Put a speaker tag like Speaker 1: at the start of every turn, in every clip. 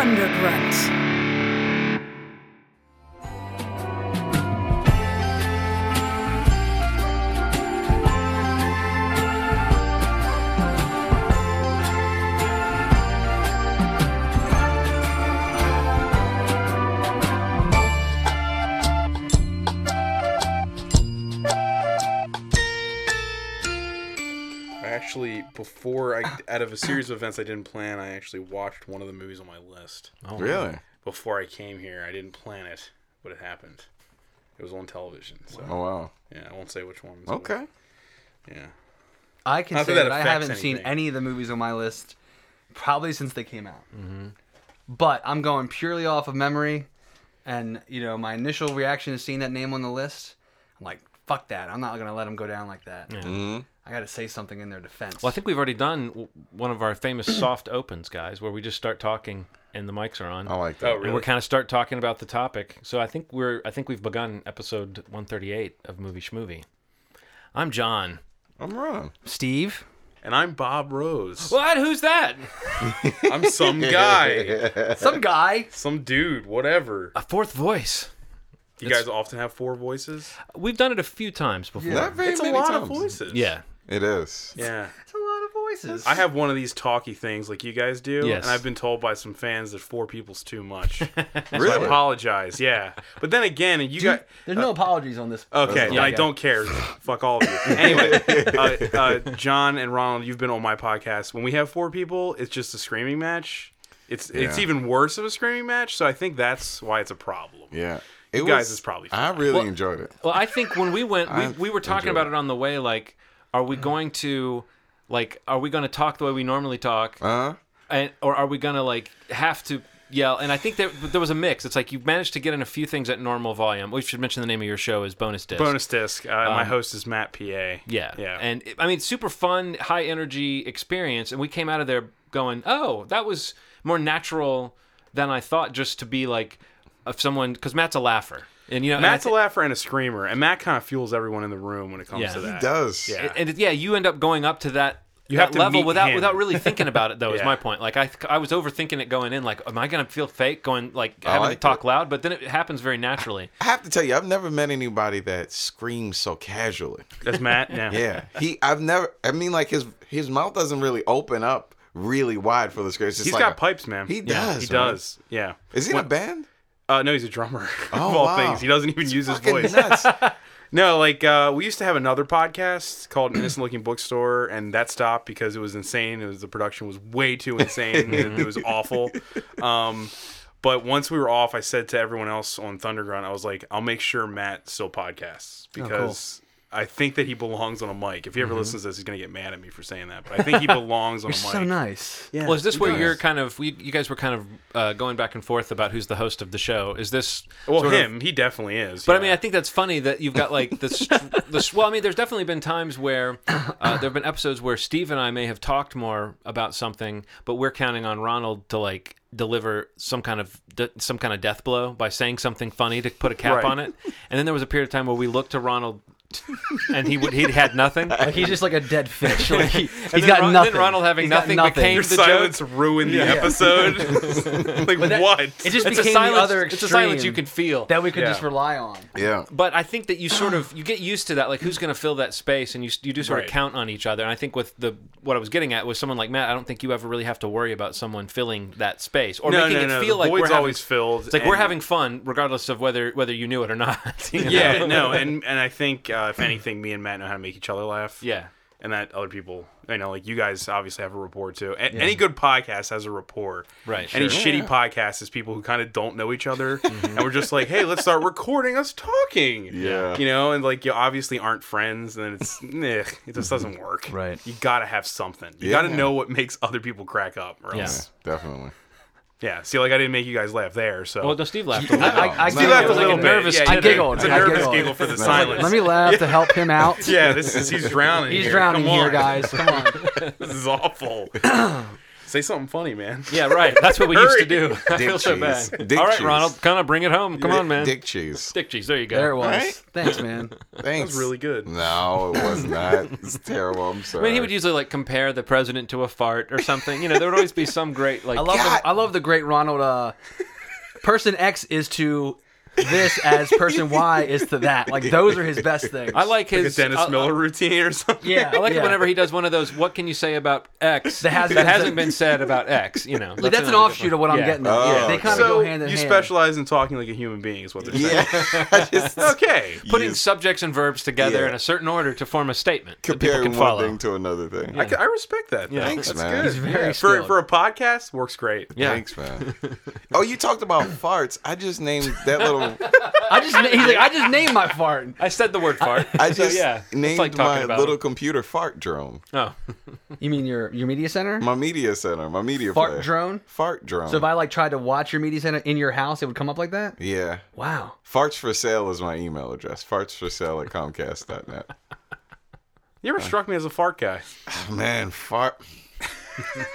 Speaker 1: Undergrunt.
Speaker 2: Actually, before I, out of a series of events I didn't plan, I actually watched one of the movies on my list.
Speaker 3: Really?
Speaker 2: Before I came here, I didn't plan it, but it happened. It was on television, so
Speaker 3: Oh wow.
Speaker 2: yeah, I won't say which one. so-
Speaker 3: Okay.
Speaker 2: Yeah.
Speaker 4: I can
Speaker 2: Not
Speaker 4: say
Speaker 2: that
Speaker 4: that,
Speaker 2: that
Speaker 4: I
Speaker 2: affects
Speaker 4: haven't seen
Speaker 2: anything.
Speaker 4: any of the movies on my list probably since they came out.
Speaker 5: Mm-hmm.
Speaker 4: But I'm going purely off of memory, and you know my initial reaction to seeing that name on the list, I'm like, "Fuck that! I'm not gonna let him go down like that.
Speaker 2: Mm-hmm.
Speaker 4: I got to say something in their defense."
Speaker 5: Well, I think we've already done w- one of our famous soft opens, guys, where we just start talking and the mics are on.
Speaker 3: I like that.
Speaker 2: Oh, really?
Speaker 5: And we kind of start talking about the topic. So I think we're I think we've begun episode 138 of Movie Schmovie. I'm John.
Speaker 3: I'm wrong.
Speaker 4: Steve.
Speaker 2: And I'm Bob Rose.
Speaker 5: What? Who's that?
Speaker 2: I'm some guy,
Speaker 4: Some guy.
Speaker 2: some dude, whatever.
Speaker 5: A fourth voice.
Speaker 2: You
Speaker 5: It's-
Speaker 2: guys often have four voices.
Speaker 5: We've done it a few times before.
Speaker 3: Not very
Speaker 2: It's a
Speaker 3: many
Speaker 2: lot
Speaker 3: times.
Speaker 2: of voices.
Speaker 5: Yeah.
Speaker 3: It is.
Speaker 2: Yeah.
Speaker 4: It's a lot of voices.
Speaker 2: I have one of these talky things like you guys do,
Speaker 5: Yes.
Speaker 2: and I've been told by some fans that four people's too much. I
Speaker 3: Really?
Speaker 2: apologize, yeah. But then again, and you got uh,
Speaker 4: There's no apologies on this.
Speaker 2: okay, and I
Speaker 4: yeah.
Speaker 2: don't care. Fuck all of you. Anyway, uh, uh, John and Ronald, you've been on my podcast. When we have four people, it's just a screaming match. It's it's
Speaker 3: Yeah.
Speaker 2: even worse of a screaming match. So I think that's why it's a problem.
Speaker 3: Yeah. It
Speaker 2: You guys is probably
Speaker 3: I really enjoyed it.
Speaker 5: Well, I think when we went, we,
Speaker 3: I
Speaker 5: we were talking
Speaker 3: enjoy
Speaker 5: about
Speaker 3: it.
Speaker 5: it on the way. Like, are we going to, like, are we going to talk the way we normally talk,
Speaker 3: Huh?
Speaker 5: and or are we going to like have to yell? And I think there there was a mix. It's like you managed to get in a few things at normal volume. We should mention the name of your show is Bonus Disc.
Speaker 2: Bonus disc. Uh, my host is Matt Pa.
Speaker 5: Um, Yeah.
Speaker 2: yeah.
Speaker 5: And it- I mean, super fun, high energy experience. And we came out of there going, oh, that was more natural than I thought just to be like, of someone, because Matt's a laugher. And, you know, and I
Speaker 2: Matt's a
Speaker 5: thi-
Speaker 2: laugher and a screamer, and Matt kind of fuels everyone in the room when it comes
Speaker 5: Yeah.
Speaker 2: to
Speaker 5: He
Speaker 2: that.
Speaker 3: Does.
Speaker 2: Yeah.
Speaker 5: And, and yeah, you end up going up to that.
Speaker 2: You
Speaker 5: that
Speaker 2: have to
Speaker 5: level
Speaker 2: meet
Speaker 5: without
Speaker 2: him.
Speaker 5: without really thinking about it though is
Speaker 2: Yeah.
Speaker 5: my point. Like I th- I was overthinking it going in. Like am I gonna feel fake going like having
Speaker 3: like
Speaker 5: to talk
Speaker 3: it.
Speaker 5: loud? But then it happens very naturally.
Speaker 3: I have to tell you, I've never met anybody that screams so casually.
Speaker 2: That's Matt. Yeah.
Speaker 3: Yeah. He I've never I mean like his his mouth doesn't really open up really wide for the scream. It's just
Speaker 2: He's
Speaker 3: like
Speaker 2: got
Speaker 3: a-
Speaker 2: pipes, man.
Speaker 3: He
Speaker 2: Yeah,
Speaker 3: does,
Speaker 2: he
Speaker 3: man.
Speaker 2: does. Yeah.
Speaker 3: Is he in a
Speaker 2: When-
Speaker 3: band?
Speaker 2: Uh, no, he's a drummer.
Speaker 3: Oh,
Speaker 2: of all
Speaker 3: wow.
Speaker 2: things, he doesn't even use his
Speaker 3: Fucking
Speaker 2: voice.
Speaker 3: nuts.
Speaker 2: No, like uh, we used to have another podcast called Innocent Looking Bookstore, and that stopped because it was insane. It was the production was way too insane. it, it was awful. Um, but once we were off, I said to everyone else on Thunderground, I was like, "I'll make sure Matt still
Speaker 5: Oh,
Speaker 2: podcasts because." I think that he belongs on a mic. If he ever
Speaker 5: Mm-hmm.
Speaker 2: listens to this, he's gonna get mad at me for saying that. But I think he belongs on a
Speaker 4: You're
Speaker 2: mic.
Speaker 4: so nice.
Speaker 2: Yeah.
Speaker 5: well, is this
Speaker 2: he
Speaker 5: where
Speaker 2: does.
Speaker 5: you're kind of we, you guys were kind of uh, going back and forth about who's the host of the show? Is this
Speaker 2: Well,
Speaker 5: sort of-
Speaker 2: him, he definitely is.
Speaker 5: But I
Speaker 2: yeah.
Speaker 5: mean, I think that's funny that you've got like this. this well, I mean, there's definitely been times where uh, there have been episodes where Steve and I may have talked more about something, but we're counting on Ronald to like deliver some kind of de- some kind of death blow by saying something funny to put a cap
Speaker 2: Right.
Speaker 5: on it. And then there was a period of time where we looked to Ronald, and he would he had nothing.
Speaker 4: Like he's just like a dead fish. Like he,
Speaker 5: And
Speaker 4: has
Speaker 5: then
Speaker 4: got
Speaker 5: Ron-
Speaker 4: nothing.
Speaker 5: Then Ronald having
Speaker 4: He's got
Speaker 5: nothing,
Speaker 4: nothing.
Speaker 5: became
Speaker 2: your
Speaker 5: the
Speaker 2: silence
Speaker 5: joke.
Speaker 2: ruined the episode. like what?
Speaker 4: It just
Speaker 5: It's a
Speaker 4: became
Speaker 5: silence.
Speaker 4: the other
Speaker 5: it's
Speaker 4: extreme.
Speaker 5: a silence you can feel.
Speaker 4: that we could
Speaker 2: Yeah.
Speaker 4: just rely on.
Speaker 3: yeah.
Speaker 5: but I think that you sort of you get used to that. Like, who's going to fill that space? And you you do sort
Speaker 2: Right.
Speaker 5: of count on each other. And I think with the what I was getting at was someone like Matt. I don't think you ever really have to worry about someone filling that space or
Speaker 2: No,
Speaker 5: making
Speaker 2: no,
Speaker 5: it
Speaker 2: no,
Speaker 5: feel
Speaker 2: the
Speaker 5: like
Speaker 2: void's
Speaker 5: we're having,
Speaker 2: always filled
Speaker 5: It's like we're
Speaker 2: and-
Speaker 5: having fun regardless of whether whether you knew it or not. you know?
Speaker 2: yeah, no, and and I think uh, if anything, me and Matt know how to make each other laugh.
Speaker 5: yeah.
Speaker 2: and that other people, you know, like you guys obviously have a rapport too. A- Any good podcast has a rapport.
Speaker 5: Right,
Speaker 2: Any
Speaker 3: sure.
Speaker 2: shitty
Speaker 3: Yeah.
Speaker 2: podcast is people who kind of don't know each other, and we're just like, hey, let's start recording us talking.
Speaker 3: Yeah.
Speaker 2: you know, and like you obviously aren't friends, and it's eh, it just doesn't work.
Speaker 4: Right.
Speaker 2: you gotta have something. You
Speaker 3: Yeah.
Speaker 2: gotta know what makes other people crack up, or
Speaker 5: Yeah.
Speaker 2: else.
Speaker 3: Definitely.
Speaker 2: Yeah. See, like I didn't make you guys laugh there, so.
Speaker 5: Well, no, Steve laughed a lot.
Speaker 4: I, I, I
Speaker 3: Steve
Speaker 2: you
Speaker 4: giggled.
Speaker 2: laughed a
Speaker 5: like a
Speaker 2: little bit.
Speaker 5: nervous-
Speaker 2: Yeah, you
Speaker 5: I
Speaker 2: did.
Speaker 4: giggled.
Speaker 2: It's a
Speaker 4: I
Speaker 2: nervous
Speaker 4: giggled.
Speaker 2: giggle for the
Speaker 3: Let
Speaker 2: silence.
Speaker 4: Let me laugh to help him out.
Speaker 2: Yeah, this is he's drowning.
Speaker 4: He's
Speaker 2: here.
Speaker 4: drowning
Speaker 2: Come
Speaker 4: here,
Speaker 2: on.
Speaker 4: guys. Come on.
Speaker 2: This is awful. Say something funny, man.
Speaker 5: Yeah, right. That's what we used to do. I
Speaker 3: Dick
Speaker 5: feel so
Speaker 3: cheese.
Speaker 5: bad.
Speaker 3: Dick
Speaker 5: All right,
Speaker 3: cheese.
Speaker 5: Ronald, kind of bring it home. Come on, man. Dick,
Speaker 3: Dick cheese.
Speaker 5: cheese. There you go.
Speaker 4: There it was.
Speaker 3: Right?
Speaker 4: Thanks, man.
Speaker 3: Thanks.
Speaker 2: That's really good.
Speaker 3: No, it was not. It's terrible. I'm sorry.
Speaker 5: I mean, he would usually like compare the president to a fart or something. You know, there would always be some great like.
Speaker 4: I love
Speaker 3: God.
Speaker 4: the, I love the great Ronald. Uh, person X is to this as person Y is to that. Like those are his best things.
Speaker 5: I like
Speaker 2: Like a
Speaker 5: his
Speaker 2: Dennis
Speaker 5: I- I-
Speaker 2: Miller routine or something.
Speaker 4: uh, Yeah,
Speaker 5: I like
Speaker 4: yeah.
Speaker 5: it whenever he does one of those. What can you say about X
Speaker 4: That hasn't been
Speaker 5: hasn't
Speaker 4: said."
Speaker 5: been said about X? You know,
Speaker 4: Like, that's an
Speaker 5: another good
Speaker 4: offshoot
Speaker 5: one.
Speaker 4: of what I'm
Speaker 5: Yeah.
Speaker 4: getting. At.
Speaker 3: Oh,
Speaker 4: yeah, they
Speaker 3: okay.
Speaker 4: kind of
Speaker 2: So
Speaker 4: go hand in
Speaker 2: you
Speaker 4: hand.
Speaker 2: specialize in talking like a human being is what they're saying.
Speaker 3: Yeah. I just
Speaker 2: Okay.
Speaker 5: Putting
Speaker 3: used
Speaker 5: subjects and verbs together
Speaker 3: Yeah.
Speaker 5: in a certain order to form a statement that people
Speaker 3: comparing
Speaker 5: can
Speaker 3: one
Speaker 5: follow.
Speaker 3: thing to another thing.
Speaker 2: I, I respect that. though.
Speaker 5: Thanks,
Speaker 2: That's
Speaker 3: man.
Speaker 2: Good.
Speaker 3: He's
Speaker 4: very
Speaker 2: Yeah. for
Speaker 4: skilled.
Speaker 2: for a podcast works great.
Speaker 5: Yeah.
Speaker 3: Thanks, man. oh, you talked about farts. I just named that little.
Speaker 4: I just na- he's like I just named my fart.
Speaker 5: I said the word fart.
Speaker 3: I
Speaker 5: so,
Speaker 3: just
Speaker 5: yeah, it's
Speaker 3: named
Speaker 5: like talking
Speaker 3: my
Speaker 5: about
Speaker 3: little computer fart drone.
Speaker 5: Oh,
Speaker 4: You mean your your media center
Speaker 3: My media center. My media
Speaker 4: fart
Speaker 3: player.
Speaker 4: drone?
Speaker 3: Fart drone.
Speaker 4: So if I like tried to watch your media center in your house, it would come up like that.
Speaker 3: yeah.
Speaker 4: Wow.
Speaker 3: Farts for sale is my email address. Farts for sale at comcast.net.
Speaker 2: You ever struck me as a fart guy?
Speaker 3: Oh, Man, fart.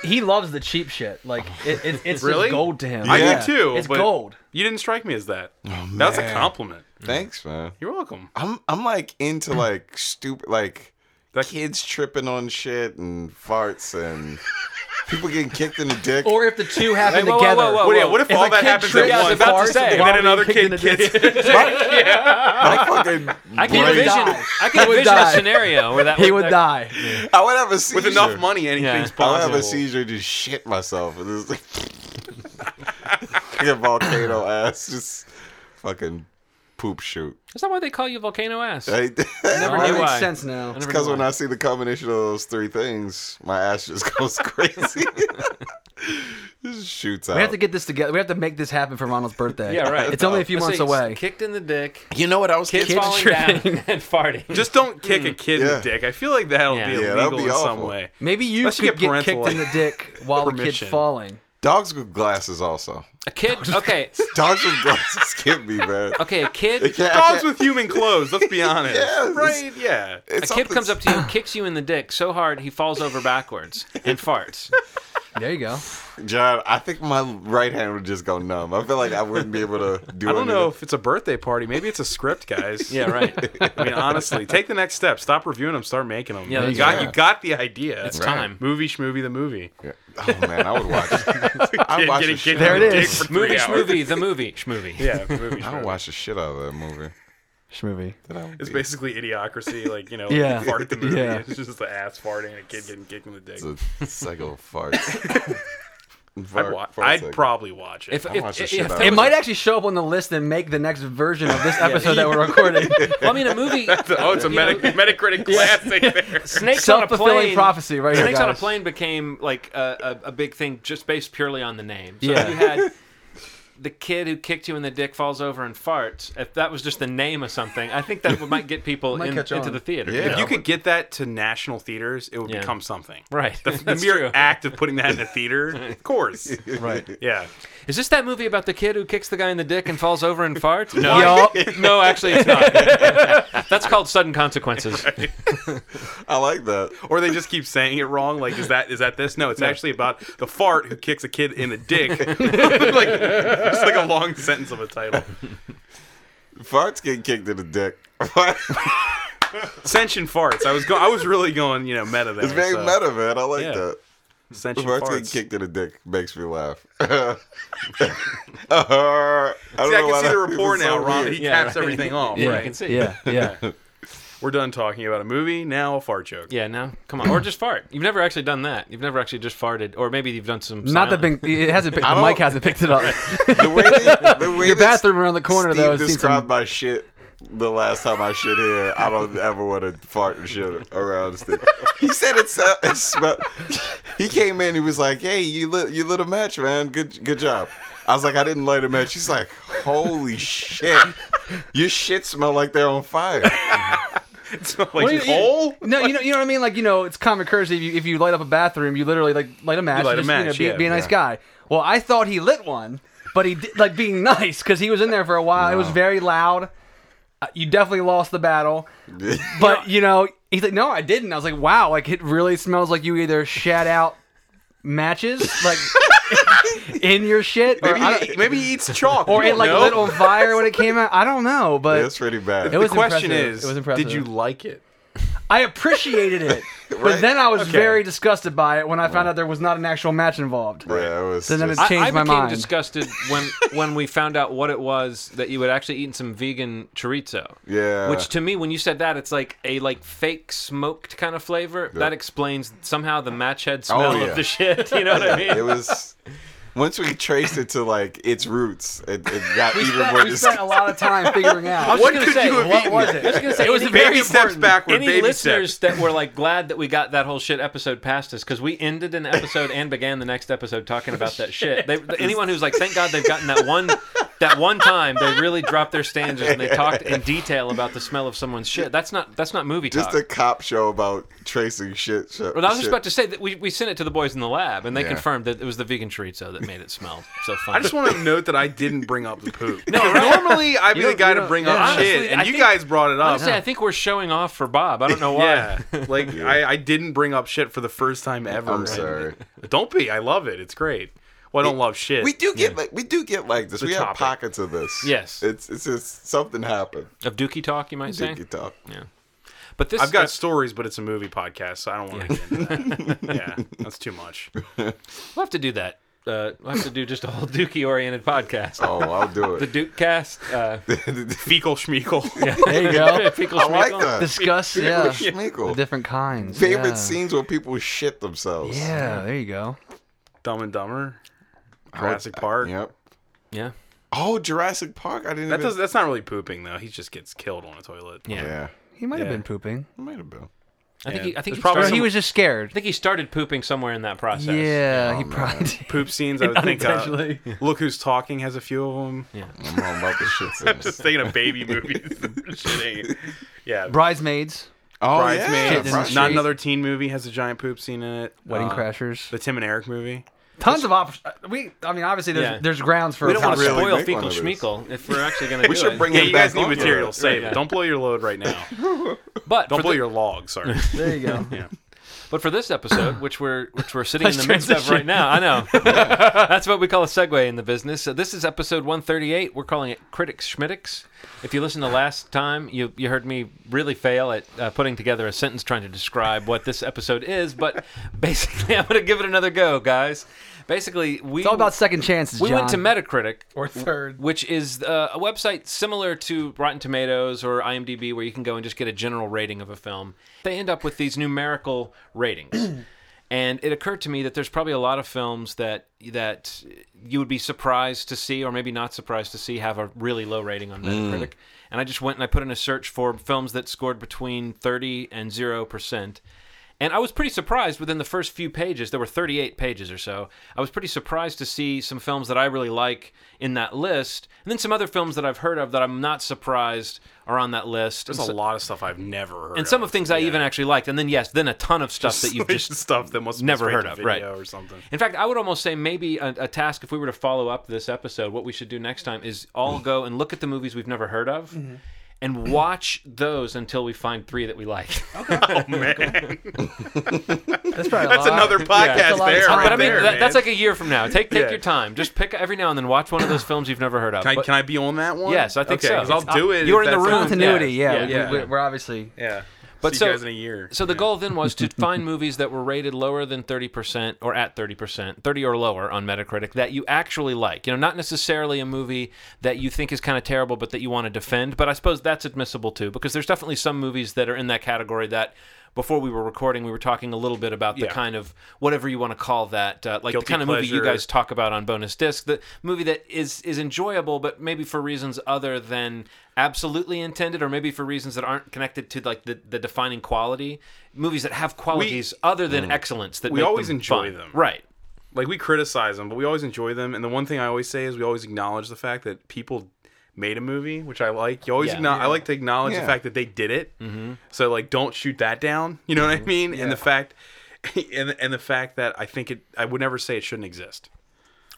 Speaker 4: He loves the cheap shit. Like
Speaker 5: Oh.
Speaker 4: it, it, it's
Speaker 2: Really?
Speaker 4: just gold to him.
Speaker 2: I do
Speaker 3: Yeah.
Speaker 2: too.
Speaker 4: It's
Speaker 2: but
Speaker 4: gold.
Speaker 2: You didn't strike me as that. That's a
Speaker 3: Oh, man.
Speaker 2: compliment.
Speaker 3: Thanks, man.
Speaker 2: You're welcome.
Speaker 4: Oh,
Speaker 3: I'm I'm like into like stupid like
Speaker 2: That-
Speaker 3: kids tripping on shit and farts and people getting kicked in the dick.
Speaker 4: Or if the two happen
Speaker 5: Hey, whoa, whoa,
Speaker 4: together.
Speaker 5: whoa, whoa.
Speaker 2: What, yeah, what if,
Speaker 4: If
Speaker 2: all
Speaker 4: a
Speaker 2: that
Speaker 4: kid
Speaker 2: happens
Speaker 4: trips
Speaker 2: at
Speaker 5: Yeah, I was
Speaker 2: once,
Speaker 5: about to say.
Speaker 2: and
Speaker 5: Why
Speaker 2: then
Speaker 4: were you
Speaker 2: another
Speaker 4: kicking
Speaker 2: kid
Speaker 4: the
Speaker 2: kicks?
Speaker 3: I fucking
Speaker 5: I can
Speaker 4: would
Speaker 5: envision.
Speaker 4: die.
Speaker 5: I can
Speaker 4: He would
Speaker 5: envision a
Speaker 4: die.
Speaker 5: scenario where that
Speaker 4: He
Speaker 5: would
Speaker 4: would
Speaker 5: that-
Speaker 4: die.
Speaker 3: I would have a seizure.
Speaker 2: With enough money, anything's
Speaker 5: Yeah.
Speaker 3: I would have
Speaker 2: possible.
Speaker 3: a seizure and just shit myself. And it's like, like a volcano ass. Just fucking poop shoot.
Speaker 5: Is that why they call you Volcano Ass?
Speaker 3: I,
Speaker 4: Never
Speaker 5: knew
Speaker 4: that makes
Speaker 5: why.
Speaker 4: sense now.
Speaker 5: never
Speaker 3: Because
Speaker 5: knew
Speaker 3: when
Speaker 5: why.
Speaker 3: I see the combination of those three things, my ass just goes crazy. this shoots out.
Speaker 4: We have to get this together. We have to make this happen for Ronald's birthday.
Speaker 5: yeah, right.
Speaker 4: It's only a few months
Speaker 5: Let's see,
Speaker 4: away.
Speaker 5: Kicked in the dick.
Speaker 3: you know what I was
Speaker 5: Kids,
Speaker 3: thinking?
Speaker 5: falling
Speaker 4: tripping.
Speaker 5: down and farting.
Speaker 2: Just don't kick a kid in
Speaker 3: Yeah.
Speaker 2: the dick. I feel like that'll
Speaker 5: Yeah.
Speaker 2: be
Speaker 3: Yeah,
Speaker 2: illegal
Speaker 3: that'd be
Speaker 2: in some
Speaker 3: awful.
Speaker 2: way.
Speaker 4: Maybe you
Speaker 2: Unless
Speaker 4: could
Speaker 2: you get
Speaker 4: get,
Speaker 2: parental,
Speaker 4: kicked in the
Speaker 2: like,
Speaker 4: dick while the kid's
Speaker 2: permission.
Speaker 4: falling.
Speaker 3: Dogs with glasses also.
Speaker 5: a kid. Okay.
Speaker 3: Dogs with glasses get me, man.
Speaker 5: Okay, a kid.
Speaker 3: Yeah, I
Speaker 2: Dogs
Speaker 3: can't-
Speaker 2: with human clothes. Let's be honest.
Speaker 3: Yeah,
Speaker 2: right? Yeah.
Speaker 5: A
Speaker 3: it's
Speaker 5: kid
Speaker 3: something-
Speaker 5: comes up to you, kicks you in the dick so hard he falls over backwards and farts.
Speaker 4: There you go.
Speaker 3: John, I think my right hand would just go numb. I feel like I wouldn't be able to do
Speaker 2: I don't know
Speaker 3: anything.
Speaker 2: if it's a birthday party. Maybe it's a script, guys.
Speaker 5: Yeah, right.
Speaker 2: I mean, honestly, take the next step. Stop reviewing them. Start making them.
Speaker 5: Yeah,
Speaker 2: you
Speaker 5: that's
Speaker 2: got
Speaker 5: right.
Speaker 2: you got the idea.
Speaker 5: It's time.
Speaker 2: Movie schmovie the movie.
Speaker 3: Oh man, I would watch. I
Speaker 2: Kid
Speaker 3: watch
Speaker 2: getting
Speaker 3: the shit.
Speaker 2: kicked
Speaker 4: There
Speaker 2: in
Speaker 4: it
Speaker 2: the dick
Speaker 4: is.
Speaker 2: for three
Speaker 5: Movie
Speaker 2: hours.
Speaker 5: Schmovie, the movie Schmovie.
Speaker 2: Yeah, movie.
Speaker 3: I would
Speaker 2: schmovie.
Speaker 3: watch the shit out of that movie.
Speaker 4: Schmovie.
Speaker 3: That I would
Speaker 2: It's
Speaker 3: be-
Speaker 2: basically idiocracy, like you know,
Speaker 4: Yeah.
Speaker 2: yeah. fart at the movie.
Speaker 4: Yeah.
Speaker 2: It's just the ass farting and a kid getting kicked in the dick.
Speaker 3: It's a psycho fart.
Speaker 2: I'd,
Speaker 3: Fart-
Speaker 2: wa-
Speaker 3: fart
Speaker 2: I'd
Speaker 3: cycle.
Speaker 2: probably watch it.
Speaker 5: If,
Speaker 2: If,
Speaker 5: if,
Speaker 3: watch the
Speaker 5: if-
Speaker 3: shit
Speaker 5: if
Speaker 3: out of
Speaker 5: there
Speaker 4: It
Speaker 5: was-
Speaker 4: might actually show up on the list and make the next version of this episode that we're recording.
Speaker 5: well, I mean, a movie.
Speaker 2: oh, it's a meta- Metacritic classic. There,
Speaker 5: Snakes on a
Speaker 4: Self-fulfilling
Speaker 5: plane.
Speaker 4: prophecy right here,
Speaker 5: Snakes on a
Speaker 4: guys.
Speaker 5: plane became like a, a, a big thing just based purely on the name. So
Speaker 4: Yeah.
Speaker 5: if you had the kid who kicked you in the dick falls over and farts. If that was just the name of something, I think that might get people
Speaker 4: Might
Speaker 5: in,
Speaker 4: catch
Speaker 5: into
Speaker 4: on.
Speaker 5: the theater.
Speaker 3: Yeah.
Speaker 5: you
Speaker 2: if
Speaker 5: know?
Speaker 2: you could get that to national theaters, it would
Speaker 5: Yeah.
Speaker 2: become something.
Speaker 5: right.
Speaker 2: The, the
Speaker 5: That's
Speaker 2: mere
Speaker 5: true.
Speaker 2: act of putting that in a theater, of course.
Speaker 4: right.
Speaker 2: Yeah,
Speaker 5: Is this that movie about the kid who kicks the guy in the dick and falls over and farts? No,
Speaker 4: Yup.
Speaker 5: no, actually, it's not. That's called sudden consequences.
Speaker 3: I like that.
Speaker 2: or they just keep saying it wrong. Like, is that is that this? No, it's actually about the fart who kicks a kid in the dick. like, it's like a long sentence of a title.
Speaker 3: Farts getting kicked in the dick. it's
Speaker 2: Sentient farts. I was go- I was really going, you know, meta there.
Speaker 3: very
Speaker 2: so.
Speaker 3: meta, man. I like
Speaker 2: Yeah.
Speaker 3: that.
Speaker 2: Sentient
Speaker 3: Farts getting
Speaker 2: farts.
Speaker 3: kicked in the dick makes me laugh. uh, I,
Speaker 2: See,
Speaker 3: don't
Speaker 2: I
Speaker 3: know why
Speaker 2: can see
Speaker 3: that
Speaker 2: the
Speaker 3: was
Speaker 2: rapport
Speaker 3: so
Speaker 2: now,
Speaker 3: weird.
Speaker 2: Ron. He
Speaker 5: Yeah,
Speaker 2: caps
Speaker 5: right.
Speaker 2: everything off.
Speaker 4: Yeah.
Speaker 5: I can
Speaker 2: Right.
Speaker 5: see.
Speaker 4: Yeah. Yeah.
Speaker 2: We're done talking about a movie. Now a fart joke.
Speaker 5: Yeah, now come on, or just fart. You've never actually done that. You've never actually just farted, or maybe you've done some.
Speaker 4: Not that
Speaker 5: silent-
Speaker 4: big. It hasn't. Picked,
Speaker 3: I
Speaker 4: the
Speaker 3: don't-
Speaker 4: mic hasn't picked it up.
Speaker 3: the way they, the way
Speaker 4: Your
Speaker 3: they
Speaker 4: bathroom around the corner
Speaker 3: Steve
Speaker 4: though. has seen
Speaker 3: described
Speaker 4: some,
Speaker 3: my shit the last time I shit here. I don't ever want to fart and shit around Steve. He said it's uh, it smell. He came in. He was like, "Hey, you lit you lit a match, man. Good good job." I was like, "I didn't light a match." He's like, "Holy shit, your shit smell like they're on fire."
Speaker 2: It's not like
Speaker 4: do
Speaker 2: you,
Speaker 4: you-
Speaker 2: hole.
Speaker 4: no, you know, you know what I mean. Like you know, it's common courtesy if you, if you light up a bathroom, you literally like light a match.
Speaker 2: light a
Speaker 4: and just, you know,
Speaker 2: match,
Speaker 4: be,
Speaker 2: yeah,
Speaker 4: be a nice
Speaker 2: yeah.
Speaker 4: guy. Well, I thought he lit one, but he did, like being nice because he was in there for a while. It was very loud. Uh, you definitely lost the battle. But you know, he's like, no, I didn't. I was like, wow, like it really smells like you either shat out matches, like in your shit, or,
Speaker 2: Maybe,
Speaker 4: I
Speaker 2: he,
Speaker 4: don't-
Speaker 2: maybe he eats chalk.
Speaker 4: or
Speaker 2: You
Speaker 4: in
Speaker 2: don't
Speaker 4: like
Speaker 2: know.
Speaker 4: Little Fire when it came out. I don't know, but
Speaker 3: That's pretty bad.
Speaker 4: It
Speaker 2: The
Speaker 4: was
Speaker 2: question
Speaker 4: impressive.
Speaker 2: is,
Speaker 4: It was impressive.
Speaker 2: did you like it?
Speaker 4: I appreciated it, but then I was
Speaker 2: Okay.
Speaker 4: very disgusted by it when I found out there was not an actual match involved.
Speaker 3: yeah, it was.
Speaker 4: Then it
Speaker 3: just-
Speaker 5: I,
Speaker 4: changed
Speaker 5: I
Speaker 4: my
Speaker 5: became
Speaker 4: mind.
Speaker 5: disgusted when when we found out what it was that you had actually eaten some vegan chorizo.
Speaker 3: Yeah.
Speaker 5: Which to me, when you said that, it's like a like fake smoked kind of flavor. That explains somehow the match head smell
Speaker 3: yeah.
Speaker 5: of the shit. You know what I mean?
Speaker 3: it was. Once we traced it to like its roots, it, it got even more.
Speaker 4: we
Speaker 3: dis-
Speaker 4: spent a lot of time figuring out.
Speaker 5: was
Speaker 2: What
Speaker 5: gonna
Speaker 2: could
Speaker 5: say,
Speaker 2: you have
Speaker 5: what
Speaker 2: eaten?
Speaker 4: was it?
Speaker 5: I was gonna say,
Speaker 4: It was
Speaker 5: any-
Speaker 2: Baby steps
Speaker 4: important.
Speaker 2: backward.
Speaker 5: any
Speaker 2: baby
Speaker 5: listeners
Speaker 2: steps.
Speaker 5: that were like glad that we got that whole shit episode past us because we ended an episode and began the next episode talking about that shit. They, anyone who's like, thank God they've gotten that one, that one time they really dropped their standards and they talked in detail about the smell of someone's shit. That's not that's not movie
Speaker 3: Just
Speaker 5: talk.
Speaker 3: a cop show about tracing shit. shit
Speaker 5: Well, I was
Speaker 3: shit.
Speaker 5: just about to say that we, we sent it to the boys in the lab and they
Speaker 3: Yeah.
Speaker 5: confirmed that it was the vegan chorizo that made it smell so funny.
Speaker 2: I just want to note that I didn't bring up the poop.
Speaker 5: No,
Speaker 2: Because
Speaker 5: right.
Speaker 2: normally I'd be
Speaker 4: You
Speaker 2: the
Speaker 4: don't-
Speaker 2: guy
Speaker 4: you
Speaker 2: to
Speaker 4: don't-
Speaker 2: bring
Speaker 4: yeah.
Speaker 2: up
Speaker 5: Honestly,
Speaker 2: shit, and
Speaker 5: I
Speaker 2: you
Speaker 5: think-
Speaker 2: guys brought it up.
Speaker 5: Honestly, I think we're showing off for Bob. I don't know why.
Speaker 2: Yeah, like I, I didn't bring up shit for the first time ever.
Speaker 3: I'm sorry.
Speaker 2: Don't be. I love it. It's great. Well, I don't love shit.
Speaker 3: We do get like we do get like this. we have
Speaker 2: topic.
Speaker 3: pockets of this.
Speaker 5: Yes.
Speaker 3: It's it's just something happened.
Speaker 5: Of Dookie talk, you might say.
Speaker 3: Dookie talk.
Speaker 5: But this
Speaker 2: I've got stories, but it's a movie podcast, so I don't want to get into that. yeah, that's too much.
Speaker 5: We'll have to do that. Uh, we'll have to do just a whole Dookie oriented podcast.
Speaker 3: Oh, I'll do
Speaker 5: The
Speaker 3: it.
Speaker 5: Duke cast. Uh,
Speaker 2: Fecal schmeekel.
Speaker 4: There you go.
Speaker 5: Fecal
Speaker 3: I like
Speaker 5: Schmeagle.
Speaker 3: that.
Speaker 4: Discuss, yeah,
Speaker 3: Schmeagle.
Speaker 4: the different kinds.
Speaker 3: Favorite
Speaker 4: yeah.
Speaker 3: scenes where people shit themselves.
Speaker 4: Yeah, there you go.
Speaker 2: Dumb and Dumber. Jurassic
Speaker 3: Oh,
Speaker 2: Park.
Speaker 3: Yep.
Speaker 5: Yeah.
Speaker 3: Oh, Jurassic Park. I didn't.
Speaker 2: That
Speaker 3: even...
Speaker 2: does. That's not really pooping though. He just gets killed on a toilet.
Speaker 5: Yeah.
Speaker 3: Yeah.
Speaker 4: He might have
Speaker 2: Yeah.
Speaker 4: been pooping.
Speaker 3: It might have been.
Speaker 5: I think
Speaker 2: Yeah.
Speaker 5: he, I think
Speaker 2: There's probably
Speaker 5: he, started,
Speaker 4: Or
Speaker 2: some-
Speaker 4: he was just scared.
Speaker 5: I think he started pooping somewhere in that process.
Speaker 4: Yeah,
Speaker 2: Oh,
Speaker 4: he probably did.
Speaker 2: Poop scenes. I would think. Uh,
Speaker 4: Unintentionally.
Speaker 2: Look who's talking has a few of them.
Speaker 3: I'm all about the shit
Speaker 2: Just
Speaker 3: scenes.
Speaker 2: thinking of baby movies. Shit ain't- yeah.
Speaker 4: Bridesmaids,
Speaker 3: Oh,
Speaker 2: Bridesmaids.
Speaker 4: Shit in the
Speaker 3: Bridesmaids.
Speaker 2: Not
Speaker 4: Street.
Speaker 2: another teen movie has a giant poop scene in it.
Speaker 4: wedding
Speaker 2: Uh,
Speaker 4: crashers,
Speaker 2: The Tim and Eric movie.
Speaker 4: tons of options. We, I mean, obviously there's
Speaker 5: Yeah.
Speaker 4: there's grounds for. a
Speaker 5: We don't want to
Speaker 4: podcast.
Speaker 3: really
Speaker 5: spoil
Speaker 3: make
Speaker 5: Fecal
Speaker 3: one of these.
Speaker 5: Schmeagle if we're actually going to do
Speaker 3: We should
Speaker 5: it.
Speaker 3: bring
Speaker 2: Yeah,
Speaker 3: it
Speaker 2: you
Speaker 3: back.
Speaker 2: guys need
Speaker 3: on.
Speaker 2: material. Save
Speaker 5: yeah.
Speaker 2: it. Don't blow your load right now.
Speaker 5: But
Speaker 2: Don't
Speaker 5: for
Speaker 2: blow
Speaker 5: the-
Speaker 2: your log. Sorry.
Speaker 4: There you go.
Speaker 2: Yeah.
Speaker 5: But for this episode, which we're which we're sitting in
Speaker 4: Nice
Speaker 5: the midst of
Speaker 4: transition.
Speaker 5: right now, I know that's what we call a segue in the business. So this is episode 138. We're calling it Critics Schmitics. If you listen to last time, you you heard me really fail at uh, putting together a sentence trying to describe what this episode is. But basically, I'm going to give it another go, guys. Basically, we
Speaker 4: It's all about second chances.
Speaker 5: we went to
Speaker 4: John.
Speaker 5: Metacritic
Speaker 4: or third.
Speaker 5: which is uh, a website similar to Rotten Tomatoes or IMDb, where you can go and just get a general rating of a film. They end up with these numerical ratings, and it occurred to me that there's probably a lot of films that that you would be surprised to see, or maybe not surprised to see, have a really low rating on
Speaker 2: Mm.
Speaker 5: Metacritic. And I just went and I put in a search for films that scored between 30 and zero percent. And I was pretty surprised within the first few pages, there were 38 pages or so. I was pretty surprised to see some films that I really like in that list, and then some other films that I've heard of that I'm not surprised are on that list. And,
Speaker 2: There's a
Speaker 5: so-
Speaker 2: lot of stuff I've never heard.
Speaker 5: and some of things I even actually liked, and then yes, then a ton of stuff that you've just
Speaker 2: stuff that must
Speaker 5: never
Speaker 2: be straight
Speaker 5: heard
Speaker 2: to
Speaker 5: of,
Speaker 2: video
Speaker 5: right.
Speaker 2: Or something.
Speaker 5: In fact, I would almost say maybe a, a task if we were to follow up this episode, what we should do next time is all go and look at the movies we've never heard of and watch those until we find three that we like.
Speaker 4: That's probably
Speaker 2: That's another podcast
Speaker 4: a lot of
Speaker 2: there.
Speaker 4: time.
Speaker 2: right
Speaker 5: but I mean,
Speaker 2: there,
Speaker 5: that, that's
Speaker 2: man.
Speaker 5: like a year from now. Take take
Speaker 2: Yeah.
Speaker 5: your time. Just pick every now and then watch one of those films you've never heard of.
Speaker 2: Can I,
Speaker 5: But-
Speaker 2: can I be on that one?
Speaker 5: Yes, I think
Speaker 2: okay,
Speaker 5: so. uh,
Speaker 2: 'cause I'll do it.
Speaker 5: You're
Speaker 2: if
Speaker 5: in the
Speaker 2: that's
Speaker 5: room.
Speaker 2: on-
Speaker 4: continuity.
Speaker 5: Yeah,
Speaker 2: yeah.
Speaker 4: Yeah, We, are obviously
Speaker 2: Yeah.
Speaker 5: But
Speaker 2: See
Speaker 5: so-
Speaker 2: you guys in a year.
Speaker 5: so the goal then was to find movies that were rated lower than 30% or at 30%, 30 or lower on Metacritic that you actually like. You know, not necessarily a movie that you think is kind of terrible but that you want to defend, but I suppose that's admissible too because there's definitely some movies that are in that category that before we were recording, we were talking a little bit about the
Speaker 2: Yeah.
Speaker 5: kind of whatever you want to call that, uh, like
Speaker 2: Guilty
Speaker 5: the kind of movie you
Speaker 2: pleasure.
Speaker 5: guys talk about on bonus disc the movie that is is enjoyable but maybe for reasons other than absolutely intended or maybe for reasons that aren't connected to like the, the defining quality movies that have qualities other than excellence that
Speaker 2: Mm. we
Speaker 5: make
Speaker 2: always
Speaker 5: them
Speaker 2: enjoy
Speaker 5: fun.
Speaker 2: them.
Speaker 5: right
Speaker 2: like we criticize them, but we always enjoy them. And the one thing I always say is we always acknowledge the fact that people made a movie, which I like. You always
Speaker 5: Yeah.
Speaker 2: acknow- I like to acknowledge
Speaker 3: Yeah.
Speaker 2: the fact that they did it. Mm-hmm. So like, don't shoot that down. You know what I mean? And the fact, and and the fact that I think it, I would never say it shouldn't exist.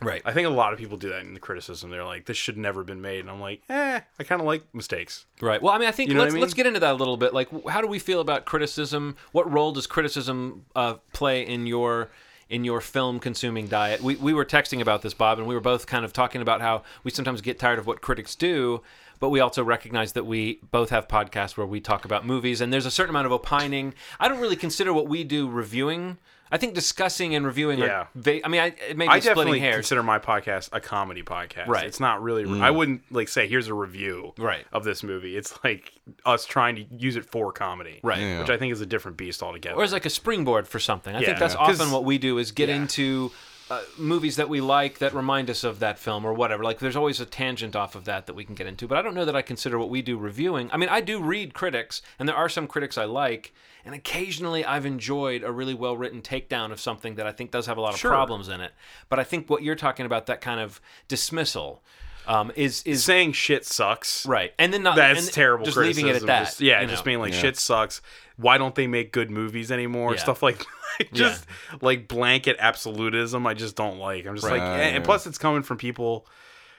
Speaker 5: right
Speaker 2: I think a lot of people do that in the criticism. They're like, this should never have been made. And I'm like, eh, I kind of like mistakes.
Speaker 5: right well i mean i think
Speaker 2: You know what
Speaker 5: let's
Speaker 2: I mean?
Speaker 5: let's get into that a little bit like w- how do we feel about criticism what role does criticism uh, play in your in your film consuming diet. We, we were texting about this, Bob, and we were both kind of talking about how we sometimes get tired of what critics do, but we also recognize that we both have podcasts where we talk about movies, and there's a certain amount of opining. I don't really consider what we do reviewing. I think discussing and reviewing
Speaker 2: Yeah.
Speaker 5: are. Va- I mean, I, it may be
Speaker 2: I
Speaker 5: splitting
Speaker 2: definitely
Speaker 5: hairs.
Speaker 2: consider my podcast a comedy podcast.
Speaker 5: Right. Mm.
Speaker 2: It's not really. I wouldn't like say here's a review.
Speaker 5: Right.
Speaker 2: Of this movie, it's like us trying to use it for comedy.
Speaker 5: Right. Yeah.
Speaker 2: Which I think is a different beast altogether.
Speaker 5: or as like a springboard for something. I think
Speaker 2: Yeah.
Speaker 5: that's
Speaker 2: Yeah. 'Cause-
Speaker 5: often what we do is get
Speaker 2: Yeah.
Speaker 5: into uh, movies that we like that remind us of that film or whatever. Like there's always a tangent off of that that we can get into. But I don't know that I consider what we do reviewing. I mean, I do read critics, and there are some critics I like, and occasionally I've enjoyed a really well written takedown of something that I think does have a lot of
Speaker 2: Sure.
Speaker 5: problems in it. But I think what you're talking about that kind of dismissal um, is is
Speaker 2: saying shit sucks.
Speaker 5: right, and then not
Speaker 2: That's
Speaker 5: and
Speaker 2: terrible.
Speaker 5: Just
Speaker 2: criticism.
Speaker 5: leaving it at that.
Speaker 2: Just- yeah,
Speaker 5: you know?
Speaker 2: just being like shit sucks. Why don't they make good movies anymore?
Speaker 5: Yeah.
Speaker 2: Stuff like just like blanket absolutism. I just don't like. I'm just like,
Speaker 3: Right,
Speaker 2: and, and
Speaker 3: yeah.
Speaker 2: plus it's coming from people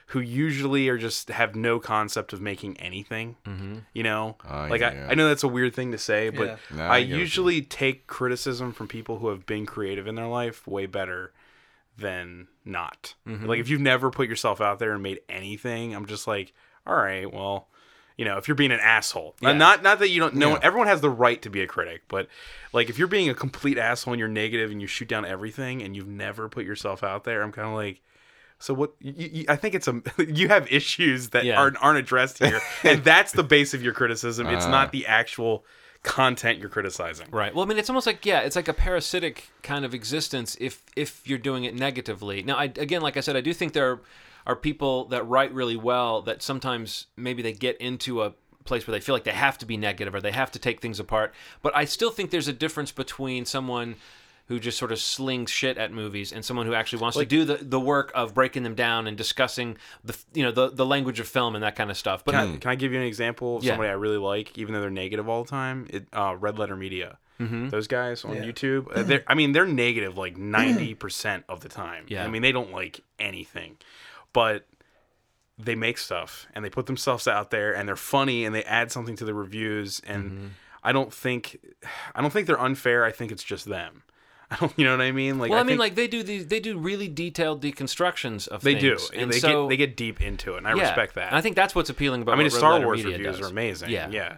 Speaker 2: who usually are just have no concept of making anything.
Speaker 5: Mm-hmm.
Speaker 2: You know,
Speaker 3: Oh,
Speaker 2: like
Speaker 3: yeah.
Speaker 2: I, I know that's a weird thing to say, but
Speaker 4: Yeah.
Speaker 3: No,
Speaker 2: I,
Speaker 3: I get what you
Speaker 2: usually take criticism from people who have been creative in their life way better than not.
Speaker 5: Mm-hmm.
Speaker 2: Like if you've never put yourself out there and made anything, I'm just like, all right, well, you know, if you're being an asshole, and not not that you don't know,
Speaker 3: Yeah.
Speaker 2: everyone has the right to be a critic, but like if you're being a complete asshole and you're negative and you shoot down everything and you've never put yourself out there, I'm kind of like. So what? You, you, I think it's a you have issues that
Speaker 5: Yeah.
Speaker 2: aren't aren't addressed here, and that's the base of your criticism. It's not the actual content you're criticizing.
Speaker 5: Right. Well, I mean, it's almost like yeah, it's like a parasitic kind of existence if if you're doing it negatively. Now, I, again, like I said, I do think there are, are people that write really well that sometimes maybe they get into a place where they feel like they have to be negative or they have to take things apart. But I still think there's a difference between someone who just sort of slings shit at movies and someone who actually wants to do the, the work of breaking them down and discussing the f- you know the, the language of film and that kind of stuff. But
Speaker 2: Can I give you an example of
Speaker 5: Mm. Yeah.
Speaker 2: somebody I really like, even though they're negative all the time? It, uh, Red Letter Media.
Speaker 5: Mm-hmm.
Speaker 2: Those guys on YouTube. Uh, they're, I mean, they're negative like 90% of the time.
Speaker 5: Yeah.
Speaker 2: I mean, they don't like anything. But they make stuff and they put themselves out there and they're funny and they add something to the reviews and
Speaker 5: Mm-hmm.
Speaker 2: I don't think I don't think they're unfair. I think it's just them. I don't, you know what I mean? Like
Speaker 5: well, I mean,
Speaker 2: think
Speaker 5: like they do these, they do really detailed deconstructions of
Speaker 2: they
Speaker 5: things.
Speaker 2: do. And they get they get deep into it and I
Speaker 5: Yeah,
Speaker 2: respect that.
Speaker 5: And I think that's what's appealing about.
Speaker 2: I mean,
Speaker 5: what
Speaker 2: his
Speaker 5: Red
Speaker 2: Star
Speaker 5: Letter
Speaker 2: Wars
Speaker 5: Media
Speaker 2: reviews
Speaker 5: does.
Speaker 2: are amazing.
Speaker 5: Yeah.
Speaker 2: Yeah, yeah,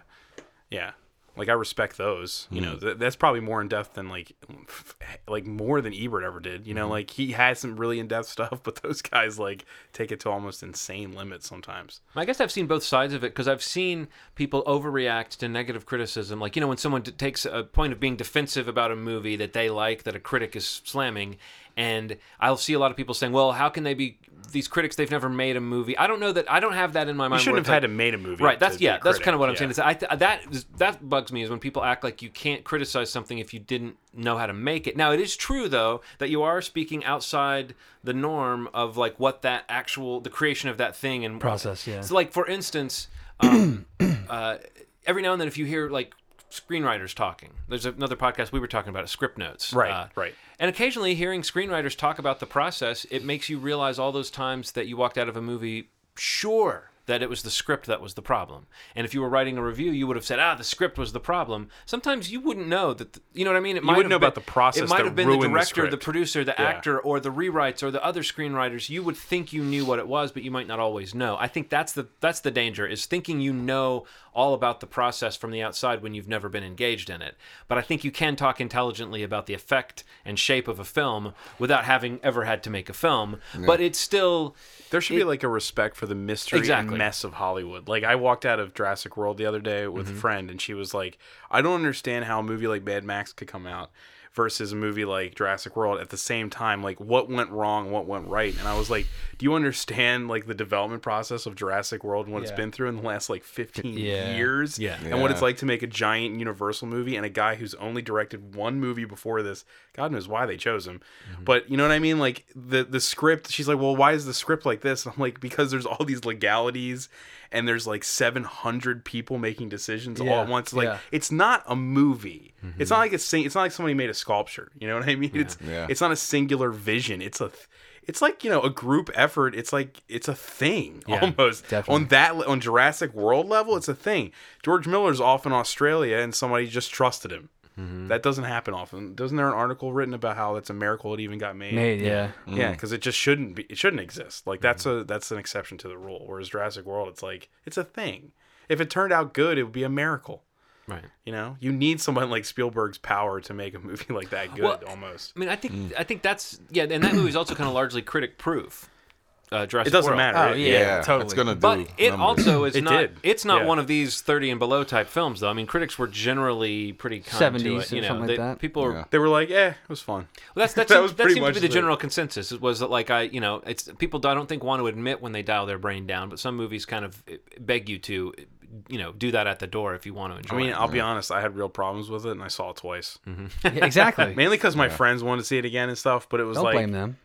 Speaker 2: yeah. Like I respect those. You
Speaker 5: Mm.
Speaker 2: know, th- that's probably more in depth than like, f- like more than Ebert ever did.
Speaker 5: Mm-hmm.
Speaker 2: You know, like he had some really in depth stuff, but those guys like take it to almost insane limits sometimes.
Speaker 5: I guess I've seen both sides of it because I've seen people overreact to negative criticism. Like, you know, when someone d- takes a point of being defensive about a movie that they like, that a critic is slamming, and I'll see a lot of people saying, well, how can they be these critics? They've never made a movie. I don't know that. I don't have that in my
Speaker 2: You
Speaker 5: mind. where
Speaker 2: shouldn't
Speaker 5: it's
Speaker 2: have had
Speaker 5: like-
Speaker 2: to made a movie,
Speaker 5: Right. That's
Speaker 2: to be a
Speaker 5: yeah. That's
Speaker 2: critic.
Speaker 5: kind of what I'm saying.
Speaker 2: Yeah.
Speaker 5: Is I th- that is, that bugs me is when people act like you can't criticize something if you didn't know how to make it. Now it is true though that you are speaking outside the norm of like what that actual the creation of that thing and
Speaker 4: Process, yeah.
Speaker 5: So like for instance, um, uh, every now and then if you hear like screenwriters talking, there's another podcast we were talking about, script notes.
Speaker 2: Right,
Speaker 5: Uh,
Speaker 2: right.
Speaker 5: And occasionally hearing screenwriters talk about the process, it makes you realize all those times that you walked out of a movie sure that it was the script that was the problem. And if you were writing a review, you would have said, "Ah, the script was the problem." Sometimes you wouldn't know that. The, you know what I mean? It might
Speaker 2: wouldn't
Speaker 5: have
Speaker 2: know
Speaker 5: been-
Speaker 2: about the process
Speaker 5: It might
Speaker 2: that
Speaker 5: have been the
Speaker 2: ruined the
Speaker 5: director, the,
Speaker 2: script.
Speaker 5: producer, the
Speaker 2: Yeah.
Speaker 5: actor, or the rewrites, or the other screenwriters. You would think you knew what it was, but you might not always know. I think that's the that's the danger is thinking you know all about the process from the outside when you've never been engaged in it. But I think you can talk intelligently about the effect and shape of a film without having ever had to make a film. But it's still
Speaker 2: There should be like a respect for the mystery
Speaker 5: Exactly.
Speaker 2: and mess of Hollywood. Like I walked out of Jurassic World the other day with
Speaker 5: Mm-hmm.
Speaker 2: a friend, and she was like, "I don't understand how a movie like Mad Max could come out versus a movie like Jurassic World at the same time. Like what went wrong, what went right?" And I was like, "Do you understand like the development process of Jurassic World and what it's
Speaker 4: Yeah.
Speaker 2: been through in the last like 15
Speaker 5: Yeah.
Speaker 2: years?
Speaker 5: Yeah.
Speaker 2: and what it's
Speaker 3: Yeah.
Speaker 2: like to make a giant Universal movie and a guy who's only directed one movie before this. God knows why they chose him, but you know what I mean. Like the the script, she's like, "Well, why is the script like this?" And I'm like, "Because there's all these legalities, and there's like 700 people making decisions all
Speaker 4: Yeah,
Speaker 2: at once. Like
Speaker 4: yeah.
Speaker 2: it's not a movie. It's not like a sing- It's not like somebody made a sculpture. You know what I mean? It's
Speaker 3: Yeah.
Speaker 2: it's not a singular vision. It's a th- it's like you know a group effort. It's like it's a thing almost
Speaker 4: definitely.
Speaker 2: on that le- on Jurassic World level. It's a thing. George Miller's off in Australia, and somebody just trusted him.
Speaker 1: Mm-hmm.
Speaker 2: That doesn't happen often. Doesn't there an article written about how that's a miracle it even got made?
Speaker 1: Made, yeah. Mm-hmm.
Speaker 2: Yeah, because it just shouldn't be. It shouldn't exist. Like that's a that's an exception to the rule. Whereas Jurassic World, it's like it's a thing. If it turned out good, it would be a miracle.
Speaker 5: Right.
Speaker 2: You know, you need someone like Spielberg's power to make a movie like that good.
Speaker 5: Well,
Speaker 2: almost.
Speaker 5: I mean, I think
Speaker 2: Mm.
Speaker 5: I think that's yeah, and that movie's also kind of largely critic proof. Uh, Jurassic
Speaker 2: It doesn't
Speaker 5: World.
Speaker 2: matter.
Speaker 1: Oh,
Speaker 2: It-
Speaker 1: yeah, totally.
Speaker 3: It's gonna do.
Speaker 5: But it
Speaker 3: numbers.
Speaker 5: also is
Speaker 2: It
Speaker 5: not.
Speaker 2: did.
Speaker 5: It's not
Speaker 2: Yeah.
Speaker 5: one of these thirty and below type films, though. I mean, critics were generally pretty kind to
Speaker 1: 70s
Speaker 5: it. You
Speaker 1: or
Speaker 5: know,
Speaker 1: something
Speaker 5: they-
Speaker 1: like that.
Speaker 5: people are.
Speaker 3: Yeah.
Speaker 2: They were like, eh, it was fun.
Speaker 5: Well, that's, that's
Speaker 2: That
Speaker 5: that,
Speaker 2: was
Speaker 5: seemed- that
Speaker 2: pretty
Speaker 5: seems to
Speaker 2: much
Speaker 5: be the
Speaker 2: the-
Speaker 5: general consensus. It was that like I, you know, it's people I don't think want to admit when they dial their brain down, but some movies kind of beg you to, you know, do that at the door if you want to enjoy.
Speaker 2: I mean,
Speaker 5: it.
Speaker 2: I'll be honest. I had real problems with it, and I saw it twice.
Speaker 1: Yeah, exactly.
Speaker 2: Mainly because my friends wanted to see it again and stuff. But it was
Speaker 1: Don't
Speaker 2: like,
Speaker 1: blame them.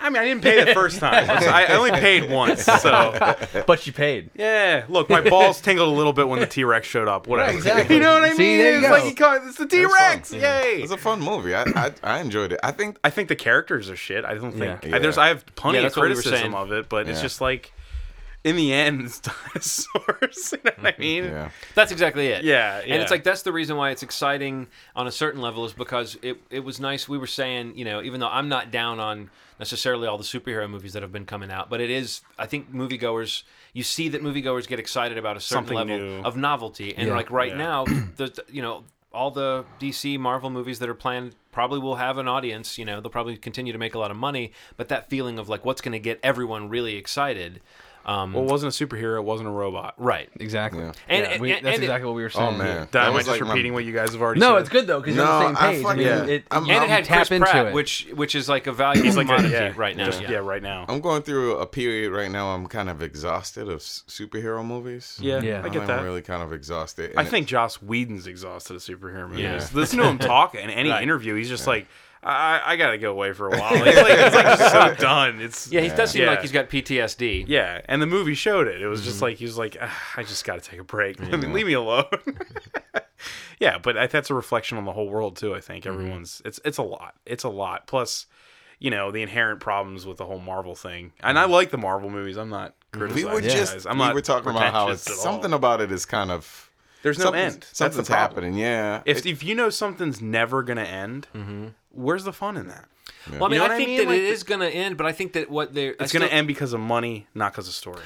Speaker 2: I mean, I didn't pay the first time. I I only paid once. So
Speaker 1: But you paid.
Speaker 2: yeah, look, my balls tingled a little bit when the T Rex showed up. Whatever.
Speaker 1: exactly.
Speaker 2: You know what I mean?
Speaker 1: See, there you
Speaker 2: it's
Speaker 1: go.
Speaker 2: like he caught, it's the T Rex.
Speaker 3: fun.
Speaker 2: Yay!
Speaker 3: It's a fun movie. I, I I enjoyed it. I think
Speaker 2: I think the characters are shit. I don't think
Speaker 3: Yeah.
Speaker 2: I, there's. I have plenty
Speaker 5: Yeah,
Speaker 2: of
Speaker 5: that's what we were
Speaker 2: criticism
Speaker 5: saying.
Speaker 2: of it, but it's
Speaker 3: Yeah.
Speaker 2: just like, in the end, it's dinosaurs. you know what
Speaker 1: Mm-hmm.
Speaker 2: I mean?
Speaker 3: yeah.
Speaker 5: That's exactly it.
Speaker 2: Yeah,
Speaker 5: And
Speaker 2: yeah.
Speaker 5: it's like that's the reason why it's exciting on a certain level is because it it was nice. We were saying, you know, even though I'm not down on necessarily all the superhero movies that have been coming out, but it is I think moviegoers you see that moviegoers get excited about a certain
Speaker 2: Something
Speaker 5: level
Speaker 2: new.
Speaker 5: of novelty. And
Speaker 1: Yeah.
Speaker 5: like right
Speaker 2: Yeah.
Speaker 5: now, the you know, all the DC Marvel movies that are planned probably will have an audience, you know, they'll probably continue to make a lot of money, but that feeling of like what's going to get everyone really excited. Um,
Speaker 2: Well, it wasn't a superhero. It wasn't a robot.
Speaker 5: right.
Speaker 1: Exactly.
Speaker 3: Yeah.
Speaker 5: And-
Speaker 1: Yeah,
Speaker 5: and-
Speaker 1: we-
Speaker 5: and-
Speaker 1: that's
Speaker 5: and it-
Speaker 1: exactly what we were saying.
Speaker 3: Oh man.
Speaker 2: That,
Speaker 3: That
Speaker 2: Am I
Speaker 3: was
Speaker 2: just
Speaker 3: like my-
Speaker 2: repeating what you guys have already?
Speaker 1: No,
Speaker 2: said?
Speaker 1: it's good though because you're
Speaker 3: No,
Speaker 1: on the
Speaker 3: I
Speaker 1: same page.
Speaker 3: fucking-
Speaker 1: I mean, it,
Speaker 3: I'm-
Speaker 5: and it had
Speaker 1: tap
Speaker 5: Chris
Speaker 1: into
Speaker 5: Pratt,
Speaker 1: it.
Speaker 5: which which is like a valuable
Speaker 2: He's like a,
Speaker 5: commodity
Speaker 2: yeah,
Speaker 5: right now.
Speaker 2: just-
Speaker 5: yeah.
Speaker 2: yeah. right now.
Speaker 3: I'm going through a period right now. I'm kind of exhausted of s- superhero movies.
Speaker 2: Yeah,
Speaker 1: Yeah.
Speaker 2: I get
Speaker 3: am
Speaker 2: that.
Speaker 3: really kind of exhausted.
Speaker 2: I
Speaker 3: and it-
Speaker 2: think Joss Whedon's exhausted of superhero movies.
Speaker 5: Yeah.
Speaker 2: Listen to him talk in any interview. He's just like, I, I gotta go away for a while. He's like, he's like just so done. It's
Speaker 5: Yeah, he does seem
Speaker 2: Yeah.
Speaker 5: like he's got PTSD.
Speaker 2: Yeah, and the movie showed it. It was
Speaker 3: Mm-hmm.
Speaker 2: just like he was like, "Ah, I just got to take a break. Leave me alone. yeah, but I, that's a reflection on the whole world too. I
Speaker 3: Mm-hmm.
Speaker 2: think everyone's it's it's a lot. It's a lot. Plus, you know, the inherent problems with the whole Marvel thing. And I like the Marvel movies. I'm not
Speaker 3: Mm-hmm. we
Speaker 2: criticizing.
Speaker 3: were
Speaker 2: you
Speaker 3: just
Speaker 2: guys. I'm
Speaker 3: we
Speaker 2: not
Speaker 3: were talking about how it's
Speaker 2: pretentious at all.
Speaker 3: something about it is kind of
Speaker 2: There's no
Speaker 3: something-
Speaker 2: end. That's the
Speaker 3: Something's
Speaker 2: problem.
Speaker 3: happening. Yeah.
Speaker 2: If
Speaker 3: It-
Speaker 2: if you know something's never gonna end, where's the fun in that?
Speaker 5: Well, I mean,
Speaker 2: You know what
Speaker 5: I
Speaker 2: I
Speaker 5: think
Speaker 2: mean?
Speaker 5: that
Speaker 2: Like-
Speaker 5: it is going to end, but I think that what they're
Speaker 2: It's gonna end because of money, not because of story.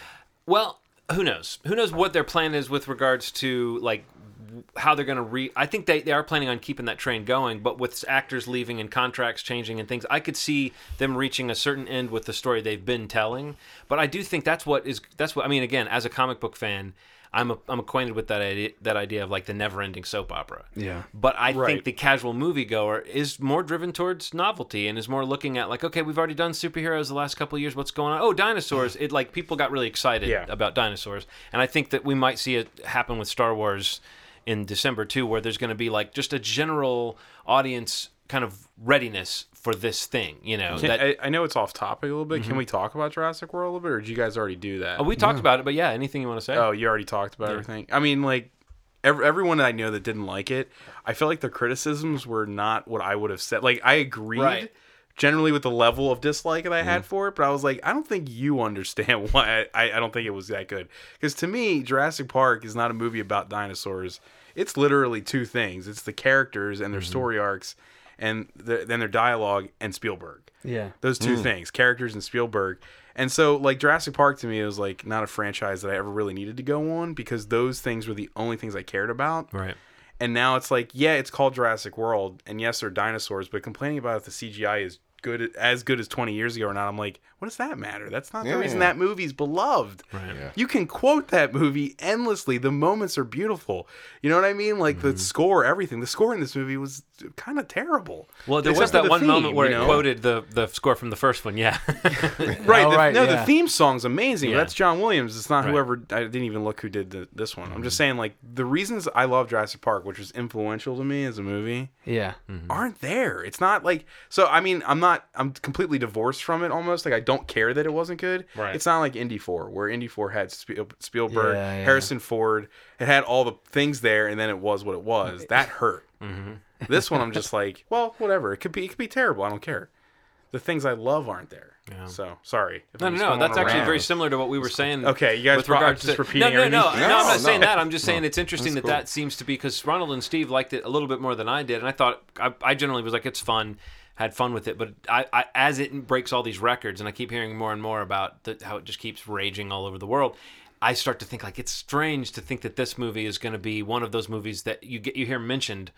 Speaker 5: Well, who knows? Who knows what their plan is with regards to like w- how they're going to re? I think they, they are planning on keeping that train going, but with actors leaving and contracts changing and things, I could see them reaching a certain end with the story they've been telling. But I do think that's what is that's what I mean. Again, as a comic book fan. I'm, a, I'm acquainted with that idea, that idea of like the never-ending soap opera.
Speaker 1: Yeah.
Speaker 5: But I think
Speaker 2: Right.
Speaker 5: the casual moviegoer is more driven towards novelty and is more looking at like, okay, we've already done superheroes the last couple of years. What's going on? Oh, dinosaurs! It like people got really excited
Speaker 2: Yeah.
Speaker 5: about dinosaurs, and I think that we might see it happen with Star Wars in December too, where there's going to be like just a general audience kind of readiness for this thing. You know,
Speaker 2: Can,
Speaker 5: that
Speaker 2: I, I know it's off topic a little bit. Can we talk about Jurassic World a little bit, or did you guys already do that?
Speaker 5: oh, we talked about it, but yeah, anything you want to say?
Speaker 2: Oh, you already talked about everything. I mean, like ev- everyone that I know that didn't like it, I feel like their criticisms were not what I would have said. Like I agreed
Speaker 5: Right.
Speaker 2: generally with the level of dislike that I had for it, but I was like, I don't think you understand why I, I, I don't think it was that good. Because to me, Jurassic Park is not a movie about dinosaurs. It's literally two things. It's the characters and their story arcs, and the, then their dialogue and Spielberg.
Speaker 1: Yeah.
Speaker 2: Those two
Speaker 5: Hmm.
Speaker 2: things, characters and Spielberg. And so like Jurassic Park to me was like not a franchise that I ever really needed to go on because those things were the only things I cared about.
Speaker 5: Right.
Speaker 2: And now it's like, yeah, it's called Jurassic World and yes, they're dinosaurs, but complaining about if the CGI is good as good as 20 years ago or not, I'm like, what does that matter? That's not
Speaker 3: Yeah.
Speaker 2: the reason that movie's beloved.
Speaker 5: Right. Yeah.
Speaker 2: You can quote that movie endlessly. The moments are beautiful. You know what I mean? Like
Speaker 5: Mm-hmm.
Speaker 2: the score, everything. The score in this movie was kind of terrible.
Speaker 5: Well, there
Speaker 2: Except
Speaker 5: was
Speaker 2: for
Speaker 5: that
Speaker 2: the
Speaker 5: one
Speaker 2: theme,
Speaker 5: moment where
Speaker 2: you know?
Speaker 5: it quoted the, the score from the first one. Yeah.
Speaker 2: Right.
Speaker 1: Oh,
Speaker 2: the,
Speaker 1: right,
Speaker 2: no,
Speaker 1: yeah.
Speaker 2: the theme song's amazing.
Speaker 5: Yeah.
Speaker 2: That's John Williams. It's not
Speaker 5: Right. Mm-hmm.
Speaker 2: whoever. I didn't even look who did the, this one. I'm just saying, like the reasons I love Jurassic Park, which was influential to me as a movie,
Speaker 1: Yeah.
Speaker 4: Hmm.
Speaker 2: aren't there. It's not like so. I mean, I'm not. I'm completely divorced from it. Almost like I don't care that it wasn't good.
Speaker 5: Right.
Speaker 2: It's not like Indy Four, where Indy Four had Spiel, Spielberg,
Speaker 1: Yeah, yeah.
Speaker 2: Harrison Ford. It had all the things there, and then it was what it was. That hurt. This one, I'm just like, well, whatever. It could be. It could be terrible. I don't care. the things I love aren't there. So sorry. if
Speaker 5: No,
Speaker 2: I'm
Speaker 5: no,
Speaker 2: just
Speaker 5: no.
Speaker 2: going on
Speaker 5: That's
Speaker 2: a
Speaker 5: actually
Speaker 2: rant.
Speaker 5: very similar to what we were saying.
Speaker 2: Okay, you guys
Speaker 5: with
Speaker 2: pro- I'm
Speaker 5: regards
Speaker 2: just
Speaker 5: to
Speaker 2: repeating
Speaker 5: no, no, no, no,
Speaker 2: everything.
Speaker 5: I'm not
Speaker 3: No,
Speaker 5: saying
Speaker 3: no.
Speaker 5: that. I'm just saying it's interesting that
Speaker 3: That's cool.
Speaker 5: that seems to be because Ronald and Steve liked it a little bit more than I did, and I thought I, I generally was like, it's fun, had fun with it, but I, I as it breaks all these records, and I keep hearing more and more about the, how it just keeps raging all over the world. I start to think like it's strange to think that this movie is going to be one of those movies that you get you hear mentioned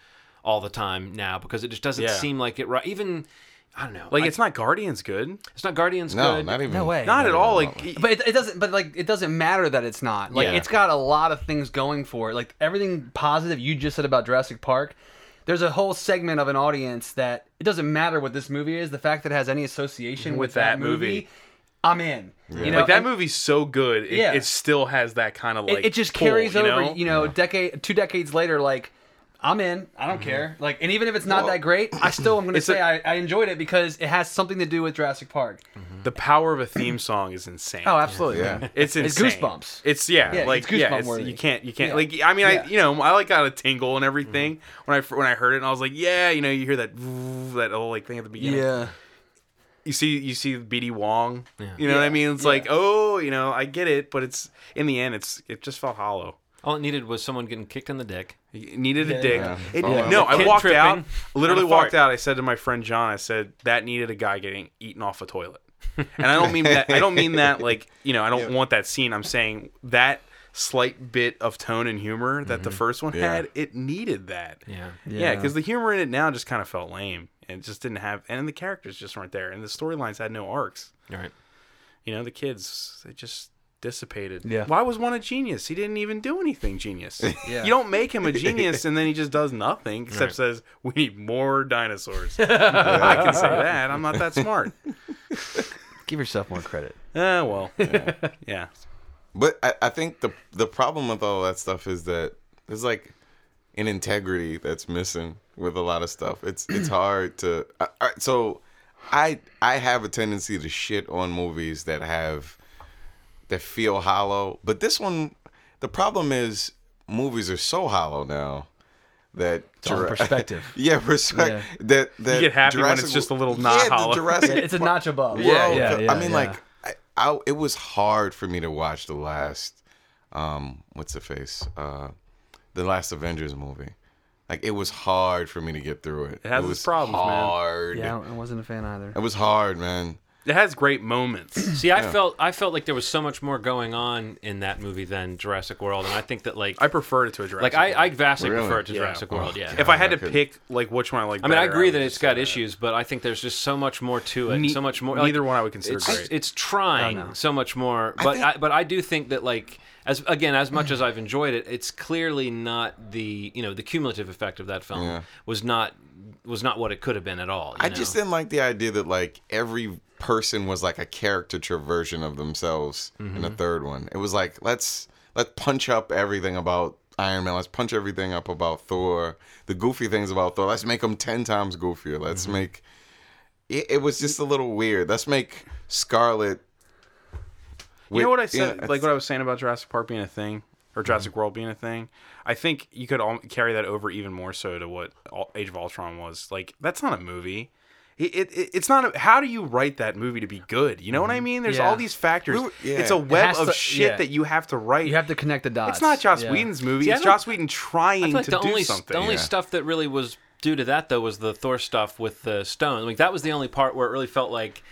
Speaker 5: all the time now because it just doesn't
Speaker 2: Yeah.
Speaker 5: seem like it. ri- Even I don't know,
Speaker 2: Like
Speaker 5: I-
Speaker 2: it's not Guardians good.
Speaker 5: it's not Guardians.
Speaker 3: No,
Speaker 5: good.
Speaker 3: not even.
Speaker 4: No way.
Speaker 2: Not at all. Like
Speaker 4: But it, it doesn't. But like, it doesn't matter that it's not. Like,
Speaker 5: Yeah.
Speaker 4: it's got a lot of things going for it. Like everything positive you just said about Jurassic Park. There's a whole segment of an audience that it doesn't matter what this movie is. The fact that it has any association with, that,
Speaker 2: that
Speaker 4: movie,
Speaker 2: movie.
Speaker 4: I'm in. You know,
Speaker 2: like that
Speaker 4: and
Speaker 2: movie's so good, it,
Speaker 4: Yeah.
Speaker 2: it still has that kind of
Speaker 4: It,
Speaker 2: like
Speaker 4: it just
Speaker 2: pull,
Speaker 4: carries
Speaker 2: you
Speaker 4: over.
Speaker 2: know?
Speaker 4: You know, decade, two decades later, like. I'm in. I don't care. Like, and even if it's not
Speaker 3: Well-
Speaker 4: that great, I still am going to
Speaker 2: It's a-
Speaker 4: say I I enjoyed it because it has something to do with Jurassic Park.
Speaker 2: The power of a theme song is insane.
Speaker 4: Oh, absolutely.
Speaker 3: Yeah.
Speaker 2: It's
Speaker 4: It's
Speaker 2: insane.
Speaker 4: goosebumps.
Speaker 2: It's yeah,
Speaker 4: Yeah, it's
Speaker 2: like yeah,
Speaker 4: goosebump
Speaker 2: it's-
Speaker 4: worthy.
Speaker 2: you can't you can't
Speaker 4: Yeah.
Speaker 2: like I mean
Speaker 4: Yeah. Mm-hmm.
Speaker 2: I you know I like got a tingle and everything when I fir- when I heard it and I was like yeah you know you hear that vroom, that whole like thing at the beginning you see you see BD Wong you know what I mean it's like oh you know I get it but it's in the end it's it just felt hollow
Speaker 5: All it needed was someone getting kicked in the dick.
Speaker 2: It needed a dick
Speaker 3: Yeah.
Speaker 2: It-
Speaker 3: Yeah.
Speaker 2: no I
Speaker 5: Oh, Kid
Speaker 2: walked
Speaker 5: tripping
Speaker 2: out literally
Speaker 5: on a fart.
Speaker 2: walked out I said to my friend John I said that needed a guy getting eaten off a toilet and I don't mean that. I don't mean that like you know. I don't want that scene. I'm saying that slight bit of tone and humor that the first one
Speaker 3: Yeah.
Speaker 2: had. It needed that.
Speaker 5: Mm-hmm. Yeah.
Speaker 2: Yeah, because the humor in it now just kind of felt lame and just didn't have. And the characters just weren't there. And the storylines had no arcs.
Speaker 5: All right.
Speaker 2: You know, the kids they just dissipated.
Speaker 4: Yeah.
Speaker 2: Why was one a genius? He didn't even do anything genius.
Speaker 4: Yeah.
Speaker 2: You don't make him a genius and then he just does nothing except says we need more dinosaurs. I can say that. I'm not that smart.
Speaker 4: Give yourself more credit.
Speaker 2: Ah, well. yeah.
Speaker 3: But I, I think the the problem with all that stuff is that there's like an integrity that's missing with a lot of stuff. It's it's hard to. I, I, so I I have a tendency to shit on movies that have that feel hollow. But this one, the problem is movies are so hollow now that
Speaker 4: all
Speaker 3: Jura-
Speaker 4: perspective.
Speaker 3: yeah, perspective. That that
Speaker 2: get happy when it's
Speaker 3: Jurassic-
Speaker 2: just a little not
Speaker 3: yeah, the
Speaker 2: hollow.
Speaker 3: Jurassic
Speaker 4: It's a notch above.
Speaker 3: world. I mean, like, I, I, it was hard for me to watch the last, um, what's the face, uh, the last Avengers movie. Like, it was hard for me to get through it. It
Speaker 2: has its
Speaker 3: was
Speaker 2: problems, man.
Speaker 3: hard.
Speaker 4: Yeah, I I wasn't a fan either.
Speaker 3: It was hard, man.
Speaker 2: It has great moments.
Speaker 5: See, I felt I felt like there was so much more going on in that movie than Jurassic World, and I think that like
Speaker 2: I preferred it to a Jurassic.
Speaker 5: like I,
Speaker 2: World.
Speaker 5: I vastly
Speaker 3: Really?
Speaker 5: prefer it to
Speaker 2: Yeah.
Speaker 5: Jurassic World. Yeah.
Speaker 2: if I had to
Speaker 3: could-
Speaker 2: pick like which one I like,
Speaker 5: I mean, I
Speaker 2: better,
Speaker 5: agree
Speaker 2: would
Speaker 5: that
Speaker 2: just
Speaker 5: it's
Speaker 2: say
Speaker 5: got issues, but I think there's just so much more to it.
Speaker 2: Ne-
Speaker 5: so much more.
Speaker 2: neither one I would consider
Speaker 5: It's,
Speaker 2: great. Oh,
Speaker 5: it's trying so much more, but I but I do think that like as again as much as I've enjoyed it, it's clearly not the you know the cumulative effect of that film
Speaker 3: Yeah.
Speaker 5: was not was not what it could have been at all. you
Speaker 3: I
Speaker 5: know?
Speaker 3: just didn't like the idea that like every person was like a caricature version of themselves in the third one. It was like let's let's punch up everything about Iron Man. Let's punch everything up about Thor. The goofy things about Thor. Let's make them ten times goofier. Let's make it, it was just a little weird. Let's make Scarlet.
Speaker 2: You know what I said? like what I was saying about Jurassic Park being a thing or Jurassic
Speaker 3: Mm-hmm.
Speaker 2: World being a thing. I think you could all carry that over even more so to what Al- Age of Ultron was. Like that's not a movie. It, it, it- it's not. A, how do you write that movie to be good? You know what I mean? There's
Speaker 4: Yeah.
Speaker 2: all these factors.
Speaker 3: We were- Mm-hmm. yeah.
Speaker 2: It's a
Speaker 3: It
Speaker 2: web
Speaker 4: has
Speaker 2: of
Speaker 4: to-
Speaker 2: shit
Speaker 4: yeah.
Speaker 2: that you have to write.
Speaker 4: You have to connect the dots.
Speaker 2: it's not Joss
Speaker 4: Yeah.
Speaker 2: Whedon's movie.
Speaker 5: See, I
Speaker 2: it's
Speaker 5: don't-
Speaker 2: Joss Whedon trying
Speaker 5: I feel like
Speaker 2: to
Speaker 5: the
Speaker 2: do
Speaker 5: only
Speaker 2: something.
Speaker 5: the only
Speaker 3: yeah.
Speaker 5: stuff that really was due to that though was the Thor stuff with the stone. Like that was the only part where it really felt like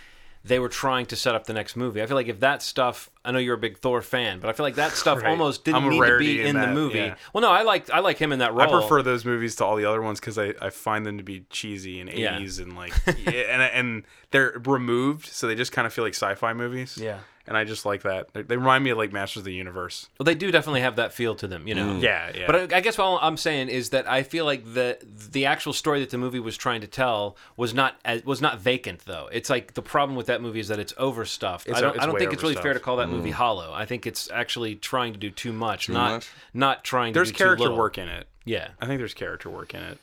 Speaker 5: they were trying to set up the next movie. I feel like if that stuff, I know you're a big Thor fan, but I feel like that stuff
Speaker 2: Right.
Speaker 5: almost
Speaker 2: I'm
Speaker 5: didn't
Speaker 2: a
Speaker 5: need to
Speaker 2: rarity
Speaker 5: be
Speaker 2: in
Speaker 5: in, the
Speaker 2: that,
Speaker 5: movie.
Speaker 2: yeah.
Speaker 5: Well, no, I like I like him in that
Speaker 2: I
Speaker 5: role.
Speaker 2: prefer those movies to all the other ones because I, I find them to be cheesy and
Speaker 5: Yeah.
Speaker 2: 80s and like yeah, and and they're removed so they just kind of feel like sci-fi movies.
Speaker 4: Yeah.
Speaker 2: and I just like that. They, they remind me of like Masters of the Universe.
Speaker 5: Well, they do definitely have that feel to them, you know.
Speaker 2: Yeah, yeah.
Speaker 5: But I, I guess all I'm saying is that I feel like the the actual story that the movie was trying to tell was not as, was not vacant though. It's like the problem with that movie is that it's overstuffed.
Speaker 2: It's-
Speaker 5: I don't,
Speaker 2: it's
Speaker 5: I don't
Speaker 2: way
Speaker 5: think it's really fair
Speaker 2: overstuffed.
Speaker 5: to call that movie hollow. I think it's actually trying to do too much, not
Speaker 3: much?
Speaker 5: not trying
Speaker 2: there's
Speaker 5: to do too
Speaker 2: character
Speaker 5: little.
Speaker 2: work in it.
Speaker 5: Yeah.
Speaker 2: I think there's character work in it.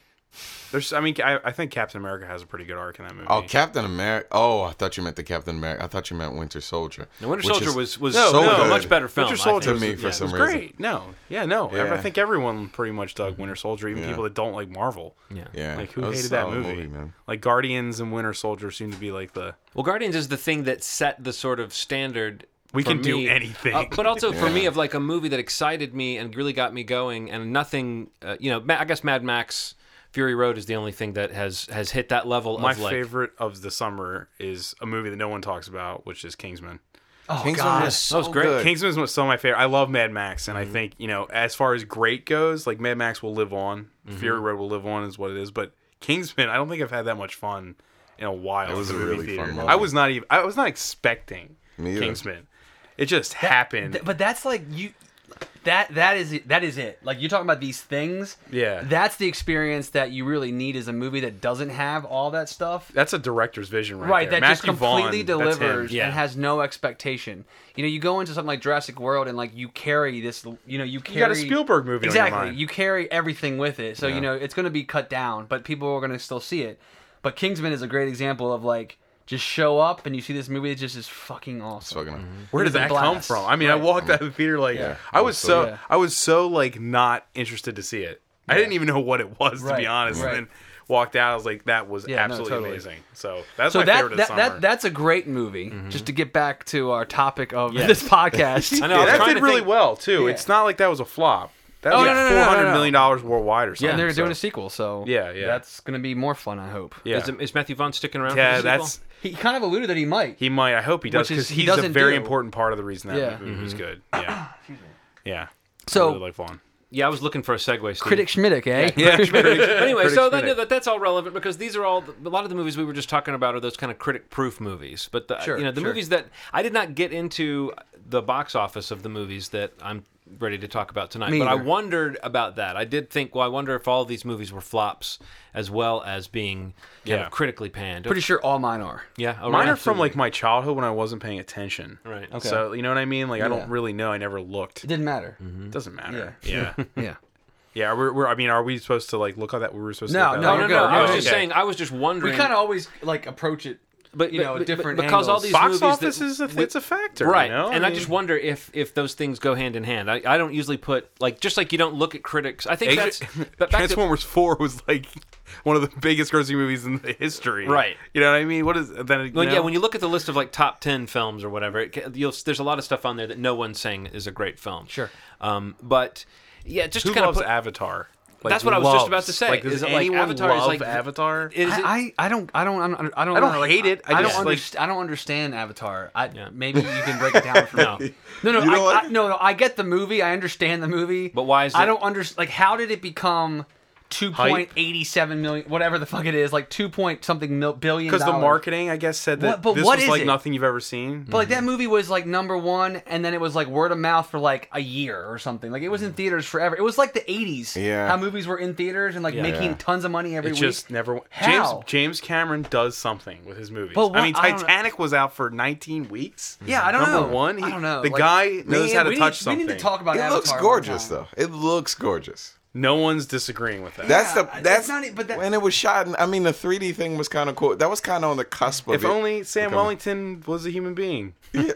Speaker 2: There's, I mean, I, I think Captain America has a pretty good arc in that movie.
Speaker 3: Oh, Captain America. Oh, I thought you meant the Captain America. I thought you meant Winter Soldier.
Speaker 5: The Winter
Speaker 3: which
Speaker 5: Soldier
Speaker 3: is
Speaker 5: was was
Speaker 2: No,
Speaker 5: so
Speaker 2: no,
Speaker 5: a much
Speaker 3: good.
Speaker 5: better film.
Speaker 2: Winter
Speaker 5: I
Speaker 2: Soldier
Speaker 5: think.
Speaker 3: to me for
Speaker 5: Yeah.
Speaker 3: some
Speaker 2: It's
Speaker 3: reason.
Speaker 2: great. No, yeah, no. I- I
Speaker 3: Yeah.
Speaker 2: think everyone pretty much dug Winter Soldier, even
Speaker 3: Yeah.
Speaker 2: people that don't like Marvel.
Speaker 5: Mm-hmm. Yeah.
Speaker 3: Yeah,
Speaker 2: Like who
Speaker 3: was a
Speaker 2: hated that
Speaker 3: solid
Speaker 2: movie?
Speaker 3: man?
Speaker 2: Like Guardians and Winter Soldier seem to be like the
Speaker 5: Well, Guardians is the thing that set the sort of standard.
Speaker 2: We
Speaker 5: for
Speaker 2: can do
Speaker 5: me.
Speaker 2: anything.
Speaker 5: Uh, but also for
Speaker 3: Yeah.
Speaker 5: me of like a movie that excited me and really got me going, and nothing. Uh, you know, Ma- I guess Mad Max Fury Road is the only thing that has has hit that level
Speaker 2: my
Speaker 5: of like.
Speaker 2: favorite of the summer is a movie that no one talks about, which is Kingsman.
Speaker 4: Oh
Speaker 3: Kingsman
Speaker 4: God.
Speaker 3: was
Speaker 5: that was
Speaker 3: so
Speaker 5: great.
Speaker 3: good.
Speaker 2: Kingsman's was still my favorite. I love Mad Max, and I think you know, as far as great goes, like Mad Max will live on. Fury Road will live on, is what it is. But Kingsman, I don't think I've had that much fun in a while. It
Speaker 3: was a really fun movie.
Speaker 2: I was not even. I was not expecting
Speaker 3: Me either.
Speaker 2: Kingsman. It just happened.
Speaker 4: Th- but that's like you. That that is it- that is it. Like you're talking about these things.
Speaker 2: Yeah.
Speaker 4: That's the experience that you really need is a movie that doesn't have all that stuff.
Speaker 2: that's a director's vision, right?
Speaker 4: Right,
Speaker 2: there.
Speaker 4: that just
Speaker 2: Matthew
Speaker 4: completely
Speaker 2: Vaughn, that's him.
Speaker 4: delivers
Speaker 5: Yeah.
Speaker 4: and has no expectation. You know, you go into something like Jurassic World and like you carry this. You know, you carry.
Speaker 2: got a Spielberg movie on your
Speaker 4: Exactly,
Speaker 2: mind.
Speaker 4: you carry everything with it. So you know it's going to be cut down, but people are going to still see it. But Kingsman is a great example of like just show up and you see this movie that just is fucking awesome.
Speaker 3: Fucking-
Speaker 2: Where did
Speaker 4: It was a
Speaker 2: that come
Speaker 4: blast.
Speaker 2: from? I mean, I
Speaker 4: Right.
Speaker 2: walked out of the theater like
Speaker 3: Yeah.
Speaker 2: I was so
Speaker 4: Yeah.
Speaker 2: I was so like not interested to see it. I didn't even know what it was to be
Speaker 4: Right.
Speaker 2: honest.
Speaker 4: Right.
Speaker 2: And then walked out. I was like, that was
Speaker 4: Yeah, no,
Speaker 2: absolutely
Speaker 4: totally.
Speaker 2: amazing. So that's
Speaker 4: so
Speaker 2: my
Speaker 4: that,
Speaker 2: favorite of
Speaker 4: that,
Speaker 2: the summer. Mm-hmm.
Speaker 4: that that's a great movie. Just to get back to our topic of this podcast.
Speaker 5: I know. I
Speaker 2: yeah,
Speaker 5: was
Speaker 2: that
Speaker 5: trying
Speaker 2: did
Speaker 5: to
Speaker 2: really
Speaker 5: think-
Speaker 2: well too.
Speaker 4: Yeah.
Speaker 2: It's not like that was a flop. That
Speaker 4: Oh,
Speaker 2: was
Speaker 4: no,
Speaker 2: like
Speaker 4: no, no, no,
Speaker 2: four hundred
Speaker 4: no.
Speaker 2: million dollars worldwide or something.
Speaker 4: And they're doing a
Speaker 2: so-
Speaker 4: sequel, so
Speaker 2: Yeah, yeah.
Speaker 4: that's gonna be more fun. I hope.
Speaker 2: Yeah,
Speaker 5: Is, is Matthew Vaughn sticking around?
Speaker 2: yeah.
Speaker 5: for the sequel?
Speaker 2: That's
Speaker 4: He kind of alluded that he might.
Speaker 2: he might. I hope he does
Speaker 4: Which is-
Speaker 2: because
Speaker 4: he
Speaker 2: he's a
Speaker 4: doesn't
Speaker 2: very
Speaker 4: do.
Speaker 2: important part of the reason that
Speaker 4: Yeah.
Speaker 2: movie was
Speaker 5: Mm-hmm.
Speaker 2: good. Yeah. Yeah.
Speaker 4: so
Speaker 2: really like Vaughn.
Speaker 5: yeah. I was looking for a segue. Steve.
Speaker 4: critic Schmidt, eh?
Speaker 5: But anyway, so then,
Speaker 2: critic.
Speaker 5: yeah, that, that's all relevant because these are all a lot of the movies we were just talking about are those kind of critic-proof movies. But the,
Speaker 4: Sure,
Speaker 5: you know, the
Speaker 4: sure.
Speaker 5: movies that I did not get into the box office of the movies that I'm ready to talk about tonight.
Speaker 4: Me
Speaker 5: but I
Speaker 4: either.
Speaker 5: wondered about that. I did think, well, I wonder if all these movies were flops as well as being kind
Speaker 2: Yeah.
Speaker 5: of critically panned.
Speaker 4: Pretty sure all mine are.
Speaker 5: yeah, oh,
Speaker 2: Mine
Speaker 5: right,
Speaker 2: are from
Speaker 5: absolutely.
Speaker 2: like my childhood when I wasn't paying attention.
Speaker 5: Right.
Speaker 4: Okay.
Speaker 2: So you know what I mean? Like I
Speaker 4: Yeah.
Speaker 2: don't really know. I never looked.
Speaker 4: It didn't matter.
Speaker 5: Mm-hmm.
Speaker 2: It doesn't matter. Yeah. Yeah.
Speaker 4: Yeah.
Speaker 2: we're, we're. I mean, are we supposed to like look at that? We were supposed to.
Speaker 4: No,
Speaker 2: look
Speaker 4: no,
Speaker 5: Oh,
Speaker 2: at
Speaker 5: no,
Speaker 4: You're
Speaker 5: no,
Speaker 2: that?
Speaker 4: good.
Speaker 5: I was
Speaker 4: You're
Speaker 5: just
Speaker 2: okay.
Speaker 5: saying. I was just wondering.
Speaker 4: We kind of always like approach it,
Speaker 5: but
Speaker 4: you know,
Speaker 5: but- but-
Speaker 4: different
Speaker 5: because all
Speaker 4: angles.
Speaker 5: these
Speaker 2: Box
Speaker 5: movies
Speaker 2: office
Speaker 5: that,
Speaker 2: is a, it's a factor,
Speaker 5: right
Speaker 2: You know?
Speaker 5: and i just wonder if if those things go hand in hand i, I don't usually put like just like you don't look at critics i think that's but back to,
Speaker 2: Transformers Four was like one of the biggest grossing movies in the history.
Speaker 5: Right.
Speaker 2: You know what I mean? What is then? You
Speaker 5: well,
Speaker 2: know?
Speaker 5: yeah when you look at the list of like top 10 films or whatever it, ca- you'll, there's a lot of stuff on there that no one's saying is a great film
Speaker 4: Sure.
Speaker 5: um, but yeah just
Speaker 2: who
Speaker 5: to kind
Speaker 2: loves
Speaker 5: of put,
Speaker 2: Avatar? Like,
Speaker 5: That's what I was just
Speaker 2: loves.
Speaker 5: about to say.
Speaker 2: Like, does
Speaker 5: Is it like
Speaker 2: anyone
Speaker 5: Avatar is
Speaker 2: love
Speaker 5: like-
Speaker 2: Avatar?
Speaker 5: is it-
Speaker 4: I, I, I don't I don't I don't I don't,
Speaker 2: I don't
Speaker 4: know, like,
Speaker 2: hate it. I
Speaker 4: I,
Speaker 2: just,
Speaker 4: don't
Speaker 2: like-
Speaker 4: understand. I don't understand Avatar. I, Maybe you can break it down for me. No, no,
Speaker 3: You
Speaker 4: I,
Speaker 3: don't like
Speaker 4: I,
Speaker 3: it?
Speaker 4: no, no. I get the movie. I understand the movie.
Speaker 5: But why is
Speaker 4: I
Speaker 5: it-
Speaker 4: don't understand. Like, how did it become two point eighty seven million, whatever the fuck it is, like two point something mil, billion?
Speaker 2: Because the
Speaker 4: dollars?
Speaker 2: marketing, I guess, said that
Speaker 4: What- but
Speaker 2: this
Speaker 4: what
Speaker 2: was
Speaker 4: is
Speaker 2: like
Speaker 4: it?
Speaker 2: nothing you've ever seen.
Speaker 4: But like that movie was like number one, and then it was like word of mouth for like a year or something. Like it was in theaters forever. It was like the '80s.
Speaker 3: Mm. Yeah.
Speaker 4: how movies were in theaters and like making
Speaker 3: Yeah.
Speaker 4: tons of money every
Speaker 2: It
Speaker 4: week.
Speaker 2: just never.
Speaker 4: How?
Speaker 2: James James Cameron does something with his movies.
Speaker 4: But
Speaker 2: I mean,
Speaker 4: what- I don't-
Speaker 2: Titanic was out for 19 weeks.
Speaker 4: Yeah, I don't
Speaker 2: Number
Speaker 4: know.
Speaker 2: one, he-
Speaker 4: I don't know.
Speaker 2: The
Speaker 4: Like,
Speaker 2: guy knows
Speaker 3: man,
Speaker 2: how to
Speaker 4: we
Speaker 2: touch
Speaker 4: need,
Speaker 2: something.
Speaker 4: We need to talk about.
Speaker 3: It
Speaker 4: Avatar
Speaker 3: looks
Speaker 4: one
Speaker 3: gorgeous
Speaker 4: time.
Speaker 3: though. It looks gorgeous.
Speaker 2: No one's disagreeing with that.
Speaker 3: That's
Speaker 4: I-
Speaker 3: the that's
Speaker 4: it's not e- but that-
Speaker 3: when it was shot. And I mean, the 3D thing was kind of cool. That was kind of on the cusp of
Speaker 2: if
Speaker 3: it.
Speaker 2: only Sam
Speaker 3: becoming-
Speaker 2: Wellington was a human being.
Speaker 4: Yeah.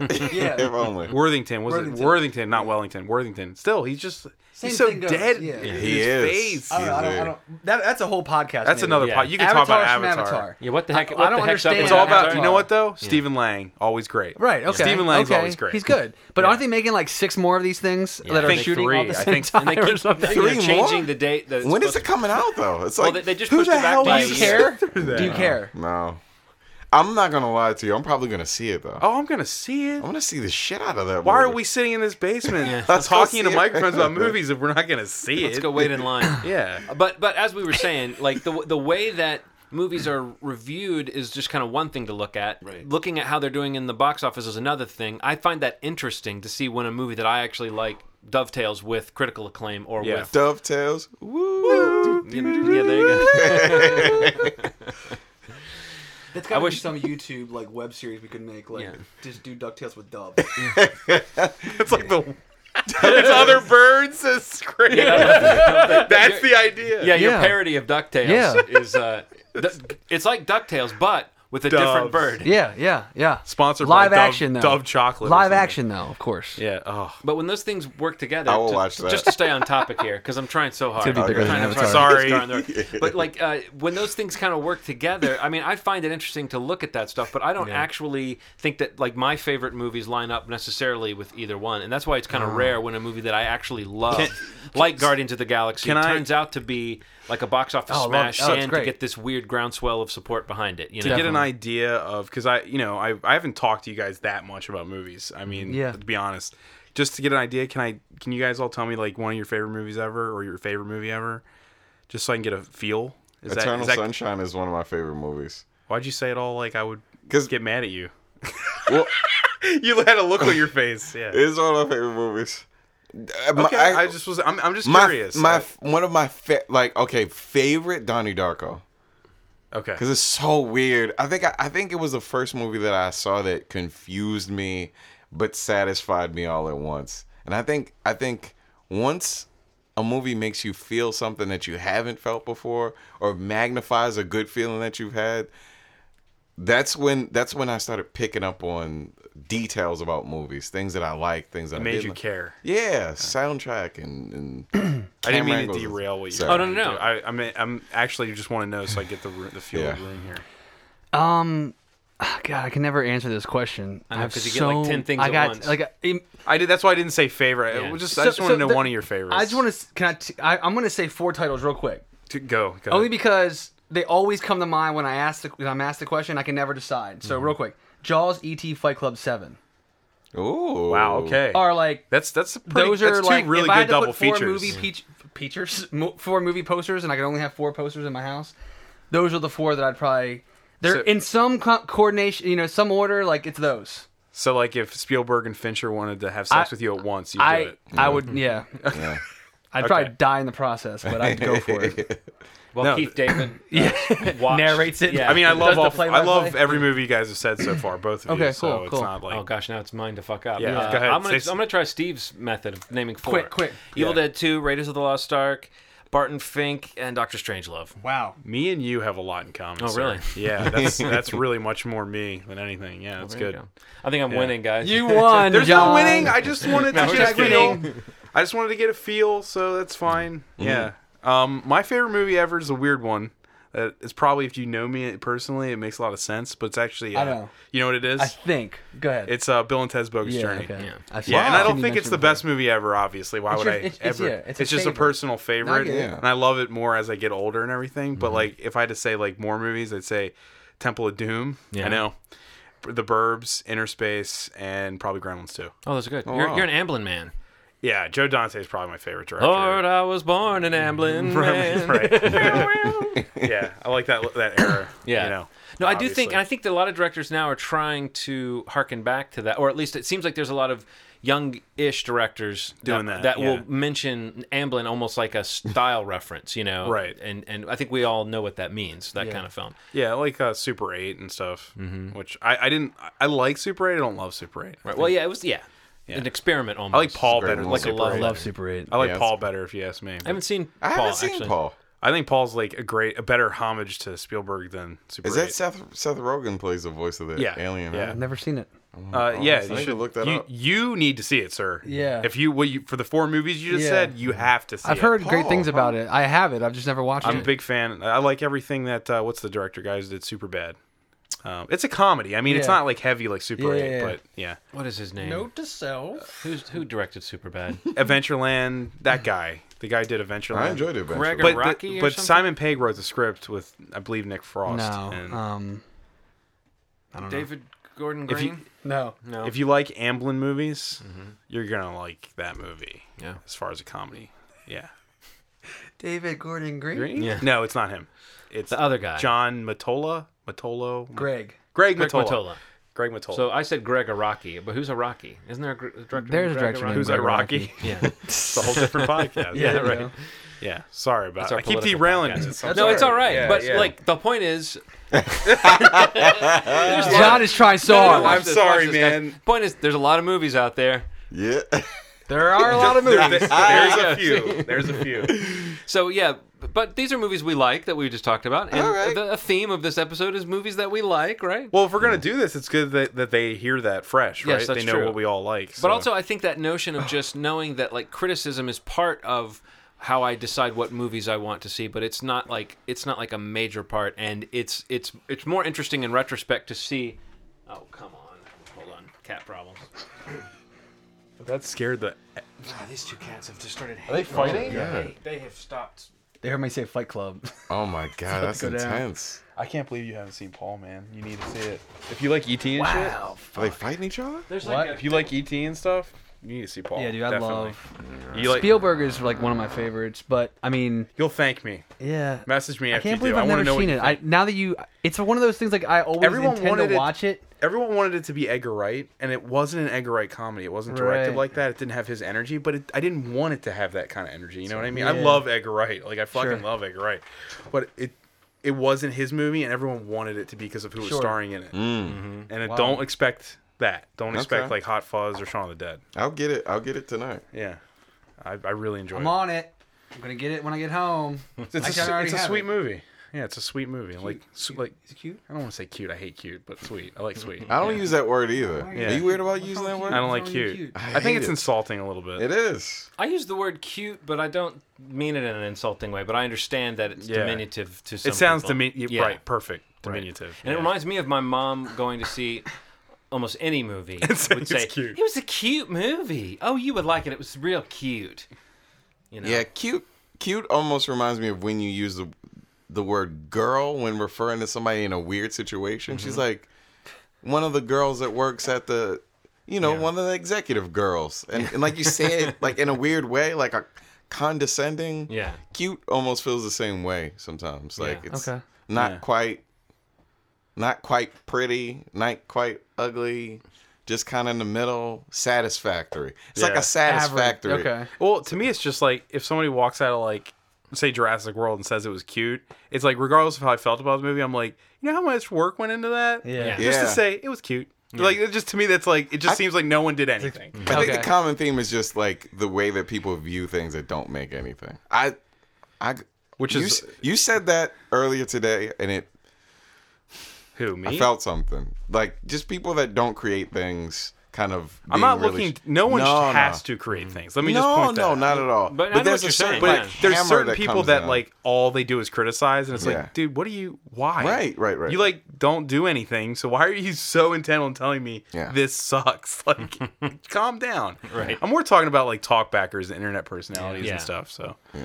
Speaker 3: If only.
Speaker 2: Worthington was it
Speaker 4: Worthington.
Speaker 2: Worthington, not Wellington. Worthington. Still, he's just
Speaker 4: Same
Speaker 2: he's so
Speaker 4: thing goes,
Speaker 2: dead.
Speaker 4: yeah. Uh,
Speaker 2: in
Speaker 3: He
Speaker 2: his
Speaker 3: is.
Speaker 2: Face.
Speaker 4: I don't, know, I don't, I don't, that, that's a whole podcast.
Speaker 2: That's
Speaker 4: maybe.
Speaker 2: another
Speaker 5: Yeah.
Speaker 2: pod. You can talk about
Speaker 4: Avatar from
Speaker 2: Avatar.
Speaker 4: Avatar.
Speaker 5: yeah what the
Speaker 4: I-
Speaker 5: heck
Speaker 4: I
Speaker 5: what
Speaker 4: don't
Speaker 5: the heck's up
Speaker 4: understand
Speaker 5: with
Speaker 2: It's all about
Speaker 5: Avatar?
Speaker 2: you know what though? Stephen Lang, always great.
Speaker 4: Right. Okay.
Speaker 2: Stephen Lang's
Speaker 4: okay.
Speaker 2: always great.
Speaker 4: He's good. But aren't they making like six more of these things that
Speaker 2: I
Speaker 4: are
Speaker 2: think
Speaker 4: shooting
Speaker 2: three.
Speaker 4: all at the
Speaker 2: I
Speaker 4: same
Speaker 2: think-
Speaker 4: time
Speaker 5: and they
Speaker 4: or
Speaker 5: keep
Speaker 4: something?
Speaker 5: they're
Speaker 3: Three
Speaker 5: changing
Speaker 3: more?
Speaker 5: the date that it's
Speaker 3: When is it
Speaker 5: supposed
Speaker 3: coming out though? It's
Speaker 5: Well,
Speaker 3: like
Speaker 5: they- they just
Speaker 3: who
Speaker 5: pushed
Speaker 3: the
Speaker 5: it back
Speaker 3: hell
Speaker 5: by
Speaker 4: Do
Speaker 5: a
Speaker 4: you
Speaker 5: year.
Speaker 3: is-
Speaker 4: care?
Speaker 2: that.
Speaker 4: Do you care?
Speaker 3: No, I'm not gonna lie to you. I'm probably gonna see it though.
Speaker 2: Oh, I'm gonna see it.
Speaker 3: I'm gonna see the shit out of that.
Speaker 2: Why are
Speaker 3: movie.
Speaker 2: we sitting in this basement
Speaker 3: Let's go
Speaker 2: talking
Speaker 3: see
Speaker 2: into
Speaker 3: it.
Speaker 2: microphones about movies if we're not going to see
Speaker 5: to
Speaker 2: it?
Speaker 5: let's go wait in line
Speaker 2: Yeah.
Speaker 5: But but as we were saying, like the the way that movies are reviewed is just kind of one thing to look at.
Speaker 2: Right.
Speaker 5: Looking at how they're doing in the box office is another thing. I find that interesting to see when a movie that I actually like dovetails with critical acclaim or
Speaker 2: Yeah.
Speaker 5: with
Speaker 3: dovetails? Woo!
Speaker 5: yeah, there you go.
Speaker 4: That's gotta
Speaker 5: I wish-
Speaker 4: be some YouTube like web series we could make, like
Speaker 5: Yeah.
Speaker 4: just do Ducktales with Dub.
Speaker 2: It's like the it's other birds is great. That's the idea.
Speaker 5: Yeah, your
Speaker 1: Yeah.
Speaker 5: parody of Ducktales
Speaker 1: Yeah.
Speaker 5: is uh, du- it's like Ducktales, but with a different
Speaker 2: Doves.
Speaker 5: bird.
Speaker 4: Yeah, yeah, yeah.
Speaker 2: Sponsored by
Speaker 4: live
Speaker 2: Dove-
Speaker 4: action though.
Speaker 2: Dove chocolate or
Speaker 4: Live
Speaker 2: something.
Speaker 4: action though, of course.
Speaker 2: Yeah. Oh,
Speaker 5: But when those things work together,
Speaker 3: I will
Speaker 5: to-
Speaker 3: watch that.
Speaker 5: just to stay on topic here, because I'm trying so hard.
Speaker 1: gonna be
Speaker 5: I'm
Speaker 1: bigger
Speaker 5: trying
Speaker 1: than
Speaker 5: so hard
Speaker 2: Avatar.
Speaker 5: to get
Speaker 2: Sorry.
Speaker 5: this star in there. But like uh, when those things kind of work together, I mean, I find it interesting to look at that stuff, but I don't actually think that like my favorite movies line up necessarily with either one, and that's why it's kind of rare when a movie that I actually love, like Guardians of the Galaxy,
Speaker 2: Can I-
Speaker 5: turns out to be like a box office
Speaker 4: Oh, I love-
Speaker 5: smash,
Speaker 4: oh, it's
Speaker 5: and to
Speaker 4: great.
Speaker 5: get this weird groundswell of support behind it. You know,
Speaker 2: to get an idea of because I you know I, I haven't talked to you guys that much about movies. I mean,
Speaker 4: Yeah.
Speaker 2: to be honest, just to get an idea, can I can you guys all tell me like one of your favorite movies ever or your favorite movie ever, just so I can get a feel? Is that-
Speaker 3: Eternal
Speaker 2: is that-
Speaker 3: Sunshine is one of my favorite movies.
Speaker 2: Why'd you say it all like I would
Speaker 3: 'Cause-
Speaker 2: get mad at you?
Speaker 3: Well,
Speaker 2: You had a look on your face. Yeah.
Speaker 3: it's one of my favorite movies. Uh, my-
Speaker 2: okay. I, just was. I'm, I'm just
Speaker 3: my,
Speaker 2: curious.
Speaker 3: My one of my fa- like okay favorite Donnie Darko
Speaker 2: I- okay.
Speaker 3: because it's so weird. I think I, I think it was the first movie that I saw that confused me but satisfied me all at once. And I think I think once a movie makes you feel something that you haven't felt before or magnifies a good feeling that you've had, that's when that's when I started picking up on details about movies, things that I like, things that I
Speaker 2: made
Speaker 3: didn't
Speaker 2: you
Speaker 3: like.
Speaker 2: care.
Speaker 3: Yeah, soundtrack and, and
Speaker 2: I didn't
Speaker 3: camera
Speaker 2: mean to
Speaker 3: angles.
Speaker 2: derail what you.
Speaker 3: Sorry.
Speaker 5: Oh, no, no, no.
Speaker 2: I, I mean, I'm actually just want to know so I get the ru- the feel of the
Speaker 3: Yeah.
Speaker 2: room here.
Speaker 4: Um, ah, God, I can never answer this question. I
Speaker 5: know,
Speaker 4: have
Speaker 5: 'cause you get, like,
Speaker 4: so-
Speaker 5: 10 things
Speaker 4: I
Speaker 5: at
Speaker 4: got
Speaker 5: once.
Speaker 4: like a- im-
Speaker 2: I did. That's why I didn't say favorite. I
Speaker 5: Yeah.
Speaker 2: was just
Speaker 4: So-
Speaker 2: I just want
Speaker 4: so
Speaker 2: to know
Speaker 4: the-
Speaker 2: one of your favorites.
Speaker 4: I just want to. Can I? T- I I'm going to say four titles real quick,
Speaker 2: to go. go
Speaker 4: only because they always come to mind when I ask the when I'm asked the question. I can never decide.
Speaker 2: Mm-hmm.
Speaker 4: So real quick, Jaws, E.T., Fight Club, Seven
Speaker 3: Ooh.
Speaker 2: Wow. Okay.
Speaker 4: are like
Speaker 2: That's that's a pretty,
Speaker 4: those are
Speaker 2: that's two
Speaker 4: like
Speaker 2: really
Speaker 4: if I
Speaker 2: good
Speaker 4: had to
Speaker 2: double
Speaker 4: put four
Speaker 2: features.
Speaker 4: movie peach, features, mo- four movie posters, and I could only have four posters in my house. Those are the four that I'd probably. They're
Speaker 2: So-
Speaker 4: in some co- coordination, you know, some order. Like it's those.
Speaker 2: so like if Spielberg and Fincher wanted to have sex
Speaker 4: I-
Speaker 2: with you at once, you do
Speaker 4: I
Speaker 2: it.
Speaker 4: I would yeah. I'd probably die in the process, but I'd go for it.
Speaker 5: well,
Speaker 2: No.
Speaker 5: Keith David uh, watched-
Speaker 4: Narrates it.
Speaker 5: Yeah.
Speaker 2: I mean, I love
Speaker 4: the
Speaker 2: all. I
Speaker 4: play-by-play?
Speaker 2: love every movie you guys have said so far, both of you.
Speaker 4: Okay,
Speaker 2: so
Speaker 4: cool,
Speaker 2: it's
Speaker 4: cool.
Speaker 2: not like
Speaker 5: oh gosh, now it's mine to fuck up.
Speaker 2: Yeah,
Speaker 5: Uh,
Speaker 2: go ahead,
Speaker 5: I'm gonna
Speaker 2: say some-
Speaker 5: I'm gonna try Steve's method of naming four.
Speaker 4: Quick, quick.
Speaker 5: Evil
Speaker 2: Yeah.
Speaker 5: Dead Two, Raiders of the Lost Ark, Barton Fink, and Doctor Strangelove.
Speaker 4: Wow.
Speaker 2: me and you have a lot in common.
Speaker 5: Oh,
Speaker 2: sir.
Speaker 5: really?
Speaker 2: Yeah, that's that's really much more me than anything. Yeah, that's
Speaker 5: There you
Speaker 2: good.
Speaker 5: go. I think I'm winning, guys.
Speaker 4: You won.
Speaker 2: There's
Speaker 4: John.
Speaker 2: no winning. I just wanted to
Speaker 5: we're
Speaker 2: get a
Speaker 5: just kidding. Mm-hmm.
Speaker 2: feel. I just wanted to get a feel, so that's fine. Yeah. Um, my favorite movie ever is a weird one. Uh, it's probably if you know me personally, it makes a lot of sense. But it's actually, uh,
Speaker 4: I know.
Speaker 2: you know what it is?
Speaker 4: I think. Go ahead.
Speaker 2: it's uh, Bill and Ted's Bogus
Speaker 4: yeah,
Speaker 2: Journey.
Speaker 4: okay.
Speaker 5: Yeah.
Speaker 4: I've
Speaker 2: Yeah, and I
Speaker 4: seen
Speaker 2: don't
Speaker 4: you
Speaker 2: think it's the
Speaker 4: mention
Speaker 2: best movie ever. Obviously, why would
Speaker 4: your-
Speaker 2: I
Speaker 4: it's- it's-
Speaker 2: ever?
Speaker 4: yeah,
Speaker 2: it's
Speaker 4: it's a
Speaker 2: just a
Speaker 4: favorite.
Speaker 2: personal favorite,
Speaker 4: get
Speaker 3: it. Yeah.
Speaker 2: and I love it more as I get older and everything.
Speaker 4: Mm-hmm.
Speaker 2: But like, if I had to say like more movies, I'd say Temple of Doom.
Speaker 5: Yeah.
Speaker 2: I know, The Burbs, Inner Space, and probably Gremlins too.
Speaker 5: Oh, that's good. you're,
Speaker 3: wow.
Speaker 5: you're an Amblin man.
Speaker 2: Yeah, Joe Dante is probably my favorite director.
Speaker 5: Lord, I was born an Amblin man.
Speaker 2: Right. yeah, I like that that era.
Speaker 5: Yeah.
Speaker 2: you know.
Speaker 5: no, I do think
Speaker 2: obviously.
Speaker 5: I think that a lot of directors now are trying to harken back to that, or at least it seems like there's a lot of young-ish directors
Speaker 2: Doing
Speaker 5: that,
Speaker 2: that, yeah.
Speaker 5: will mention Amblin almost like a style reference, you know?
Speaker 2: Right.
Speaker 5: And and I think we all know what that means. That kind of film.
Speaker 2: yeah, like uh, Super Eight and stuff,
Speaker 5: Mm-hmm.
Speaker 2: which I, I didn't. I- I like Super Eight. I don't love Super Eight.
Speaker 5: Right. Well, yeah, it was yeah, an experiment almost.
Speaker 2: I like Paul
Speaker 3: Great
Speaker 2: better. than
Speaker 3: movie.
Speaker 5: Like a
Speaker 2: Super
Speaker 5: love
Speaker 2: Eight.
Speaker 4: Love Super 8.
Speaker 2: I like
Speaker 3: Yeah,
Speaker 2: Paul better, if you ask me.
Speaker 5: I haven't seen.
Speaker 3: I
Speaker 5: Paul,
Speaker 3: haven't seen
Speaker 5: actually.
Speaker 3: Paul.
Speaker 2: I think Paul's like a great, a better homage to Spielberg than Super
Speaker 3: Is that
Speaker 2: 8.
Speaker 3: Seth Seth Rogen plays the voice of the
Speaker 2: Yeah.
Speaker 3: alien?
Speaker 2: Yeah.
Speaker 3: right?
Speaker 4: I've never seen it.
Speaker 2: Uh, yeah,
Speaker 3: I
Speaker 2: you
Speaker 3: should
Speaker 2: should
Speaker 3: look that
Speaker 2: you,
Speaker 3: up.
Speaker 2: You need to see it, sir.
Speaker 4: Yeah.
Speaker 2: If you, what you for the four movies you just
Speaker 4: Yeah.
Speaker 2: said, you have to see.
Speaker 4: I've
Speaker 2: it.
Speaker 4: heard great
Speaker 3: Paul,
Speaker 4: things about it. I have it. I've just never watched
Speaker 2: I'm a
Speaker 4: it.
Speaker 2: big fan. I like everything that uh, what's the director guys did. Super bad. Um, it's a comedy. I mean, it's
Speaker 4: Yeah.
Speaker 2: not like heavy like Super
Speaker 4: Yeah,
Speaker 2: Eight,
Speaker 4: yeah, yeah.
Speaker 2: but yeah,
Speaker 5: What is his name?
Speaker 4: to self.
Speaker 5: Who's who directed Superbad?
Speaker 2: Adventureland. That guy, the guy did Adventureland.
Speaker 3: I enjoyed it. Greg
Speaker 5: Gregor-
Speaker 2: But the-
Speaker 5: Rocky or
Speaker 2: but
Speaker 5: something?
Speaker 2: Simon Pegg wrote the script with I believe Nick Frost.
Speaker 4: No.
Speaker 2: and
Speaker 4: Um,
Speaker 5: David Gordon
Speaker 2: if
Speaker 5: Green.
Speaker 2: you
Speaker 4: no.
Speaker 5: no.
Speaker 2: if you like Amblin movies, you're gonna like that movie.
Speaker 5: Mm-hmm. Yeah.
Speaker 2: As far as a comedy, yeah.
Speaker 4: David Gordon Green?
Speaker 5: Yeah.
Speaker 2: No, it's not him. It's
Speaker 5: the other guy,
Speaker 2: John Matola. Matolo.
Speaker 4: Greg.
Speaker 2: Greg
Speaker 5: Greg
Speaker 2: Matola.
Speaker 5: Mottola.
Speaker 2: Greg Matola.
Speaker 5: So I said Greg Araki, but who's Araki? Isn't there a gr- a director? named
Speaker 4: There's a
Speaker 5: Greg
Speaker 4: director
Speaker 5: Araki?
Speaker 4: named
Speaker 2: Who's
Speaker 4: Greg
Speaker 2: that? Rocky?
Speaker 5: Yeah.
Speaker 2: it's a whole different podcast. yeah.
Speaker 4: There you go.
Speaker 2: Yeah. Sorry about.
Speaker 5: our
Speaker 2: I keep
Speaker 5: political
Speaker 2: derailing.
Speaker 5: podcast.
Speaker 2: it sometimes.
Speaker 5: no, it's all right.
Speaker 2: Yeah,
Speaker 5: but
Speaker 2: yeah.
Speaker 5: like the point is,
Speaker 4: John is trying so
Speaker 5: No, no,
Speaker 4: hard.
Speaker 5: watch
Speaker 2: I'm sorry,
Speaker 5: watch guys.
Speaker 2: man.
Speaker 5: Point is, there's a lot of movies out there.
Speaker 3: Yeah.
Speaker 4: There are a lot of
Speaker 2: There-
Speaker 4: movies.
Speaker 2: there- there's a few. There's a few.
Speaker 5: So yeah, but these are movies we like that we just talked about, and
Speaker 3: All right.
Speaker 5: the a theme of this episode is movies that we like, right?
Speaker 2: Well, if we're gonna do this, it's good that, that they hear that fresh, right?
Speaker 5: Yes, that's
Speaker 2: they know
Speaker 5: true.
Speaker 2: what we all like.
Speaker 5: But
Speaker 2: so.
Speaker 5: also, I think that notion of just knowing that like criticism is part of how I decide what movies I want to see, but it's not like it's not like a major part, and it's it's it's more interesting in retrospect to see. Oh come on, hold on, cat problems.
Speaker 2: that scared the.
Speaker 5: God, Ah, these two cats have just started.
Speaker 4: Are they fighting?
Speaker 5: They, they have stopped.
Speaker 4: They heard me say Fight Club.
Speaker 3: Oh my god, that's
Speaker 4: go down.
Speaker 3: intense.
Speaker 2: I can't believe you haven't seen Paul, man. You need to see it. If you like ET and shit,
Speaker 4: Wow.
Speaker 3: Are they fighting each other?
Speaker 5: There's
Speaker 4: What?
Speaker 5: like
Speaker 2: if you like ET and stuff, you need to see Paul.
Speaker 4: Yeah, dude, I
Speaker 2: definitely.
Speaker 4: love.
Speaker 2: You like?
Speaker 4: Spielberg is like one of my favorites, but I mean,
Speaker 2: You'll thank me.
Speaker 4: yeah.
Speaker 2: Message me
Speaker 4: I
Speaker 2: after
Speaker 4: can't
Speaker 2: you
Speaker 4: believe
Speaker 2: do.
Speaker 4: I've
Speaker 2: I
Speaker 4: never
Speaker 2: want to know
Speaker 4: seen
Speaker 2: what
Speaker 4: it.
Speaker 2: you
Speaker 4: I,
Speaker 2: think.
Speaker 4: now that you, it's one of those things like I always
Speaker 2: Everyone
Speaker 4: intend
Speaker 2: wanted
Speaker 4: to
Speaker 2: it-
Speaker 4: watch it.
Speaker 2: Everyone wanted it to be Edgar Wright, and it wasn't an Edgar Wright comedy. It wasn't directed
Speaker 4: Right.
Speaker 2: like that. It didn't have his energy, but it, I didn't want it to have that kind of energy. You know what I mean? I
Speaker 4: Yeah.
Speaker 2: love Edgar Wright. Like I fucking
Speaker 4: Sure.
Speaker 2: love Edgar Wright, but it it wasn't his movie, and everyone wanted it to be because of who was
Speaker 4: Sure.
Speaker 2: starring in it. Mm-hmm. And
Speaker 4: Wow.
Speaker 2: I don't expect that. Don't expect
Speaker 3: Okay.
Speaker 2: like Hot Fuzz or Shaun of the Dead.
Speaker 3: I'll get it. I'll get it tonight.
Speaker 2: Yeah, I, I really enjoyed
Speaker 4: I'm
Speaker 2: it.
Speaker 4: on it. I'm gonna get it when I get home.
Speaker 2: It's
Speaker 4: Actually,
Speaker 2: a,
Speaker 4: I already
Speaker 2: it's a
Speaker 4: have
Speaker 2: sweet
Speaker 4: it.
Speaker 2: movie. Yeah, it's a sweet movie. Like s- like
Speaker 4: Is it cute?
Speaker 2: I don't want to say cute. I hate cute, but sweet. I like sweet.
Speaker 3: I don't use that word either.
Speaker 4: Yeah.
Speaker 3: Are you weird about
Speaker 4: What's
Speaker 3: using
Speaker 4: wrong
Speaker 3: that
Speaker 4: with
Speaker 2: I
Speaker 3: word?
Speaker 2: don't like
Speaker 4: It's really
Speaker 2: cute.
Speaker 4: cute.
Speaker 2: I, think
Speaker 3: hate
Speaker 2: it's
Speaker 3: it.
Speaker 2: insulting a little bit.
Speaker 3: It is.
Speaker 5: I use the word cute, but I don't mean it in an insulting way. But I understand that it's
Speaker 2: Yeah.
Speaker 5: diminutive to some.
Speaker 2: It sounds
Speaker 5: people.
Speaker 2: diminutive.
Speaker 5: Yeah.
Speaker 2: Right, perfect.
Speaker 5: Right.
Speaker 2: Diminutive.
Speaker 5: And it reminds me of my mom going to see almost any movie.
Speaker 2: saying
Speaker 5: would
Speaker 2: it's
Speaker 5: say,
Speaker 2: cute.
Speaker 5: It was a cute movie. Oh, you would like it. It was real cute. You know?
Speaker 3: Yeah, cute. Cute almost reminds me of when you use the the word girl when referring to somebody in a weird situation.
Speaker 5: Mm-hmm.
Speaker 3: She's like one of the girls that works at the, you know, one of the executive girls, and, and like you say it like in a weird way, like a condescending.
Speaker 5: Yeah.
Speaker 3: cute almost feels the same way sometimes. Like
Speaker 5: Yeah.
Speaker 3: it's
Speaker 4: Okay.
Speaker 3: not
Speaker 2: Yeah.
Speaker 3: quite, not quite pretty, not quite ugly. Just kind of in the middle, satisfactory. It's like
Speaker 2: Yeah.
Speaker 3: a satisfactory.
Speaker 4: Average. Okay.
Speaker 2: Well, to me, it's just like if somebody walks out of like say Jurassic World and says it was cute. It's like regardless of how I felt about the movie, I'm like, you know how much work went into that?
Speaker 4: Yeah.
Speaker 2: Just to
Speaker 3: Yeah.
Speaker 2: say it was cute. Like it just to me, that's like it just seems like no one did anything.
Speaker 3: I think
Speaker 4: Okay.
Speaker 3: the common theme is just like the way that people view things that don't make anything. I, I,
Speaker 2: Which
Speaker 3: you,
Speaker 2: is-
Speaker 3: s- you said that earlier today, and it
Speaker 2: Who me?
Speaker 3: I felt something like just people that don't create things. Kind of.
Speaker 2: I'm
Speaker 3: being
Speaker 2: not
Speaker 3: really-
Speaker 2: looking. No one
Speaker 3: No, no.
Speaker 2: has to create things. Let me
Speaker 3: no,
Speaker 2: just point that.
Speaker 3: no,
Speaker 2: out.
Speaker 3: not at all.
Speaker 5: But I know what
Speaker 3: there's a
Speaker 5: you're
Speaker 3: certain,
Speaker 5: saying.
Speaker 2: But
Speaker 5: Like,
Speaker 2: there's
Speaker 3: hammer
Speaker 2: certain
Speaker 3: that
Speaker 2: people
Speaker 3: comes
Speaker 2: that
Speaker 3: down.
Speaker 2: like all they do is criticize, and it's
Speaker 3: Yeah.
Speaker 2: like, dude, what do you? Why?
Speaker 3: Right, right, right.
Speaker 2: You like don't do anything, so why are you so intent on telling me
Speaker 3: Yeah.
Speaker 2: this sucks? Like, calm down. Right. I'm more talking about like talkbackers and internet personalities
Speaker 5: Yeah.
Speaker 2: and stuff. So,
Speaker 3: Yeah.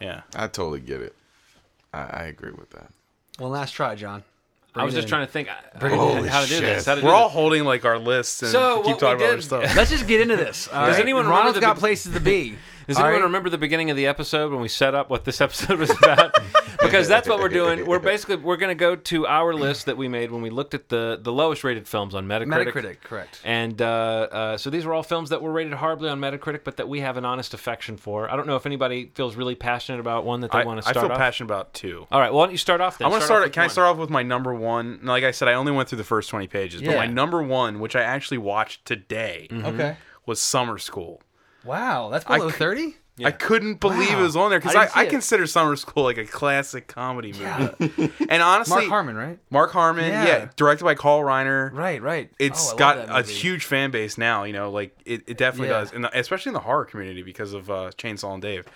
Speaker 2: yeah.
Speaker 3: I totally get it. I, I agree with that.
Speaker 4: One last try, John.
Speaker 5: I was
Speaker 4: it
Speaker 5: just
Speaker 4: in.
Speaker 5: trying to think uh,
Speaker 3: Holy
Speaker 5: how to do
Speaker 3: shit.
Speaker 5: this. How to do
Speaker 2: We're all
Speaker 5: this.
Speaker 2: holding like our lists and
Speaker 5: So,
Speaker 2: we keep
Speaker 5: what
Speaker 2: talking about
Speaker 5: we
Speaker 2: other
Speaker 5: did-
Speaker 2: stuff.
Speaker 4: Let's just get into this. All
Speaker 5: Does
Speaker 4: right?
Speaker 5: anyone remember
Speaker 4: Ronald's
Speaker 5: the
Speaker 4: got
Speaker 5: be-
Speaker 4: places to be.
Speaker 5: Does
Speaker 4: All
Speaker 5: anyone
Speaker 4: right?
Speaker 5: remember the beginning of the episode when we set up what this episode was about? because that's what we're doing. We're basically we're going to go to our list that we made when we looked at the the lowest rated films on
Speaker 4: Metacritic? Correct.
Speaker 5: And uh, uh, so these were all films that were rated horribly on Metacritic, but that we have an honest affection for. I don't know if anybody feels really passionate about one that they
Speaker 2: I,
Speaker 5: want to
Speaker 2: I
Speaker 5: start
Speaker 2: feel
Speaker 5: off.
Speaker 2: passionate about two.
Speaker 5: All right, well, why don't you start off then?
Speaker 2: I want to start.
Speaker 5: off with
Speaker 2: can I
Speaker 5: one.
Speaker 2: start off with my number one? And Like I said, I only went through the first 20 pages, but
Speaker 4: Yeah.
Speaker 2: my number one, which I actually watched today,
Speaker 5: Mm-hmm.
Speaker 4: Okay.
Speaker 2: was Summer School.
Speaker 4: Wow, that's below
Speaker 2: c-
Speaker 4: thirty.
Speaker 2: I couldn't believe it was on there because
Speaker 4: I
Speaker 2: I,
Speaker 4: didn't see
Speaker 2: I,
Speaker 4: it.
Speaker 2: consider Summer School like a classic comedy movie. and honestly,
Speaker 4: Mark Harmon, right?
Speaker 2: Mark Harmon,
Speaker 4: Yeah.
Speaker 2: yeah. directed by Carl Reiner.
Speaker 4: Right, right.
Speaker 2: It's
Speaker 4: Oh, I love
Speaker 2: got
Speaker 4: that
Speaker 2: a
Speaker 4: movie.
Speaker 2: huge fan base now. You know, like it, it definitely
Speaker 4: Yeah.
Speaker 2: does, and especially in the horror community because of uh, Chainsaw and Dave.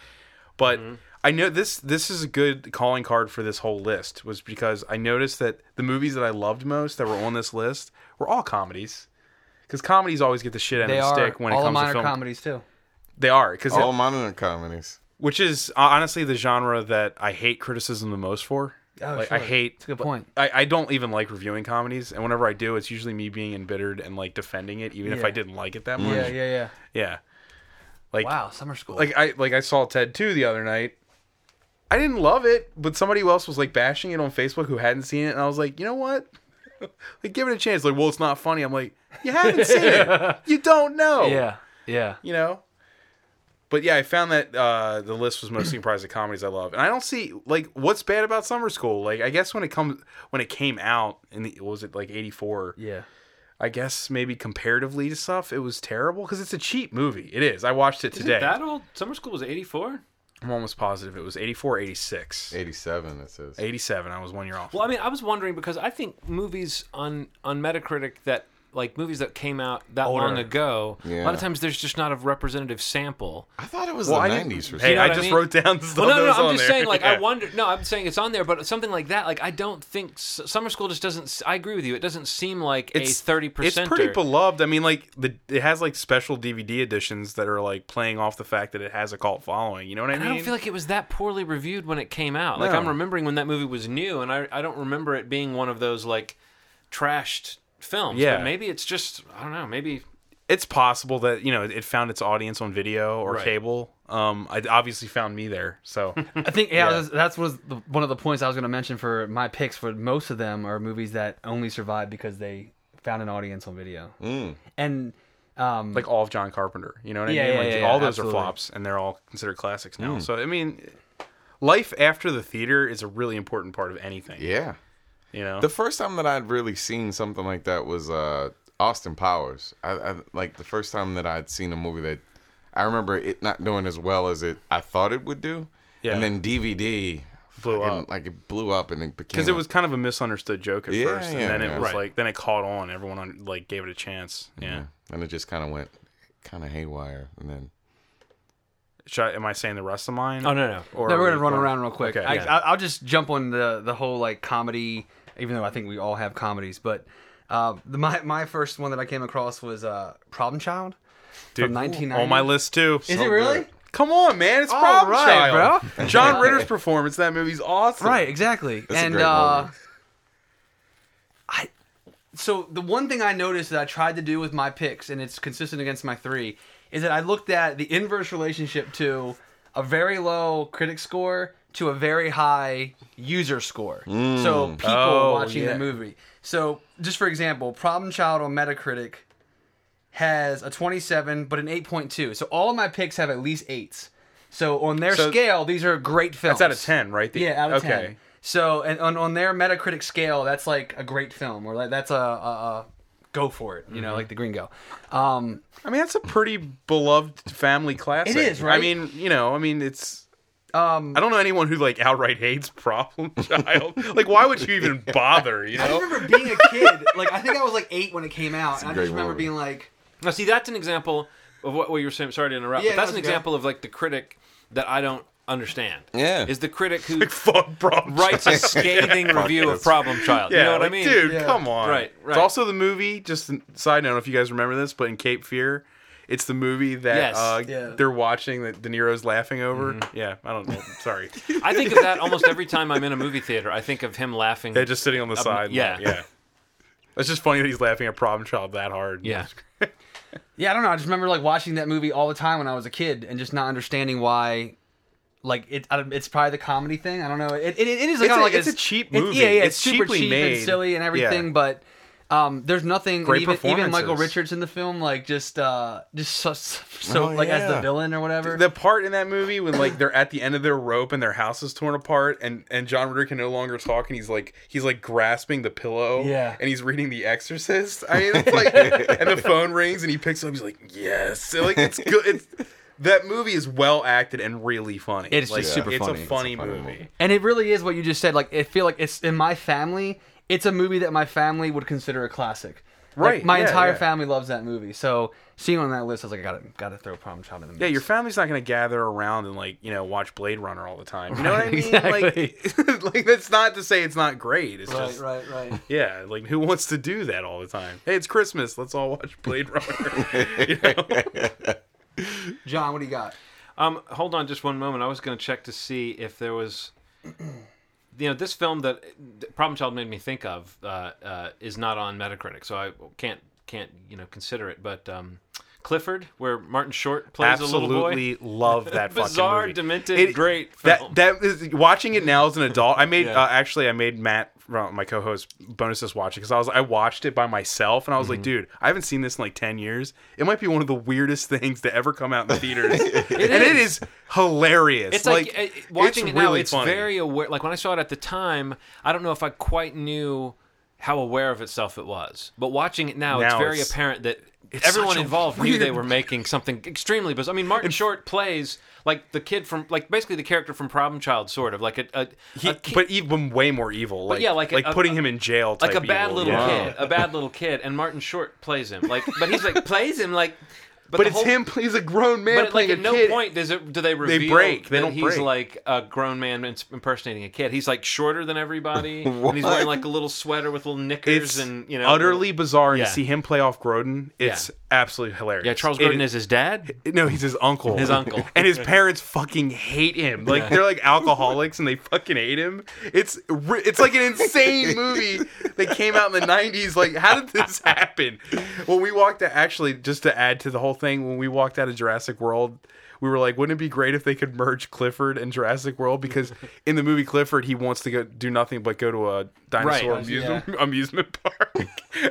Speaker 2: But
Speaker 4: Mm-hmm.
Speaker 2: I know this this is a good calling card for this whole list was because I noticed that the movies that I loved most that were on this list were all comedies. Because comedies always get the shit end
Speaker 4: They
Speaker 2: of the
Speaker 4: are
Speaker 2: stick when it
Speaker 4: all
Speaker 2: comes
Speaker 4: of mine
Speaker 2: to
Speaker 4: are
Speaker 2: film.
Speaker 4: comedies too.
Speaker 2: They are because
Speaker 3: All modern comedies.
Speaker 2: which is uh, honestly the genre that I hate criticism the most for.
Speaker 4: Oh,
Speaker 2: like, I
Speaker 4: sure.
Speaker 2: hate.
Speaker 4: It's a good point.
Speaker 2: I, I don't even like reviewing comedies, and whenever I do, it's usually me being embittered and like defending it, even if I
Speaker 4: Yeah.
Speaker 2: didn't like it that much.
Speaker 4: Yeah, yeah, yeah.
Speaker 2: Yeah. Like
Speaker 4: Wow, summer school.
Speaker 2: like I like I saw Ted two the other night. I didn't love it, but somebody else was like bashing it on Facebook who hadn't seen it, and I was like, you know what? like give it a chance. Like, well, it's not funny. I'm like, you haven't seen it. You don't know
Speaker 4: yeah, yeah.
Speaker 2: you know. But yeah, I found that uh, the list was mostly comprised of comedies I love, and I don't see like what's bad about Summer School. Like I guess when it comes when it came out in the what was it like eighty four,
Speaker 4: Yeah.
Speaker 2: I guess maybe comparatively to stuff, it was terrible because it's a cheap movie. It is. I watched it today.
Speaker 5: That old summer school was eighty four.
Speaker 2: I'm almost positive it was 84, 86,
Speaker 3: 87, it says.
Speaker 2: 87. I was one year off.
Speaker 5: Well, I mean, I was wondering because I think movies on on Metacritic that like movies that came out that
Speaker 2: Older.
Speaker 5: long ago, a
Speaker 3: Yeah.
Speaker 5: lot of times there's just not a representative sample.
Speaker 3: I thought it was
Speaker 2: Well, I
Speaker 3: the
Speaker 2: didn't-
Speaker 3: 90s or
Speaker 2: Hey,
Speaker 3: something.
Speaker 2: I
Speaker 5: know what I
Speaker 2: just
Speaker 5: mean?
Speaker 2: wrote down the stuff
Speaker 5: Well, no,
Speaker 2: that
Speaker 5: no,
Speaker 2: was
Speaker 5: I'm
Speaker 2: on
Speaker 5: just
Speaker 2: there.
Speaker 5: saying, like,
Speaker 2: Yeah.
Speaker 5: I wonder. No, I'm saying it's on there, but something like that, like, I don't think s- summer school just doesn't. s- I agree with you. It doesn't seem like a thirty percent.
Speaker 2: It's pretty beloved. I mean, like the it has like special DVD editions that are like playing off the fact that it has a cult following. You know what I
Speaker 5: I
Speaker 2: mean?
Speaker 5: don't feel like it was that poorly reviewed when it came out. Like
Speaker 2: No.
Speaker 5: I'm remembering when that movie was new, and I I don't remember it being one of those like trashed films.
Speaker 2: Yeah.
Speaker 5: but maybe it's just I don't know. Maybe
Speaker 2: it's possible that you know it found its audience on video or
Speaker 5: Right.
Speaker 2: cable. Um, I obviously found me there. So
Speaker 4: I think yeah, that's- that's was the, one of the points I was going to mention for my picks. For most of them are movies that only survive because they found an audience on video.
Speaker 2: Mm.
Speaker 4: And um,
Speaker 2: like all of John Carpenter, you know what I
Speaker 4: Yeah,
Speaker 2: mean?
Speaker 4: yeah,
Speaker 2: like,
Speaker 4: yeah,
Speaker 2: all
Speaker 4: yeah,
Speaker 2: those
Speaker 4: absolutely.
Speaker 2: are flops, and they're all considered classics
Speaker 3: Hmm.
Speaker 2: now. So I mean, life after the theater is a really important part of anything.
Speaker 3: Yeah.
Speaker 2: You know,
Speaker 3: The first time that I'd really seen something like that was uh, Austin Powers. I, I like the first time that I'd seen a movie that I remember it not doing as well as it I thought it would do.
Speaker 2: Yeah.
Speaker 3: And then DVD
Speaker 2: Blew
Speaker 3: fucking,
Speaker 2: up.
Speaker 3: Like it blew up and it became
Speaker 2: because it was kind of a misunderstood joke at
Speaker 3: Yeah,
Speaker 2: first, and
Speaker 3: yeah,
Speaker 2: then it
Speaker 3: yeah.
Speaker 2: was
Speaker 3: Right.
Speaker 2: like then it caught on. Everyone on, like gave it a chance. yeah.
Speaker 3: and it just kind of went kind of haywire and then
Speaker 2: Should I, am I saying the rest of mine?
Speaker 5: Oh, no, no.
Speaker 2: Or
Speaker 4: No,
Speaker 2: are
Speaker 4: we're gonna
Speaker 2: we
Speaker 4: run around real quick.
Speaker 2: Okay.
Speaker 4: I,
Speaker 2: Yeah.
Speaker 4: I, I'll just jump on the the whole like comedy, even though I think we all have comedies. But uh, the, my my first one that I came across was uh, Problem Child
Speaker 2: Dude,
Speaker 4: from 1990.
Speaker 2: on my list too.
Speaker 4: Is it really?
Speaker 3: good.
Speaker 2: Come on, man! It's Problem
Speaker 4: right,
Speaker 2: Child.
Speaker 4: bro.
Speaker 2: John Ritter's performance in that movie's awesome.
Speaker 4: Right, exactly.
Speaker 3: a
Speaker 4: and
Speaker 3: great
Speaker 4: uh,
Speaker 3: movie.
Speaker 4: I so the one thing I noticed that I tried to do with my picks, and it's consistent against my three, is that I looked at the inverse relationship to a very low critic score to a very high user score. So people
Speaker 2: Oh,
Speaker 4: watching
Speaker 2: yeah.
Speaker 4: the movie. So just for example, Problem Child on Metacritic has a 27 but an 8.2. So all of my picks have at least 8s. So on their
Speaker 2: So-
Speaker 4: scale, these are great films.
Speaker 2: It's out of ten, right? The-
Speaker 4: Yeah, out of
Speaker 2: okay.
Speaker 4: ten. So, and on, on their Metacritic scale, that's like a great film, or like that's a, a, a go for it, you know, like the Gringo. Um,
Speaker 2: I mean, that's a pretty beloved family classic.
Speaker 4: It is, right?
Speaker 2: I mean, you know, I mean, it's.
Speaker 4: um,
Speaker 2: I don't know anyone who like outright hates Problem Child. like, why would you even bother? You
Speaker 4: I
Speaker 2: know.
Speaker 4: remember being a kid, like I think I was like eight when it came out, and I
Speaker 3: great
Speaker 4: just remember
Speaker 3: movie.
Speaker 4: being like,
Speaker 5: Now, see, that's an example of what, what you were saying. Sorry to interrupt,
Speaker 4: Yeah,
Speaker 5: but that's
Speaker 4: no,
Speaker 5: an
Speaker 4: it's okay.
Speaker 5: example of like the critic that I don't understand.
Speaker 3: Yeah.
Speaker 5: is the critic who
Speaker 2: Fuck Problem
Speaker 5: writes
Speaker 2: Child.
Speaker 5: a scathing review of
Speaker 3: this.
Speaker 5: Problem Child.
Speaker 2: Yeah,
Speaker 5: you know what
Speaker 2: like,
Speaker 5: I mean,
Speaker 2: dude.
Speaker 4: Yeah.
Speaker 2: Come on.
Speaker 5: Right, right.
Speaker 2: It's also the movie. Just a side note, if you guys remember this, but in Cape Fear. It's the movie that
Speaker 5: Yes. Mm-hmm.
Speaker 2: uh,
Speaker 4: Yeah.
Speaker 2: they're watching that De Niro's laughing over. Yeah, I don't know. Sorry.
Speaker 5: I think of that almost every time I'm in a movie theater. I think of him laughing.
Speaker 2: Yeah, just sitting on the side.
Speaker 5: Um, yeah.
Speaker 2: like, yeah. It's just funny that he's laughing at Problem Child that hard.
Speaker 5: yeah.
Speaker 4: yeah, I don't know. I just remember like watching that movie all the time when I was a kid, and just not understanding why. Like it, I- it's probably the comedy thing. I don't know. It, it, it is
Speaker 2: It's
Speaker 4: kind
Speaker 2: a-
Speaker 4: of like
Speaker 2: it's a cheap
Speaker 4: it-
Speaker 2: movie.
Speaker 4: yeah, yeah,
Speaker 2: It's
Speaker 4: it's, super
Speaker 2: cheaply
Speaker 4: cheap
Speaker 2: made.
Speaker 4: and silly and everything,
Speaker 2: Yeah.
Speaker 4: but um, there's nothing. and
Speaker 2: Great
Speaker 4: even, even Michael
Speaker 2: performances.
Speaker 4: Richards in the film, like just uh, just so, so
Speaker 3: Oh,
Speaker 4: like as the
Speaker 3: yeah.
Speaker 4: villain or whatever.
Speaker 2: The part in that movie when like they're at the end of their rope and their house is torn apart and and John Ritter can no longer talk and he's like he's like grasping the pillow
Speaker 4: Yeah.
Speaker 2: and he's reading The Exorcist. I mean, it's like and the phone rings and he picks up. He's like, yes, So, like it's good. It's that movie is well acted and really funny.
Speaker 4: It is
Speaker 2: like,
Speaker 4: just
Speaker 3: super
Speaker 2: it's
Speaker 3: funny.
Speaker 2: A
Speaker 3: It's a
Speaker 2: funny
Speaker 3: funny
Speaker 2: movie.
Speaker 3: movie.
Speaker 4: and it really is what you just said. Like I feel like it's in my family. It's a movie that my family would consider a classic. Like,
Speaker 2: Right,
Speaker 4: my
Speaker 2: yeah,
Speaker 4: entire
Speaker 2: yeah.
Speaker 4: family loves that movie. So seeing it on that list, I was like, I gotta gotta throw Problem Child in the mix.
Speaker 2: Yeah, your family's not going to gather around and like you know watch Blade Runner all the time. You know what I mean? Like, like that's not to say it's not great. It's just
Speaker 4: right, right.
Speaker 2: Yeah, like who wants to do that all the time? Hey, it's Christmas. Let's all watch Blade Runner. You know?
Speaker 4: John, what do you got?
Speaker 5: Um, hold on just one moment. I was going to check to see if there was. You know, this film that that Problem Child made me think of uh, uh, is not on Metacritic, so I can't can't you know consider it. But um, Clifford, where Martin Short plays a little boy,
Speaker 2: Absolutely love that fucking
Speaker 5: Bizarre,
Speaker 2: movie.
Speaker 5: demented, great film.
Speaker 2: That that is watching it now as an adult. I made
Speaker 5: Yeah.
Speaker 2: uh, actually I made Matt uh, my co-host bonus just watch it because I was I watched it by myself and I was like,
Speaker 5: Mm-hmm.
Speaker 2: dude, I haven't seen this in like ten years. It might be one of the weirdest things to ever come out in the theaters, and it is hilarious.
Speaker 5: It's like, uh, watching
Speaker 2: it's
Speaker 5: it now.
Speaker 2: really
Speaker 5: It's
Speaker 2: funny.
Speaker 5: very aware. Like when I saw it at the time, I don't know if I quite knew how aware of itself it was. But watching it now, it's
Speaker 2: Now
Speaker 5: very
Speaker 2: it's-
Speaker 5: apparent that
Speaker 2: it's
Speaker 5: everyone
Speaker 2: such a
Speaker 5: involved knew they
Speaker 2: weird-
Speaker 5: were making something extremely bizarre. I mean, Martin Short plays like the kid from, like basically the character from Problem Child, sort of like a, a,
Speaker 2: He,
Speaker 5: a ki-
Speaker 2: but even way more evil. Like,
Speaker 5: uh, yeah, like a- a-
Speaker 2: putting him in jail. Type
Speaker 5: like a bad
Speaker 2: evil,
Speaker 5: little
Speaker 2: yeah.
Speaker 5: kid, a bad little kid, and Martin Short plays him. Like, but he's like plays him like, but,
Speaker 2: But
Speaker 5: the
Speaker 2: it's
Speaker 5: whole-
Speaker 2: him. He's a grown man
Speaker 5: But like
Speaker 2: playing
Speaker 5: at
Speaker 2: a
Speaker 5: no
Speaker 2: kid.
Speaker 5: point does it do they reveal
Speaker 2: break. They
Speaker 5: that
Speaker 2: don't
Speaker 5: he's
Speaker 2: break.
Speaker 5: like a grown man ins- impersonating a kid. He's like shorter than everybody, and he's wearing like a little sweater with little knickers
Speaker 2: it's
Speaker 5: and you know
Speaker 2: utterly bizarre. And
Speaker 5: Yeah.
Speaker 2: to see him play off Grodin, it's absolutely hilarious.
Speaker 5: Yeah, Charles
Speaker 2: It-
Speaker 5: Grodin is his dad.
Speaker 2: No, he's his uncle.
Speaker 5: His uncle.
Speaker 2: and his parents fucking hate him. Like they're like alcoholics and they fucking hate him. It's ri- it's like an insane movie that came out in the 90s. Like how did this happen? When we walked out, actually just to add to the whole thing, when we walked out of Jurassic World, we were like, wouldn't it be great if they could merge Clifford and Jurassic World? Because in the movie Clifford, he wants to go do nothing but go to a dinosaur
Speaker 5: Right.
Speaker 2: amusement, amusement park.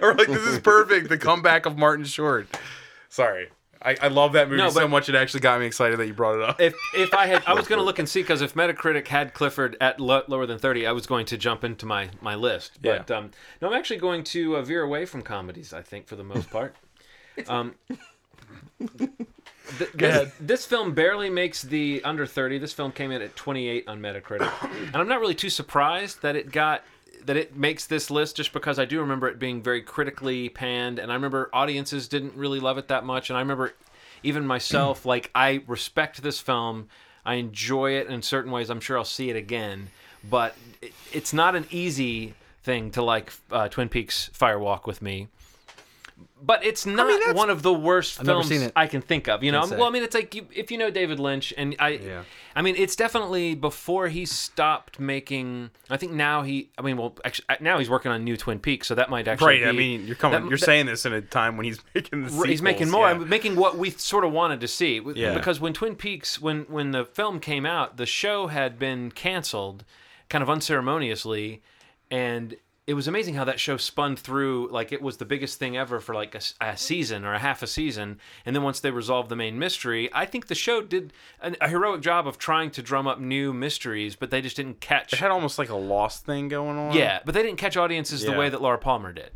Speaker 2: or like, this is perfect. The comeback of Martin Short. Sorry. I, I love that movie
Speaker 5: No,
Speaker 2: so
Speaker 5: but-
Speaker 2: much it actually got me excited that you brought it up.
Speaker 5: If if I had, I was going to look and see because if Metacritic had Clifford at lo- lower than thirty, I was going to jump into my my list. But um, no, I'm actually going to uh, veer away from comedies. I think for the most part. Um, th- this, this film barely makes the under 30. This film came in at 28 on Metacritic. And I'm not really too surprised that it got that it makes this list just because I do remember it being very critically panned and I remember audiences didn't really love it that much and I remember even myself like I respect this film. I enjoy it in certain ways. I'm sure I'll see it again, but it, it's not an easy thing to like uh, Twin Peaks Fire Walk with me. But it's not one of the worst
Speaker 4: never
Speaker 5: films
Speaker 4: seen it.
Speaker 5: I can think of. You know,
Speaker 4: Can't say.
Speaker 5: well, I mean, it's like you, if you know David Lynch, and I, I mean, it's definitely before he stopped making. I think now he, I mean, well, actually, now he's working on new Twin Peaks, so that might actually.
Speaker 2: Right, I
Speaker 5: be-
Speaker 2: mean, you're coming,
Speaker 5: that-
Speaker 2: you're
Speaker 5: that-
Speaker 2: saying this in a time when he's making the
Speaker 5: Right, he's making
Speaker 2: sequels,
Speaker 5: more,
Speaker 2: yeah.
Speaker 5: I'm making what we sort of wanted to see. W-
Speaker 2: Yeah.
Speaker 5: Because when Twin Peaks, when when the film came out, the show had been canceled, kind of unceremoniously, and it was amazing how that show spun through. Like it was the biggest thing ever for like a, s- a season or a half a season, and then once they resolved the main mystery, I think the show did an, a heroic job of trying to drum up new mysteries, but they just didn't catch.
Speaker 2: It had almost like a lost thing going on.
Speaker 5: Yeah, but they didn't catch audiences the
Speaker 2: Yeah.
Speaker 5: way that Laura Palmer did,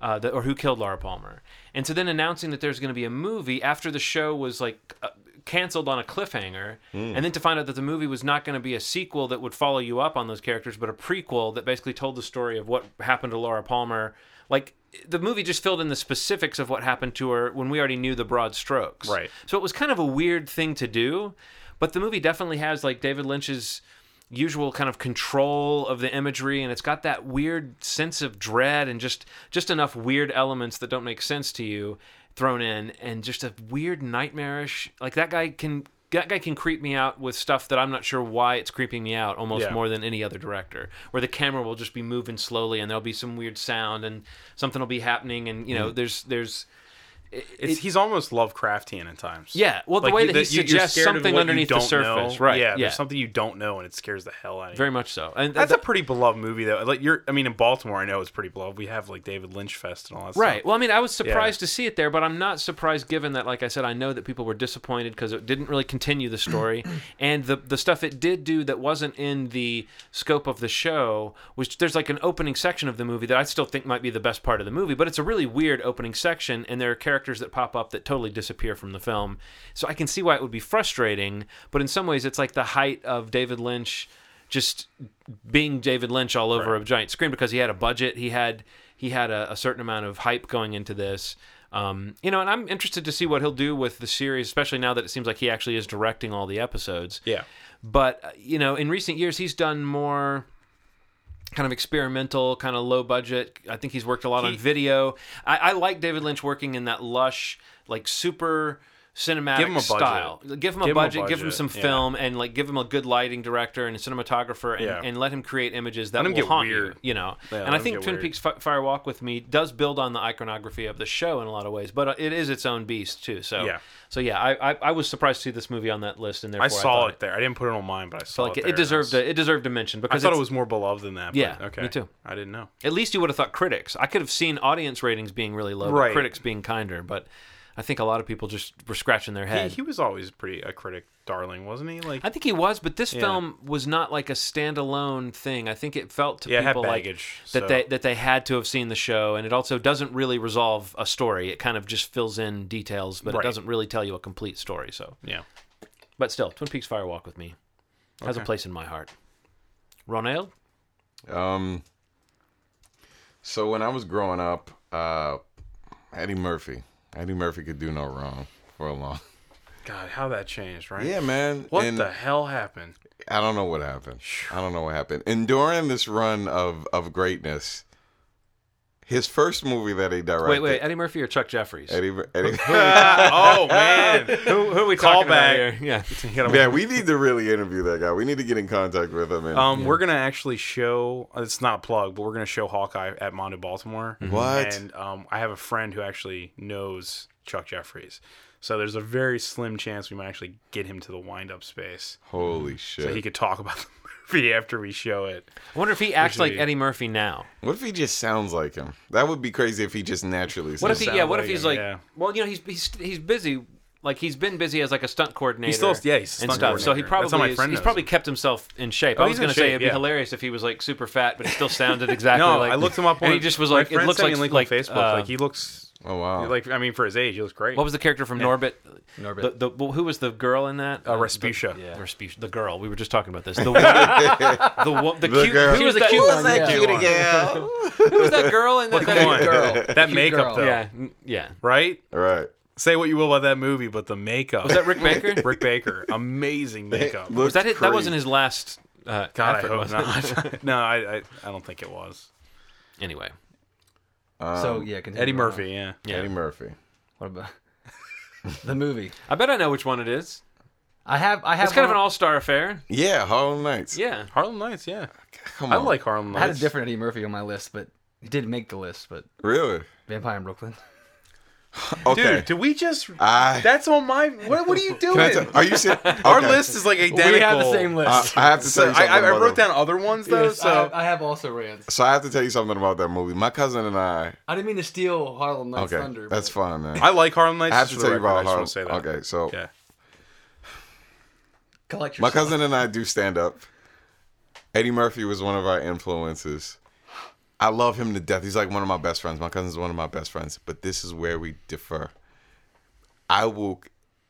Speaker 5: uh, the, or who killed Laura Palmer. And so then announcing that there's going to be a movie after the show was like uh, canceled on a cliffhanger,
Speaker 2: Hmm.
Speaker 5: and then to find out that the movie was not going to be a sequel that would follow you up on those characters, but a prequel that basically told the story of what happened to Laura Palmer. Like the movie just filled in the specifics of what happened to her when we already knew the broad strokes.
Speaker 2: Right.
Speaker 5: So it was kind of a weird thing to do, but the movie definitely has like David Lynch's usual kind of control of the imagery and it's got that weird sense of dread and just just enough weird elements that don't make sense to you thrown in and just a weird nightmarish like that guy can that guy can creep me out with stuff that I'm not sure why it's creeping me out almost
Speaker 2: Yeah.
Speaker 5: more than any other director. Where the camera will just be moving slowly and there'll be some weird sound and something will be happening and you know
Speaker 2: Mm-hmm.
Speaker 5: there's there's
Speaker 2: It's,
Speaker 5: it-
Speaker 2: he's almost Lovecraftian at times.
Speaker 5: yeah, well, the
Speaker 2: Like,
Speaker 5: way
Speaker 2: you-
Speaker 5: that
Speaker 2: that
Speaker 5: he
Speaker 2: you- you're
Speaker 5: suggests
Speaker 2: scared of
Speaker 5: something
Speaker 2: what you
Speaker 5: underneath the
Speaker 2: don't
Speaker 5: surface,
Speaker 2: know.
Speaker 5: right?
Speaker 2: Yeah,
Speaker 5: Yeah,
Speaker 2: there's something you don't know, and it scares the hell out of you.
Speaker 5: very much so. And
Speaker 2: That's
Speaker 5: th-
Speaker 2: a pretty beloved movie, though. Like you're, I mean, in Baltimore, I know it's pretty beloved. We have like David Lynch Fest and all that.
Speaker 5: Right.
Speaker 2: Stuff.
Speaker 5: Well, I mean, I was surprised to see it there, but I'm not surprised given that, like I said, I know that people were disappointed because it didn't really continue the story, and the the stuff it did do that wasn't in the scope of the show was there's like an opening section of the movie that I still think might be the best part of the movie, but it's a really weird opening section, and there are characters that pop up that totally disappear from the film, so I can see why it would be frustrating, but in some ways, it's like the height of David Lynch just being David Lynch all over a giant screen because he had a budget. He had he had a, a certain amount of hype going into this. Um, you know, and I'm interested to see what he'll do with the series, especially now that it seems like he actually is directing all the episodes.
Speaker 2: Yeah.
Speaker 5: But uh, you know, in recent years, he's done more kind of experimental, kind of low budget. I think he's worked a lot on video. I, I like David Lynch working in that lush, like super cinematic
Speaker 2: Give him a budget.
Speaker 5: style. Give him a,
Speaker 2: Give him a
Speaker 5: budget, give him
Speaker 2: budget,
Speaker 5: some
Speaker 2: yeah.
Speaker 5: film, and like give him a good lighting director and a cinematographer, and,
Speaker 2: Yeah.
Speaker 5: and let him create images that
Speaker 2: Let him
Speaker 5: will
Speaker 2: get
Speaker 5: haunt
Speaker 2: weird.
Speaker 5: you. You know,
Speaker 2: Yeah,
Speaker 5: and
Speaker 2: let
Speaker 5: I
Speaker 2: him
Speaker 5: think
Speaker 2: get
Speaker 5: Twin
Speaker 2: weird.
Speaker 5: Peaks Fi- Fire Walk with Me does build on the iconography of the show in a lot of ways, but uh, it is its own beast too. So
Speaker 2: Yeah.
Speaker 5: so yeah, I, I I was surprised to see this movie on that list, and therefore
Speaker 2: I saw
Speaker 5: thought
Speaker 2: it, there. I didn't put it on mine, but I saw it.
Speaker 5: Like it,
Speaker 2: There.
Speaker 5: it deserved a, it deserved a
Speaker 2: I
Speaker 5: mention because
Speaker 2: thought it
Speaker 5: it's-
Speaker 2: was more beloved than that. but
Speaker 5: Yeah,
Speaker 2: Okay.
Speaker 5: me too.
Speaker 2: I didn't know.
Speaker 5: at least you would have thought critics. I could have seen audience ratings being really low, but
Speaker 2: Right.
Speaker 5: critics being kinder. But I think a lot of people just were scratching their
Speaker 2: He,
Speaker 5: head.
Speaker 2: he was always pretty a critic darling, wasn't he? Like
Speaker 5: I think he was, but this film was not like a standalone thing. I think it felt to
Speaker 2: Yeah, it had
Speaker 5: people
Speaker 2: baggage,
Speaker 5: like that
Speaker 2: so-
Speaker 5: they that they had to have seen the show, and it also doesn't really resolve a story. It kind of just fills in details, but
Speaker 2: Right.
Speaker 5: it doesn't really tell you a complete story. So,
Speaker 2: yeah.
Speaker 5: but still, Twin Peaks Fire Walk with Me has a place in my heart. Ronald,
Speaker 3: Um. So when I was growing up, uh, Eddie Murphy, Eddie Murphy could do no wrong for a long.
Speaker 2: God, how that changed, right?
Speaker 3: Yeah, man.
Speaker 2: What
Speaker 3: and
Speaker 2: the hell happened?
Speaker 3: I don't know what happened. I don't know what happened. And during this run of of greatness, his first movie that he directed.
Speaker 5: wait, wait, Eddie Murphy or Chuck Jeffries?
Speaker 3: Eddie, Eddie,
Speaker 2: oh man.
Speaker 5: Ah, Who, who are we
Speaker 2: Call
Speaker 5: talking about
Speaker 2: back.
Speaker 5: here? Yeah,
Speaker 3: yeah, we need to really interview that guy. We need to get in contact with him. And,
Speaker 2: Um, we're gonna actually show. uh, It's not a plug, but we're gonna show Hawkeye at Mondo Baltimore.
Speaker 5: Mm-hmm.
Speaker 3: What?
Speaker 2: And um, I have a friend who actually knows Chuck Jeffries, so there's a very slim chance we might actually get him to the wind up space,
Speaker 3: holy shit!
Speaker 2: so he could talk about the movie after we show it.
Speaker 5: I wonder if he acts like
Speaker 2: be-
Speaker 5: Eddie Murphy now.
Speaker 3: what if he just sounds like him? That would be crazy if he just naturally.
Speaker 5: What if
Speaker 3: sounds-
Speaker 5: he?
Speaker 2: sound
Speaker 5: Yeah. What
Speaker 2: like
Speaker 5: if he's
Speaker 2: him,
Speaker 5: like?
Speaker 2: yeah.
Speaker 5: Well, you know, he's he's he's busy. Like he's been busy as like a stunt coordinator.
Speaker 2: He's still- yeah, he's a
Speaker 5: and
Speaker 2: stunt
Speaker 5: stuff. So he
Speaker 2: coordinator.
Speaker 5: probably
Speaker 2: That's how my
Speaker 5: is-
Speaker 2: friend
Speaker 5: he's
Speaker 2: knows
Speaker 5: probably
Speaker 2: him. Oh,
Speaker 5: kept himself in shape. I was
Speaker 2: he's in
Speaker 5: gonna say
Speaker 2: shape,
Speaker 5: it'd be
Speaker 2: yeah.
Speaker 5: hilarious if he was like super fat, but it still sounded exactly
Speaker 2: No,
Speaker 5: like.
Speaker 2: I looked him up.
Speaker 5: and
Speaker 2: on,
Speaker 5: he just was
Speaker 2: my
Speaker 5: like, it
Speaker 2: friend
Speaker 5: looks
Speaker 2: sent me
Speaker 5: like
Speaker 2: a link
Speaker 5: like
Speaker 2: on Facebook.
Speaker 5: uh,
Speaker 2: like he looks.
Speaker 3: Oh wow!
Speaker 2: Like I mean, for his age, he looks great.
Speaker 5: What was the character from Norbit?
Speaker 4: Norbit.
Speaker 5: The, the, who was the girl in that?
Speaker 2: uh, Respucia?
Speaker 5: Yeah. Respucia. The girl. We were just talking about this. The one, the, one, the,
Speaker 3: The
Speaker 5: cute.
Speaker 3: girl.
Speaker 5: Who was the
Speaker 4: Who
Speaker 5: cute
Speaker 4: was
Speaker 5: one?
Speaker 4: that
Speaker 5: Yeah.
Speaker 4: cute
Speaker 3: gal.
Speaker 5: Who was that girl in that?
Speaker 2: Come on.
Speaker 5: that
Speaker 4: girl.
Speaker 2: That
Speaker 4: Cute
Speaker 2: makeup
Speaker 4: girl.
Speaker 2: though,
Speaker 5: yeah, n- yeah.
Speaker 2: right?
Speaker 3: All right.
Speaker 2: Say what you will about that movie, but the makeup.
Speaker 5: Was that Rick Baker?
Speaker 2: Rick Baker, amazing makeup.
Speaker 5: was that his, that wasn't his last? Uh,
Speaker 2: God, I
Speaker 5: effort,
Speaker 2: hope
Speaker 5: was it?
Speaker 2: not. no, I, I, I don't think it was.
Speaker 5: Anyway,
Speaker 4: so yeah, continue
Speaker 2: Eddie
Speaker 4: on.
Speaker 2: Murphy, yeah.
Speaker 5: Yeah.
Speaker 3: Um, Eddie Murphy.
Speaker 4: What about the movie?
Speaker 5: I bet I know which one it is.
Speaker 4: I have. I have.
Speaker 5: It's kind of
Speaker 4: one-
Speaker 5: an all-star affair.
Speaker 3: Yeah, Harlem Nights.
Speaker 5: Yeah.
Speaker 2: Harlem Nights, yeah.
Speaker 3: Come
Speaker 2: I
Speaker 3: on.
Speaker 2: like Harlem
Speaker 4: I
Speaker 2: Nights.
Speaker 4: had a different Eddie Murphy on my list, but he did make the list. But
Speaker 3: Really?
Speaker 4: Vampire in Brooklyn.
Speaker 3: Okay.
Speaker 2: Dude, do we just?
Speaker 3: I.
Speaker 2: that's on my. What, what are you doing?
Speaker 3: Can I tell- are you serious?
Speaker 2: Our list is like identical.
Speaker 4: We have the same
Speaker 3: I,
Speaker 4: list.
Speaker 3: I have to tell
Speaker 2: So
Speaker 3: you something.
Speaker 2: I, I
Speaker 3: about
Speaker 2: wrote
Speaker 3: that.
Speaker 2: down other ones though.
Speaker 4: Yes, I
Speaker 2: so
Speaker 4: have- I have also Rand's.
Speaker 3: So I have to tell you something about that movie. My cousin and I.
Speaker 4: I didn't mean to steal Harlem Nights
Speaker 3: Okay,
Speaker 4: thunder.
Speaker 3: that's
Speaker 4: but-
Speaker 3: fine, man.
Speaker 2: I, like Harlem Nights.
Speaker 3: I have
Speaker 2: just
Speaker 3: to
Speaker 2: for
Speaker 3: tell
Speaker 2: the
Speaker 3: you
Speaker 2: record, I
Speaker 3: about
Speaker 2: just
Speaker 3: Harlem.
Speaker 2: want to say that.
Speaker 3: Okay, so
Speaker 2: Yeah.
Speaker 4: collect
Speaker 3: my
Speaker 4: yourself.
Speaker 3: cousin and I do stand up. Eddie Murphy was one of our influences. I love him to death. He's like one of my best friends. My cousin's one of my best friends. But this is where we differ. I will,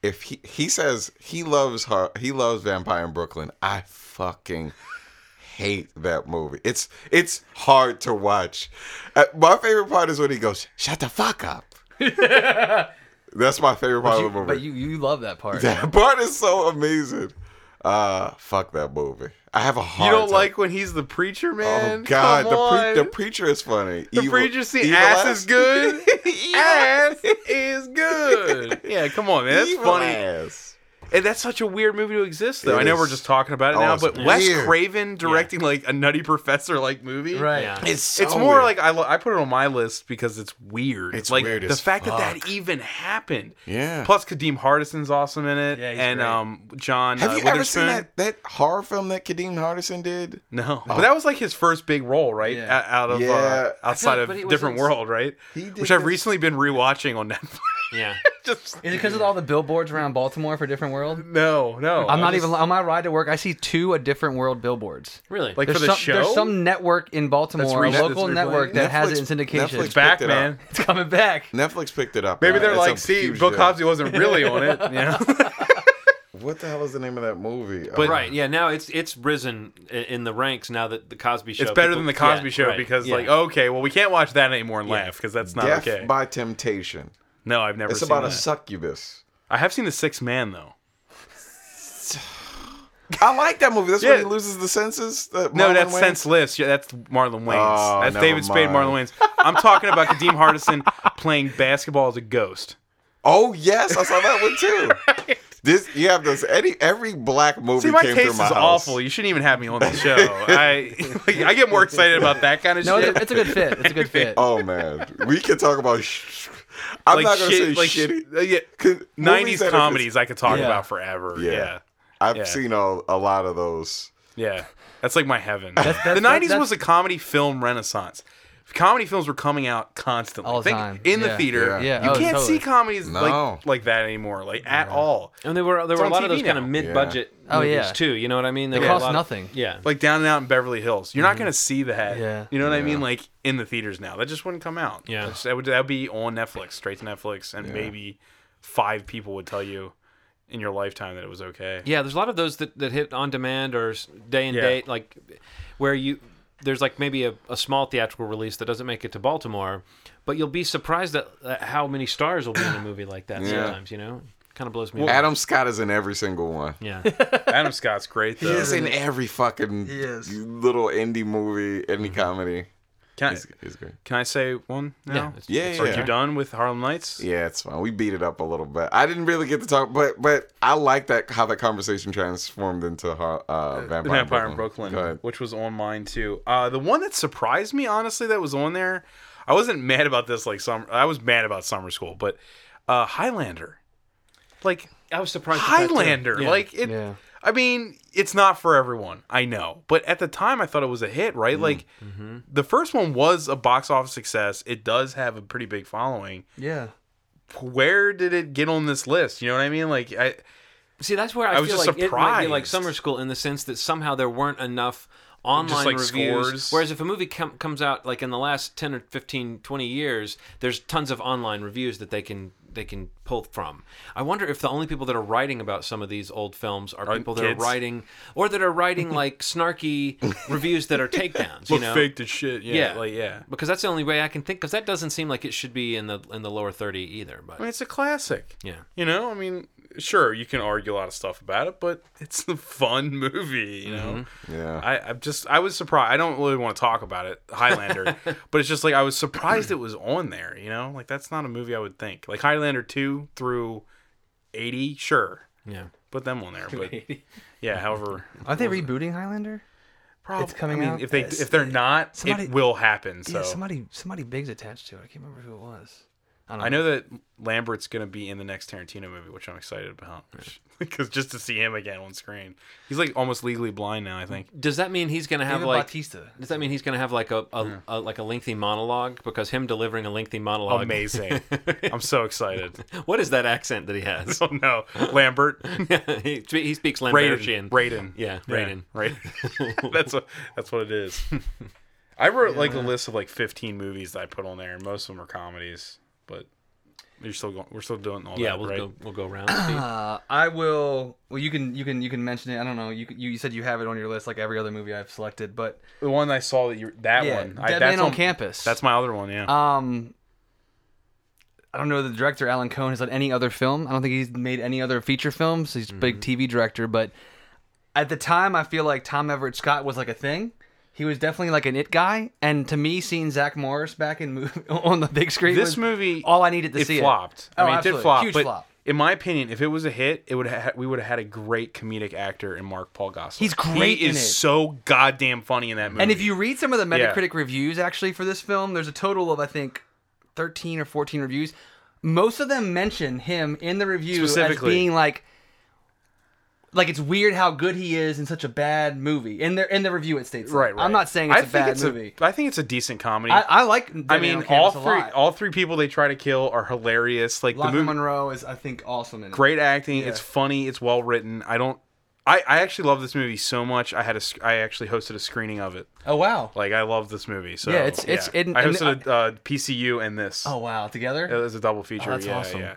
Speaker 3: if he he says he loves her, he loves Vampire in Brooklyn. I fucking hate that movie. It's it's hard to watch. Uh, my favorite part is when he goes, "Shut the fuck up." That's my favorite part
Speaker 4: You-
Speaker 3: of the movie.
Speaker 4: but you, you love that part.
Speaker 3: That part is so amazing. Uh, fuck that movie. I have a
Speaker 2: You
Speaker 3: hard.
Speaker 2: don't
Speaker 3: time-
Speaker 2: like when he's the preacher, man?
Speaker 3: Oh God,
Speaker 2: Come
Speaker 3: the,
Speaker 2: on.
Speaker 3: pre- the preacher is funny.
Speaker 2: The
Speaker 3: Evil-
Speaker 2: preacher see
Speaker 3: evil
Speaker 2: ass, is good. ass is good. Yeah, come on, man. That's
Speaker 3: Evil
Speaker 2: funny.
Speaker 3: ass.
Speaker 2: And that's such a weird movie to exist, though.
Speaker 3: It
Speaker 2: I know
Speaker 3: is.
Speaker 2: we're just talking about it
Speaker 3: Oh,
Speaker 2: now,
Speaker 3: it's
Speaker 2: but Wes
Speaker 3: weird.
Speaker 2: Craven directing like a Nutty Professor like movie,
Speaker 4: Right.
Speaker 5: Yeah.
Speaker 3: It's so
Speaker 2: it's more
Speaker 3: weird.
Speaker 2: like I, lo- I put it on my list because it's weird.
Speaker 3: It's
Speaker 2: like
Speaker 3: weird
Speaker 2: the
Speaker 3: as
Speaker 2: fact that
Speaker 3: fuck.
Speaker 2: that even happened.
Speaker 3: Yeah.
Speaker 2: Plus, Kadeem Hardison's awesome in it,
Speaker 4: Yeah, he's
Speaker 2: and
Speaker 4: great.
Speaker 2: um, John.
Speaker 3: Have
Speaker 2: uh,
Speaker 3: you ever
Speaker 2: Witherspoon.
Speaker 3: seen that that horror film that Kadeem Hardison did?
Speaker 2: No, but that was like his first big role, right?
Speaker 4: Yeah.
Speaker 2: O- Out of
Speaker 3: Oh. Yeah.
Speaker 2: uh, outside
Speaker 5: like-
Speaker 2: of
Speaker 5: but he was
Speaker 2: different
Speaker 5: in-
Speaker 2: world, right?
Speaker 3: did
Speaker 2: Which I've
Speaker 3: this-
Speaker 2: recently been rewatching on Netflix.
Speaker 5: Yeah.
Speaker 2: just
Speaker 4: Is it because of all the billboards around Baltimore for Different World?
Speaker 2: no, no.
Speaker 4: I'm
Speaker 2: Oh, I
Speaker 4: not
Speaker 2: just-
Speaker 4: even on my ride to work. I see two a Different World billboards.
Speaker 5: Really?
Speaker 2: like
Speaker 4: There's
Speaker 2: for the
Speaker 4: some,
Speaker 2: show.
Speaker 4: There's some network in Baltimore,
Speaker 2: re-
Speaker 4: a
Speaker 2: that's
Speaker 4: local
Speaker 2: replaying.
Speaker 4: network that has it in
Speaker 3: Netflix-
Speaker 4: syndication.
Speaker 3: Netflix-
Speaker 2: back,
Speaker 3: picked it
Speaker 2: man.
Speaker 3: up.
Speaker 4: It's coming back.
Speaker 3: Netflix picked it up.
Speaker 2: Maybe
Speaker 3: man.
Speaker 2: they're
Speaker 3: It's
Speaker 2: like,
Speaker 3: a
Speaker 2: see,
Speaker 3: huge
Speaker 2: Bill
Speaker 3: deal.
Speaker 2: Cosby wasn't really on it. You know?
Speaker 3: What the hell is the name of that movie? Uh,
Speaker 2: But-
Speaker 5: right. Yeah. Now it's it's risen i- in the ranks now that the Cosby Show.
Speaker 2: it's better
Speaker 5: people-
Speaker 2: than the Cosby
Speaker 5: yeah,
Speaker 2: Show
Speaker 5: right,
Speaker 2: because,
Speaker 5: yeah.
Speaker 2: like, oh, okay, well, we can't watch that anymore and laugh because that's not
Speaker 3: Death
Speaker 2: okay.
Speaker 3: by Temptation.
Speaker 2: no, I've never
Speaker 3: It's
Speaker 2: seen
Speaker 3: about
Speaker 2: that.
Speaker 3: a succubus.
Speaker 2: I have seen The Sixth Man though.
Speaker 3: I like that movie. That's when
Speaker 2: Yeah.
Speaker 3: he loses the senses. that
Speaker 2: No,
Speaker 3: Marlon
Speaker 2: that's
Speaker 3: Wayans-
Speaker 2: senseless. Yeah, that's Marlon Wayans.
Speaker 3: Oh,
Speaker 2: that's
Speaker 3: never
Speaker 2: David Spade,
Speaker 3: mind.
Speaker 2: Marlon Wayans. I'm talking about Kadeem Hardison playing basketball as a ghost.
Speaker 3: Oh yes, I saw that one too. This you have this every every black movie
Speaker 2: See, my
Speaker 3: came
Speaker 2: taste
Speaker 3: through
Speaker 2: is
Speaker 3: my house.
Speaker 2: awful. You shouldn't even have me on the show. I like, I get more excited about that kind of
Speaker 4: No,
Speaker 2: shit.
Speaker 4: it's a, it's a good fit. It's a good fit.
Speaker 3: Oh man, we can talk about. Sh- I'm
Speaker 2: like
Speaker 3: not gonna
Speaker 2: shit,
Speaker 3: say
Speaker 2: like
Speaker 3: shitty.
Speaker 2: uh, yeah,
Speaker 3: 'cause movies
Speaker 2: 90s
Speaker 3: that are
Speaker 2: comedies
Speaker 3: just-
Speaker 2: I could talk
Speaker 4: Yeah.
Speaker 2: about forever.
Speaker 3: Yeah.
Speaker 2: Yeah. yeah.
Speaker 3: I've
Speaker 2: yeah.
Speaker 3: seen a, a lot of those.
Speaker 2: That's like my heaven.
Speaker 4: that's-
Speaker 2: the 90s
Speaker 4: that's-
Speaker 2: was a comedy film renaissance. comedy films were coming out constantly.
Speaker 4: All the
Speaker 2: Think-
Speaker 4: time.
Speaker 2: in the
Speaker 4: Yeah.
Speaker 2: theater.
Speaker 4: Yeah.
Speaker 2: you
Speaker 4: Oh,
Speaker 2: can't
Speaker 4: totally.
Speaker 2: see comedies
Speaker 3: No.
Speaker 2: like like that anymore, like at all.
Speaker 5: And there were there
Speaker 2: It's
Speaker 5: were a
Speaker 2: on
Speaker 5: lot of
Speaker 2: TV
Speaker 5: those kind of
Speaker 2: now.
Speaker 5: mid-budget
Speaker 4: Oh,
Speaker 5: movies
Speaker 4: yeah.
Speaker 5: too. You know what I mean? They
Speaker 4: cost nothing.
Speaker 5: Yeah. Mm-hmm.
Speaker 2: Like Down and Out in Beverly Hills, you're not gonna see that.
Speaker 4: Yeah.
Speaker 2: you know what I mean. Like in the theaters now, that just wouldn't come out.
Speaker 5: Yeah.
Speaker 2: That's- that would that would be on Netflix, straight to Netflix, and maybe five people would tell you in your lifetime that it was okay.
Speaker 5: Yeah, there's a lot of those that, that hit on demand or s- day and
Speaker 2: Yeah.
Speaker 5: date, like where you there's like maybe a, a small theatrical release that doesn't make it to Baltimore, but you'll be surprised at, at how many stars will be in a movie like that sometimes. You know, kind of blows me. away.
Speaker 3: Adam Scott is in every single one.
Speaker 5: Yeah,
Speaker 2: Adam Scott's great though.
Speaker 3: He is in every fucking
Speaker 4: is.
Speaker 3: little indie movie,
Speaker 2: Mm-hmm.
Speaker 3: indie comedy.
Speaker 2: Can I,
Speaker 3: He's, he's great.
Speaker 2: can I say one now?
Speaker 5: yeah, it's-
Speaker 3: Yeah,
Speaker 5: it's-
Speaker 3: yeah.
Speaker 2: Are you done with Harlem Nights?
Speaker 3: Yeah, it's fine. We beat it up a little bit. I didn't really get to talk, but but I like that how that conversation transformed into Har- uh,
Speaker 2: The
Speaker 3: Vampire,
Speaker 2: Vampire
Speaker 3: in
Speaker 2: in Brooklyn,
Speaker 3: Go ahead.
Speaker 2: which was on mine too. Uh, the one that surprised me, honestly, that was on there. I wasn't mad about this like summer. I was mad about summer school, but uh, Highlander, like
Speaker 5: I was surprised. at that, too.
Speaker 2: Highlander,
Speaker 5: Yeah.
Speaker 2: like it.
Speaker 4: Yeah.
Speaker 2: I mean, it's not for everyone, I know, but at the time, I thought it was a hit,
Speaker 5: Mm,
Speaker 2: right? Like
Speaker 5: mm-hmm.
Speaker 2: the first one was a box office success. It does have a pretty big following.
Speaker 4: Yeah.
Speaker 2: Where did it get on this list? You know what I mean? Like I,
Speaker 5: See, that's where I,
Speaker 2: I was
Speaker 5: feel
Speaker 2: just
Speaker 5: like it might be
Speaker 2: surprised.
Speaker 5: like summer school in the sense that somehow there weren't enough online
Speaker 2: like,
Speaker 5: reviews.
Speaker 2: scores.
Speaker 5: Whereas if a movie com- comes out like in the last 10 or 15, 20 years, there's tons of online reviews that they can they can pull from. I wonder if the only people that are writing about some of these old films are, people that
Speaker 2: kids?
Speaker 5: are writing or that are writing like snarky reviews that are takedowns, you
Speaker 2: look
Speaker 5: know.
Speaker 2: faked as shit. Yeah,
Speaker 5: Yeah.
Speaker 2: like yeah.
Speaker 5: Because that's the only way I can think cuz that doesn't seem like it should be in the in the lower 30 either, but
Speaker 2: I mean, it's a classic.
Speaker 5: yeah.
Speaker 2: You know, I mean, sure, you can argue a lot of stuff about it, but it's a fun movie, you know.
Speaker 5: Mm-hmm.
Speaker 3: Yeah.
Speaker 2: I, I'm just I was surprised. I don't really want to talk about it, Highlander, but it's just like I was surprised it was on there, you know? Like that's not a movie I would think. Like Highlander 2 through 80, sure.
Speaker 5: Yeah.
Speaker 2: Put them on there, but yeah, however,
Speaker 4: Are they rebooting Highlander?
Speaker 2: probably
Speaker 4: coming
Speaker 2: I mean,
Speaker 4: out?
Speaker 2: if they
Speaker 4: It's-
Speaker 2: if they're not,
Speaker 4: somebody-
Speaker 2: it will happen. So
Speaker 4: Yeah, somebody somebody big's attached to it. I can't remember who it was. don't
Speaker 2: I know that Lambert's going to be in the next Tarantino movie, which I'm excited about. Because just to see him again on screen, he's like almost legally blind now. I think.
Speaker 5: Does that mean he's going to have
Speaker 4: David
Speaker 5: like
Speaker 4: Bautista.
Speaker 5: Does that mean he's going to have like a, a, a like a lengthy monologue? Because him delivering a lengthy monologue.
Speaker 2: Amazing! I'm so excited.
Speaker 5: What is that accent that he has?
Speaker 2: Oh no, Lambert,
Speaker 5: he, spe- he speaks
Speaker 2: Raiden,
Speaker 5: Lambertian.
Speaker 2: Raiden.
Speaker 5: Yeah, Raiden.
Speaker 2: Raiden. that's what that's what it is. I wrote like a list of like 15 movies that I put on there, and most of them are comedies. But you're still going. We're still doing all
Speaker 5: Yeah,
Speaker 2: that,
Speaker 5: we'll
Speaker 2: right?
Speaker 5: go. We'll go around. Steve.
Speaker 4: Uh, I will. Well, you can you can you can mention it. I don't know. You you, you said you have it on your list like every other movie I've selected, but
Speaker 2: The one I saw that you that
Speaker 4: yeah,
Speaker 2: one. I,
Speaker 4: Dead
Speaker 2: that's
Speaker 4: Man on
Speaker 2: on-
Speaker 4: Campus.
Speaker 2: That's my other one. Yeah.
Speaker 4: um. I don't know the director Alan Cohen has done any other film. I don't think he's made any other feature films. He's a
Speaker 2: Mm-hmm.
Speaker 4: big TV director, but at the time, I feel like Tom Everett Scott was like a thing. He was definitely like an it guy, and to me, seeing Zach Morris back in movie, on the big screen,
Speaker 2: this
Speaker 4: was
Speaker 2: movie
Speaker 4: all I needed to
Speaker 2: it
Speaker 4: see.
Speaker 2: flopped.
Speaker 4: It.
Speaker 2: I mean,
Speaker 4: oh,
Speaker 2: it did
Speaker 4: absolutely.
Speaker 2: flop.
Speaker 4: Huge
Speaker 2: but
Speaker 4: flop.
Speaker 2: in my opinion, if it was a hit, it would ha- we would have had a great comedic actor in Mark Paul Gosselaar.
Speaker 4: He's great
Speaker 2: He
Speaker 4: in
Speaker 2: is
Speaker 4: it.
Speaker 2: so goddamn funny in that movie.
Speaker 4: And if you read some of the
Speaker 2: Yeah.
Speaker 4: Metacritic reviews actually for this film, there's a total of I think 13 or 14 reviews. Most of them mention him in the review as
Speaker 2: Specifically.
Speaker 4: being like like it's weird how good he is in such a bad movie. In their in the review it states. that.
Speaker 2: right, right,
Speaker 4: I'm not saying it's
Speaker 2: I
Speaker 4: a
Speaker 2: think
Speaker 4: bad
Speaker 2: it's
Speaker 4: movie.
Speaker 2: I think it's a decent comedy.
Speaker 4: I I like
Speaker 2: I mean, all three all three people they try to kill are hilarious. Like the
Speaker 4: Lachlan
Speaker 2: movie,
Speaker 4: Monroe is I think awesome in it.
Speaker 2: great acting. It's funny. It's well written. I don't. I, I actually love this movie so much. I had a sc- I actually hosted a screening of it.
Speaker 4: Oh wow.
Speaker 2: Like I love this movie. So
Speaker 4: Yeah, it's- it's- it-
Speaker 2: I
Speaker 4: and-
Speaker 2: hosted uh, PCU and this.
Speaker 4: Oh wow, together?
Speaker 2: it was a double feature.
Speaker 4: that's
Speaker 2: yeah,
Speaker 4: awesome.
Speaker 2: yeah.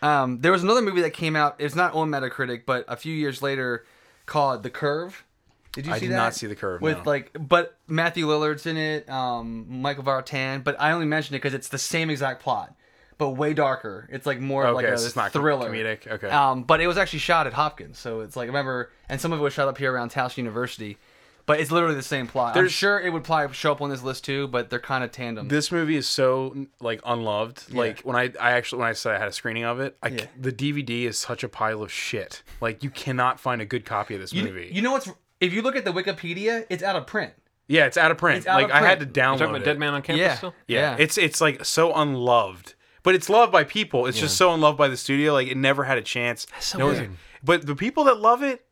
Speaker 4: Um, there was another movie that came out. It's not on Metacritic, but a few years later, called The Curve. Did you
Speaker 2: I
Speaker 4: see
Speaker 2: did
Speaker 4: that?
Speaker 2: not see The Curve,
Speaker 4: With
Speaker 2: no.
Speaker 4: like, but Matthew Lillard's in it, um, Michael Vartan. But I only mentioned it because it's the same exact plot, but way darker. It's like more of like
Speaker 2: Okay,
Speaker 4: a
Speaker 2: so it's not com-
Speaker 4: thriller,
Speaker 2: comedic, okay.
Speaker 4: Um, but it was actually shot at Hopkins, so it's like remember, and some of it was shot up here around Towson University. But it's literally the same plot. I'm
Speaker 2: There's-
Speaker 4: sure it would probably show up on this list too, but they're kind of tandem.
Speaker 2: this movie is so like unloved. Like when I I actually when I said I had a screening of it, I c
Speaker 4: Yeah.
Speaker 2: the DVD is such a pile of shit. Like you cannot find a good copy of this
Speaker 4: you,
Speaker 2: movie.
Speaker 4: you know what's? If you look at the Wikipedia, it's out of print.
Speaker 2: yeah, it's out of print.
Speaker 4: It's out
Speaker 2: like
Speaker 4: of
Speaker 2: I had to
Speaker 4: print.
Speaker 5: You're
Speaker 2: download
Speaker 5: talking
Speaker 2: it.
Speaker 5: about Dead Man on Campus
Speaker 4: Yeah.
Speaker 5: still.
Speaker 2: Yeah.
Speaker 4: Yeah.
Speaker 2: it's it's like so unloved, but it's loved by people. It's just so unloved by the studio. Like it never had a chance.
Speaker 5: so
Speaker 2: one's-
Speaker 5: weird. Mm-hmm.
Speaker 2: But the people that love it,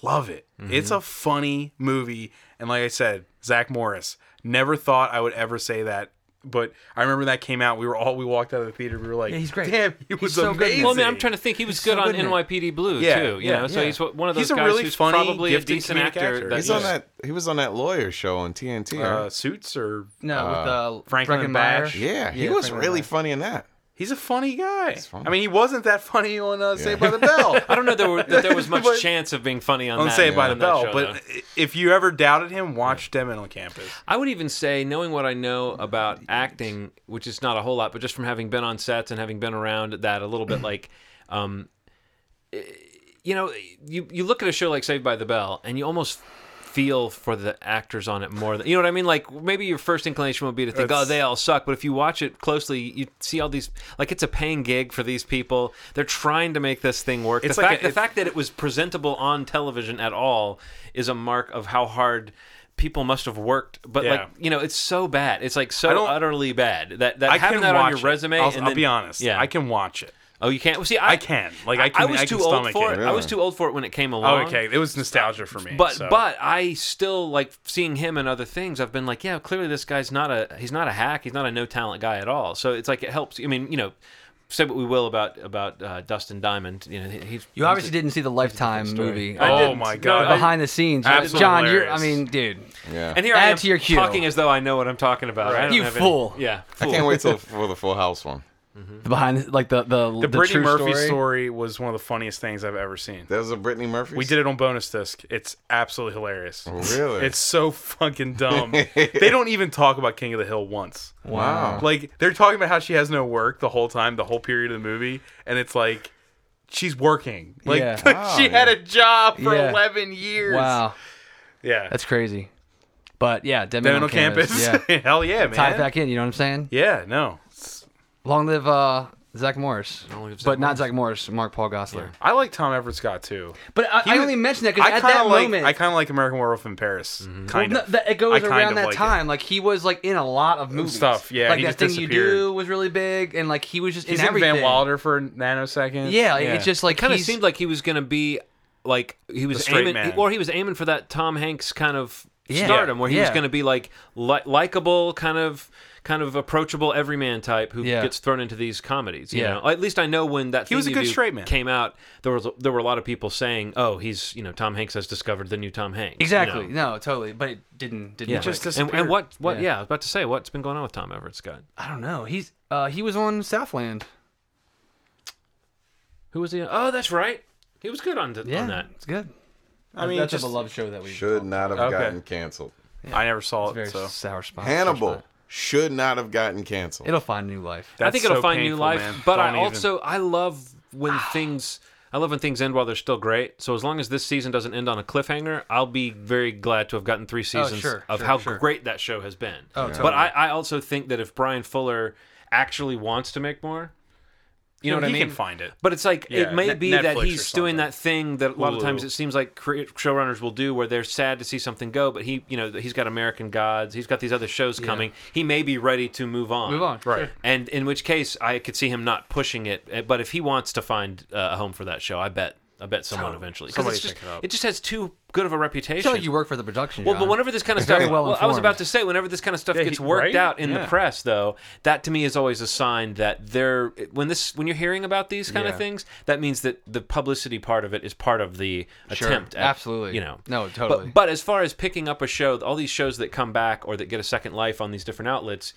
Speaker 2: love it. It's a funny movie, and like I said, Zach Morris. Never thought I would ever say that But I remember that came out. We were all we walked out of the theater. We were like,
Speaker 4: he's great.
Speaker 2: Damn, he
Speaker 4: He's
Speaker 2: was
Speaker 4: so good in
Speaker 2: amazing.
Speaker 4: it.
Speaker 5: Well, I mean, I'm trying to think. He was good
Speaker 4: so
Speaker 5: on
Speaker 4: good in it.
Speaker 5: NYPD Blue
Speaker 2: Yeah,
Speaker 5: too. You
Speaker 2: yeah,
Speaker 5: know, so
Speaker 2: yeah.
Speaker 5: he's one of those
Speaker 2: He's a
Speaker 5: guys
Speaker 2: really
Speaker 5: who's
Speaker 2: funny,
Speaker 5: probably a
Speaker 2: gifted
Speaker 5: decent
Speaker 2: comedic
Speaker 5: actor.
Speaker 2: actor.
Speaker 5: that
Speaker 3: He's
Speaker 2: Yeah.
Speaker 3: on that. He was on that lawyer show on TNT.
Speaker 2: uh,
Speaker 3: right?
Speaker 2: suits or
Speaker 4: No, with the
Speaker 2: Uh, Franklin
Speaker 4: Franklin
Speaker 2: Bash.
Speaker 3: yeah, he
Speaker 4: yeah,
Speaker 3: was
Speaker 4: Frank
Speaker 3: really
Speaker 4: Miller.
Speaker 3: funny in that.
Speaker 2: he's a funny guy.
Speaker 3: funny.
Speaker 2: I mean, he wasn't that funny on uh, Saved by the Bell.
Speaker 5: I don't know that, were, that there was much
Speaker 2: But-
Speaker 5: chance of being funny on
Speaker 2: on
Speaker 5: that.
Speaker 2: Saved by the
Speaker 5: on that
Speaker 2: Bell,
Speaker 5: show,
Speaker 2: but
Speaker 5: though.
Speaker 2: if you ever doubted him, watch Demon on Campus.
Speaker 5: I would even say, knowing what I know about acting, which is not a whole lot, but just from having been on sets and having been around that a little bit, like, um, eh, you know, you you look at a show like Saved by the Bell, and you almost feel for the actors on it more than you know what I mean. Like maybe your first inclination would be to think, oh,
Speaker 2: That's-
Speaker 5: they all suck, but if you watch it closely, you see all these like it's a paying gig for these people. They're trying to make this thing work.
Speaker 2: It's
Speaker 5: the
Speaker 2: like
Speaker 5: fact,
Speaker 2: a-
Speaker 5: the
Speaker 2: it's-
Speaker 5: fact fact that it was presentable on television at all is a mark of how hard people must have worked. But
Speaker 2: Yeah.
Speaker 5: like you know, it's so bad. It's like
Speaker 2: I
Speaker 5: so
Speaker 2: don't-
Speaker 5: utterly bad that that
Speaker 2: I
Speaker 5: having
Speaker 2: can
Speaker 5: that on
Speaker 2: watch
Speaker 5: your
Speaker 2: it.
Speaker 5: resume.
Speaker 2: I'll,
Speaker 5: and
Speaker 2: I'll
Speaker 5: then-
Speaker 2: be honest.
Speaker 5: Yeah,
Speaker 2: I can watch it.
Speaker 5: Oh, you can't. Well, see, I,
Speaker 2: I can. Like, I can-
Speaker 5: was
Speaker 2: I can
Speaker 5: too old
Speaker 2: stomach
Speaker 5: for it.
Speaker 2: it.
Speaker 5: I was too old for it when it came
Speaker 2: Oh,
Speaker 5: along.
Speaker 2: okay, it was nostalgia for me.
Speaker 5: But
Speaker 2: so.
Speaker 5: but I still like seeing him and other things. I've been like, yeah, clearly this guy's not a he's not a hack. He's not a no talent guy at all. So it's like it helps. I mean, you know, say what we will about about uh, Dustin Diamond. You know, he- he's
Speaker 4: You obviously didn't see the Lifetime movie.
Speaker 5: I
Speaker 2: oh
Speaker 5: didn't.
Speaker 2: my
Speaker 5: No,
Speaker 2: god,
Speaker 5: I-
Speaker 4: behind the scenes,
Speaker 2: Absolutely
Speaker 4: John. You're, I
Speaker 2: hilarious.
Speaker 4: mean, dude.
Speaker 3: Yeah,
Speaker 5: And here I
Speaker 4: Add
Speaker 5: am
Speaker 4: to your queue.
Speaker 5: talking as though I know what I'm talking about. I don't
Speaker 4: You
Speaker 5: have
Speaker 4: fool.
Speaker 5: Any, yeah,
Speaker 3: I
Speaker 5: fool.
Speaker 3: can't wait till for the Full House one.
Speaker 4: The behind, like the the the,
Speaker 2: the, Brittany
Speaker 4: true
Speaker 2: Murphy
Speaker 4: story.
Speaker 2: story. was one of the funniest things I've ever seen.
Speaker 3: That was a Brittany Murphy.
Speaker 2: We did it on bonus disc. It's absolutely hilarious.
Speaker 3: Really?
Speaker 2: It's so fucking dumb. they don't even talk about King of the Hill once.
Speaker 3: wow.
Speaker 2: Like they're talking about how she has no work the whole time, the whole period of the movie, and it's like she's working. Like
Speaker 4: Yeah.
Speaker 3: Wow,
Speaker 2: she had a job for
Speaker 4: Yeah.
Speaker 2: eleven years.
Speaker 4: Wow,
Speaker 2: Yeah.
Speaker 4: that's crazy. But yeah, Demi
Speaker 2: Devin
Speaker 4: on
Speaker 2: on campus.
Speaker 4: Yeah,
Speaker 2: Hell yeah, man.
Speaker 4: tie it back in. You know what I'm saying?
Speaker 2: Yeah, no. It's-
Speaker 4: Long live uh, Zach Morris.
Speaker 5: Long live Zach
Speaker 4: but not Zach Morris, Mark Paul Gossler.
Speaker 2: I like Tom Everett Scott too.
Speaker 4: But I,
Speaker 2: He
Speaker 4: I
Speaker 2: was-
Speaker 4: only mention that because
Speaker 2: I
Speaker 4: at
Speaker 2: kind
Speaker 4: that
Speaker 2: of like
Speaker 4: moment,
Speaker 2: I kind of like American Werewolf in Paris.
Speaker 5: Mm-hmm.
Speaker 2: Kind
Speaker 4: No,
Speaker 2: of.
Speaker 4: that, it
Speaker 2: I
Speaker 4: goes
Speaker 2: kind
Speaker 4: around
Speaker 2: of
Speaker 4: that
Speaker 2: like it.
Speaker 4: time. Like he was like in a lot of movies.
Speaker 2: Stuff, yeah,
Speaker 4: Like
Speaker 2: he
Speaker 4: that
Speaker 2: just
Speaker 4: thing you do
Speaker 2: disappeared.
Speaker 4: was really big, and like he was just
Speaker 2: He's
Speaker 4: in
Speaker 2: in
Speaker 4: everything.
Speaker 2: Van Wilder for a nanosecond.
Speaker 4: Yeah, it's just like
Speaker 5: Kind of
Speaker 4: he's-
Speaker 5: seemed like he was going to be like he was
Speaker 2: straight
Speaker 5: aiming,
Speaker 2: man.
Speaker 5: or he was aiming for that Tom Hanks kind of
Speaker 4: Yeah.
Speaker 5: stardom, where he was
Speaker 4: Yeah.
Speaker 5: going to be like li- likable, kind of kind of approachable everyman type who
Speaker 4: Yeah.
Speaker 5: gets thrown into these comedies. You
Speaker 4: Yeah.
Speaker 5: know, at least I know when that
Speaker 2: He was
Speaker 5: Thing
Speaker 2: a
Speaker 5: You
Speaker 2: good
Speaker 5: Do
Speaker 2: straight man.
Speaker 5: came out, there was there were a lot of people saying, "Oh, he's you know Tom Hanks has discovered the new Tom Hanks." you know?
Speaker 4: exactly. No, totally. But it didn't. Didn't.
Speaker 5: Yeah.
Speaker 4: click.
Speaker 2: just
Speaker 5: and, and
Speaker 2: disappeared.
Speaker 5: what what
Speaker 4: Yeah.
Speaker 5: yeah. I was about to say what's been going on with Tom Everett Scott?
Speaker 4: I don't know. He's uh, he was on Southland.
Speaker 5: Who was he? on? Oh, that's right. He was good on, on that.
Speaker 4: it's good.
Speaker 2: I mean,
Speaker 4: that's
Speaker 2: just,
Speaker 4: a beloved show that we
Speaker 3: Should not have
Speaker 2: Okay.
Speaker 3: gotten canceled.
Speaker 2: I never saw
Speaker 4: Very
Speaker 2: it. So
Speaker 4: sour spot.
Speaker 3: Hannibal should not have gotten canceled.
Speaker 4: It'll find new life.
Speaker 5: I think it'll find new life. But I also I love when
Speaker 4: Ah.
Speaker 5: things I love when things end while they're still great. So as long as this season doesn't end on a cliffhanger, I'll be very glad to have gotten three seasons
Speaker 4: Oh, sure,
Speaker 5: of
Speaker 4: sure,
Speaker 5: how
Speaker 4: sure.
Speaker 5: great that show has been.
Speaker 4: Oh,
Speaker 5: But I, I also think that if Brian Fuller actually wants to make more, you know what I
Speaker 2: he
Speaker 5: mean.
Speaker 2: can find it.
Speaker 5: But it's like
Speaker 2: Yeah,
Speaker 5: it may
Speaker 2: Net-
Speaker 5: be
Speaker 2: Netflix
Speaker 5: that
Speaker 2: or
Speaker 5: he's doing
Speaker 2: something.
Speaker 5: that thing that a lot of
Speaker 2: Hulu.
Speaker 5: times it seems like cre- showrunners will do, where they're sad to see something go, but he, you know, he's got American Gods, he's got these other shows coming. He may be ready to move on.
Speaker 4: Move on.
Speaker 2: Right.
Speaker 5: And in which case, I could see him not pushing it. uh, But if he wants to find uh, a home for that show, I bet, I bet someone eventually. Because
Speaker 2: Somebody
Speaker 5: just,
Speaker 2: pick it up.
Speaker 5: it just has too good of a reputation.
Speaker 4: I feel like you work for the production.
Speaker 5: Well,
Speaker 4: John.
Speaker 5: but whenever this kind of stuff,
Speaker 4: Very well
Speaker 5: well, I
Speaker 4: informed.
Speaker 5: was about to say, whenever this kind of stuff
Speaker 2: Yeah,
Speaker 5: gets
Speaker 2: he-
Speaker 5: worked
Speaker 2: right?
Speaker 5: out in the
Speaker 2: Yeah.
Speaker 5: press, though, that to me is always a sign that they're when this when you're hearing about these kind of
Speaker 4: Yeah.
Speaker 5: things, that means that the publicity part of it is part of the attempt. At,
Speaker 4: Absolutely.
Speaker 5: you know,
Speaker 4: No,
Speaker 5: But-
Speaker 4: totally.
Speaker 5: But, as far as picking up a show, all these shows that come back or that get a second life on these different outlets.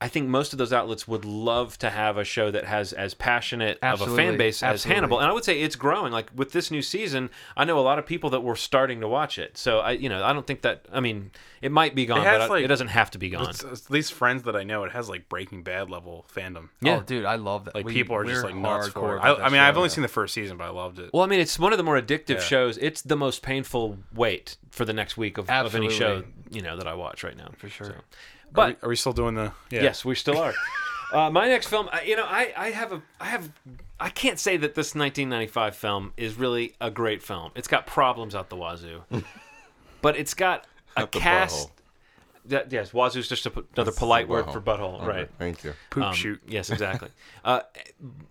Speaker 5: I think most of those outlets would love to have a show that has as passionate of a fan
Speaker 4: Absolutely.
Speaker 5: base as
Speaker 4: Absolutely.
Speaker 5: Hannibal. And I would say it's growing. Like with this new season, I know a lot of people that were starting to watch it. So I, you know, I don't think that. I mean, it might be gone,
Speaker 2: It has,
Speaker 5: but I-
Speaker 2: like-
Speaker 5: it doesn't have to be gone.
Speaker 2: It's, uh, it's at least friends that I know, it has like Breaking Bad level fandom.
Speaker 5: yeah.
Speaker 4: oh, dude, I love that.
Speaker 2: Like
Speaker 4: We-
Speaker 2: people are just
Speaker 4: we're
Speaker 2: like nuts for
Speaker 4: hardcore
Speaker 2: it.
Speaker 4: about
Speaker 2: I,
Speaker 4: that
Speaker 2: I mean, I've
Speaker 4: show.
Speaker 2: only seen the first season, but I loved it.
Speaker 5: Well, I mean, it's one of the more addictive
Speaker 2: Yeah.
Speaker 5: shows. It's the most painful wait for the next week of, of any
Speaker 4: Absolutely.
Speaker 5: show you know that I watch right now. For
Speaker 4: sure.
Speaker 5: But
Speaker 2: are, we, are we still doing the? Yeah.
Speaker 5: Yes, we still are. uh, my next film, I, you know, I, I have a, I have, I can't say that this 1995 film is really a great film. It's got problems out the wazoo, but it's got a
Speaker 3: the
Speaker 5: cast.
Speaker 3: butthole.
Speaker 5: That, yes, wazoo's just a, p- another
Speaker 3: It's
Speaker 5: polite
Speaker 3: the
Speaker 5: word for butthole,
Speaker 3: All
Speaker 5: right?
Speaker 3: Thank you.
Speaker 2: Poop
Speaker 5: Um,
Speaker 2: shoot.
Speaker 5: Yes, exactly. uh,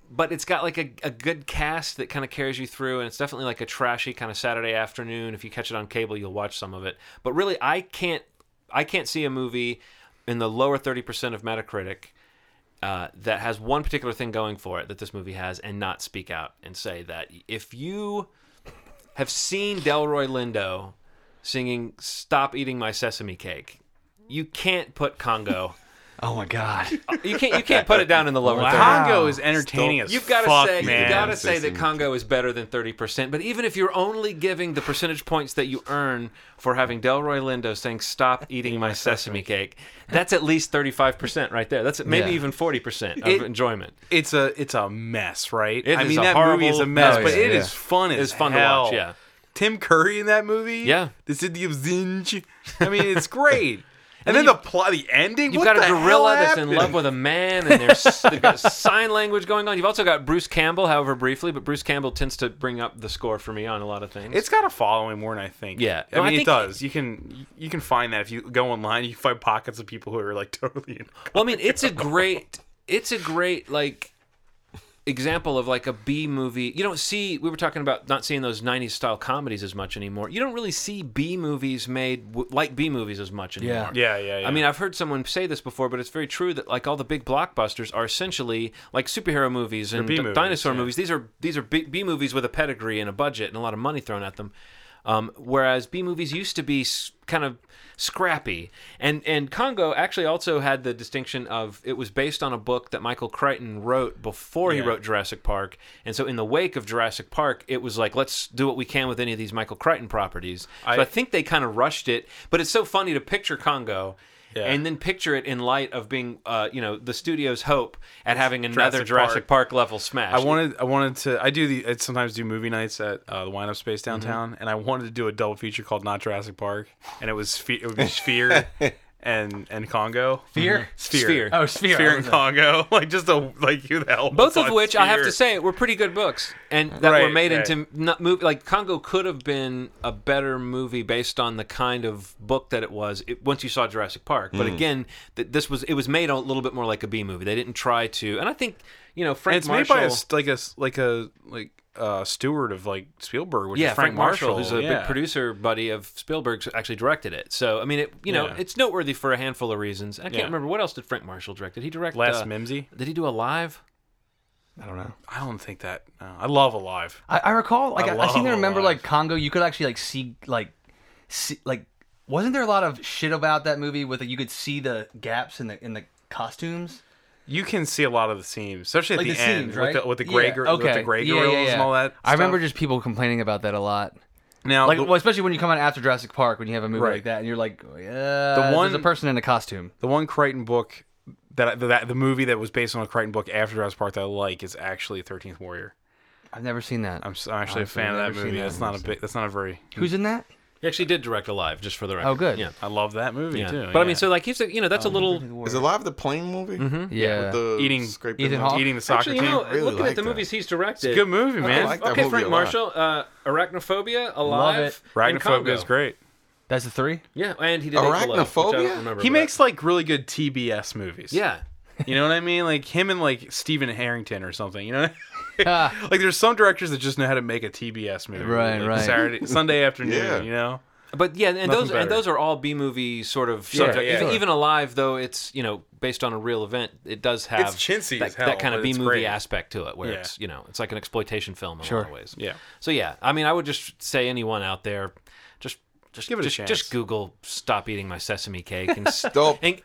Speaker 5: but it's got like a, a good cast that kind of carries you through, and it's definitely like a trashy kind of Saturday afternoon. If you catch it on cable, you'll watch some of it. But really, I can't I can't see a movie in the lower thirty percent of Metacritic uh, that has one particular thing going for it that this movie has, and not speak out and say that if you have seen Delroy Lindo singing "Stop Eating My Sesame Cake," you can't put Congo.
Speaker 4: Oh my god.
Speaker 5: You can't. You can't put it down in the lower. third.
Speaker 2: Congo is entertaining as
Speaker 5: You've got to
Speaker 2: fuck,
Speaker 5: say
Speaker 2: man.
Speaker 5: you got to say
Speaker 3: Sesame
Speaker 5: that Congo is better than 30%, but even if you're only giving the percentage points that you earn for having Delroy Lindo saying stop eating my sesame cake, that's at least 35% right there. That's maybe
Speaker 1: Yeah.
Speaker 5: even 40% of
Speaker 2: It-
Speaker 5: enjoyment.
Speaker 2: it's a it's a mess, right?
Speaker 5: It
Speaker 2: I
Speaker 5: is
Speaker 2: mean,
Speaker 5: a
Speaker 2: that movie is
Speaker 5: horrible-
Speaker 2: a mess,
Speaker 1: Oh,
Speaker 2: but
Speaker 1: yeah,
Speaker 2: it is
Speaker 1: yeah.
Speaker 2: fun as
Speaker 5: It's fun to
Speaker 2: hell.
Speaker 5: watch, yeah.
Speaker 2: Tim Curry in that movie,
Speaker 5: Yeah.
Speaker 2: the City of Zinj. I mean, it's great. and then the plot, the ending.
Speaker 5: You've
Speaker 2: what
Speaker 5: got
Speaker 2: the
Speaker 5: a gorilla
Speaker 2: hell
Speaker 5: that's in
Speaker 2: happened?
Speaker 5: love with a man, and there's they've got sign language going on. You've also got Bruce Campbell, however briefly, but Bruce Campbell tends to bring up the score for me on a lot of things.
Speaker 2: It's got a following more than I think.
Speaker 5: Yeah.
Speaker 2: I
Speaker 5: No,
Speaker 2: mean
Speaker 5: I
Speaker 2: it
Speaker 5: think-
Speaker 2: does. You can you can find that if you go online, you find pockets of people who are like totally. In.
Speaker 5: Well, I mean, it's a great, it's a great like example of like a B movie. You don't see. We were talking about not seeing those '90s style comedies as much anymore. You don't really see B movies made w- like B movies as much anymore.
Speaker 2: Yeah,
Speaker 4: Yeah.
Speaker 2: yeah, yeah.
Speaker 5: I mean, I've heard someone say this before, but it's very true that like all the big blockbusters are essentially like superhero movies and
Speaker 2: B
Speaker 5: d-
Speaker 2: movies,
Speaker 5: dinosaur
Speaker 2: yeah.
Speaker 5: movies. These are these are B, B movies with a pedigree and a budget and a lot of money thrown at them. Um, whereas B movies used to be s- kind of scrappy, and and Congo actually also had the distinction of it was based on a book that Michael Crichton wrote before he
Speaker 2: Yeah.
Speaker 5: wrote Jurassic Park, and so in the wake of Jurassic Park, it was like let's do what we can with any of these Michael Crichton properties. So
Speaker 2: I-
Speaker 5: I think they kind of rushed it, but it's so funny to picture Congo
Speaker 2: Yeah.
Speaker 5: and then picture it in light of being, uh, you know, the studio's hope at having another
Speaker 2: Jurassic
Speaker 5: Jurassic, Park. level smash.
Speaker 2: I wanted I wanted to I do the I sometimes do movie nights at uh, the Wind Up Space downtown, and I wanted to do a double feature called Not Jurassic Park, and it was Sphe- it would be Sphere and and Congo.
Speaker 4: Fear?
Speaker 2: Sphere.
Speaker 5: Sphere.
Speaker 4: Oh, Sphere.
Speaker 2: Sphere
Speaker 4: I
Speaker 2: and
Speaker 4: was like-
Speaker 2: Congo, like just a like who the hell?
Speaker 5: both
Speaker 2: was
Speaker 5: of
Speaker 2: on
Speaker 5: which I have to
Speaker 2: Sphere?
Speaker 5: say were pretty good books, and that were
Speaker 2: Right,
Speaker 5: made
Speaker 2: right.
Speaker 5: into not movie. Like Congo could have been a better movie based on the kind of book that it was. It, once you saw Jurassic Park,
Speaker 2: Hmm.
Speaker 5: but again, th- this was it was made a little bit more like a B movie. They didn't try to, and I think you know Frank
Speaker 2: And it's
Speaker 5: Marshall.
Speaker 2: made by a, s- like a s- like a like uh steward of like Spielberg, which
Speaker 5: yeah,
Speaker 2: is Frank, Marshall,
Speaker 5: who's a
Speaker 2: yeah.
Speaker 5: big producer buddy of Spielberg's, actually directed it. So I mean, it you know,
Speaker 2: Yeah.
Speaker 5: it's noteworthy for a handful of reasons. I can't
Speaker 2: Yeah.
Speaker 5: remember what else did Frank Marshall direct. Did he direct
Speaker 2: Les
Speaker 5: uh,
Speaker 2: Mimsy.
Speaker 5: Did he do Alive?
Speaker 4: I don't know.
Speaker 2: I don't think that. No, I love Alive.
Speaker 4: I, I recall like
Speaker 2: I
Speaker 4: I, I, seem
Speaker 2: love
Speaker 4: to remember like
Speaker 2: Alive.
Speaker 4: Congo. You could actually like see like see, like wasn't there a lot of shit about that movie with like, you could see the gaps in the in the costumes?
Speaker 2: You can see a lot of the seams, especially at
Speaker 4: Like
Speaker 2: the,
Speaker 4: the,
Speaker 2: end
Speaker 4: seams, right?
Speaker 2: with, the, with the gray,
Speaker 4: Yeah,
Speaker 2: gor-
Speaker 4: okay.
Speaker 2: with the gray
Speaker 4: Yeah,
Speaker 2: gorillas
Speaker 4: yeah, yeah.
Speaker 2: and all that.
Speaker 4: I remember
Speaker 2: stuff.
Speaker 4: just people complaining about that a lot.
Speaker 2: now
Speaker 4: Like,
Speaker 2: the,
Speaker 4: well, especially when you come out after Jurassic Park, when you have a movie
Speaker 2: Right.
Speaker 4: like that, and you're like, oh, yeah, the one,
Speaker 2: one-
Speaker 4: there's a person in a costume.
Speaker 2: the one Crichton book that, that the movie that was based on a Crichton book after Jurassic Park that I like is actually Thirteenth Warrior.
Speaker 4: I've never seen that.
Speaker 2: I'm, s am actually
Speaker 4: Honestly,
Speaker 2: a fan
Speaker 4: I've
Speaker 2: of that
Speaker 4: never
Speaker 2: movie.
Speaker 4: seen that.
Speaker 2: That's not a big. That's not a very.
Speaker 4: Who's in that?
Speaker 5: He actually did direct Alive, just for the record.
Speaker 4: Oh, good.
Speaker 5: Yeah.
Speaker 2: I love that movie
Speaker 5: yeah. Oh,
Speaker 2: too.
Speaker 5: but I mean, so like he's a, you know that's a little.
Speaker 3: Is Alive the plane movie? Mm-hmm.
Speaker 4: Yeah.
Speaker 3: The
Speaker 2: Eating-
Speaker 3: scraped
Speaker 4: Ethan
Speaker 3: in-
Speaker 4: Hawke?
Speaker 2: eating the soccer
Speaker 5: Actually, you
Speaker 2: team.
Speaker 5: know,
Speaker 3: really
Speaker 5: looking
Speaker 3: like
Speaker 5: at the
Speaker 3: that.
Speaker 5: movies he's directed,
Speaker 2: Good movie, man.
Speaker 3: like that
Speaker 5: okay,
Speaker 3: movie
Speaker 5: Frank
Speaker 3: a lot.
Speaker 5: Marshall, uh, Arachnophobia, Alive, and Congo.
Speaker 2: Arachnophobia is great.
Speaker 4: That's the three.
Speaker 5: Yeah, and he did April Love, which I
Speaker 3: Arachnophobia?
Speaker 5: don't remember,
Speaker 2: He
Speaker 5: but-
Speaker 2: makes like really good TBS movies.
Speaker 5: yeah.
Speaker 2: You know what I mean? Like him and like Stephen Harrington or something. You know,
Speaker 4: Ah,
Speaker 2: like there's some directors that just know how to make a TBS movie.
Speaker 4: Right,
Speaker 2: like,
Speaker 4: right.
Speaker 2: Saturday, Sunday afternoon.
Speaker 3: Yeah.
Speaker 2: You know.
Speaker 5: But yeah, and those
Speaker 2: better.
Speaker 5: and those are all B movie sort of subject.
Speaker 2: yeah,
Speaker 5: even,
Speaker 2: sure.
Speaker 5: even Alive, though it's you know based on a real event, it does have
Speaker 2: It's chintzy
Speaker 5: that,
Speaker 2: as hell,
Speaker 5: that kind of
Speaker 2: but
Speaker 5: B
Speaker 2: it's
Speaker 5: movie
Speaker 2: great.
Speaker 5: aspect to it, where
Speaker 2: Yeah.
Speaker 5: it's you know it's like an exploitation film in a lot of ways.
Speaker 2: Yeah.
Speaker 5: So yeah, I mean, I would just say anyone out there, just just
Speaker 2: Give it a
Speaker 5: just,
Speaker 2: chance.
Speaker 5: Just Google "stop eating my sesame cake" and
Speaker 3: Stop
Speaker 5: and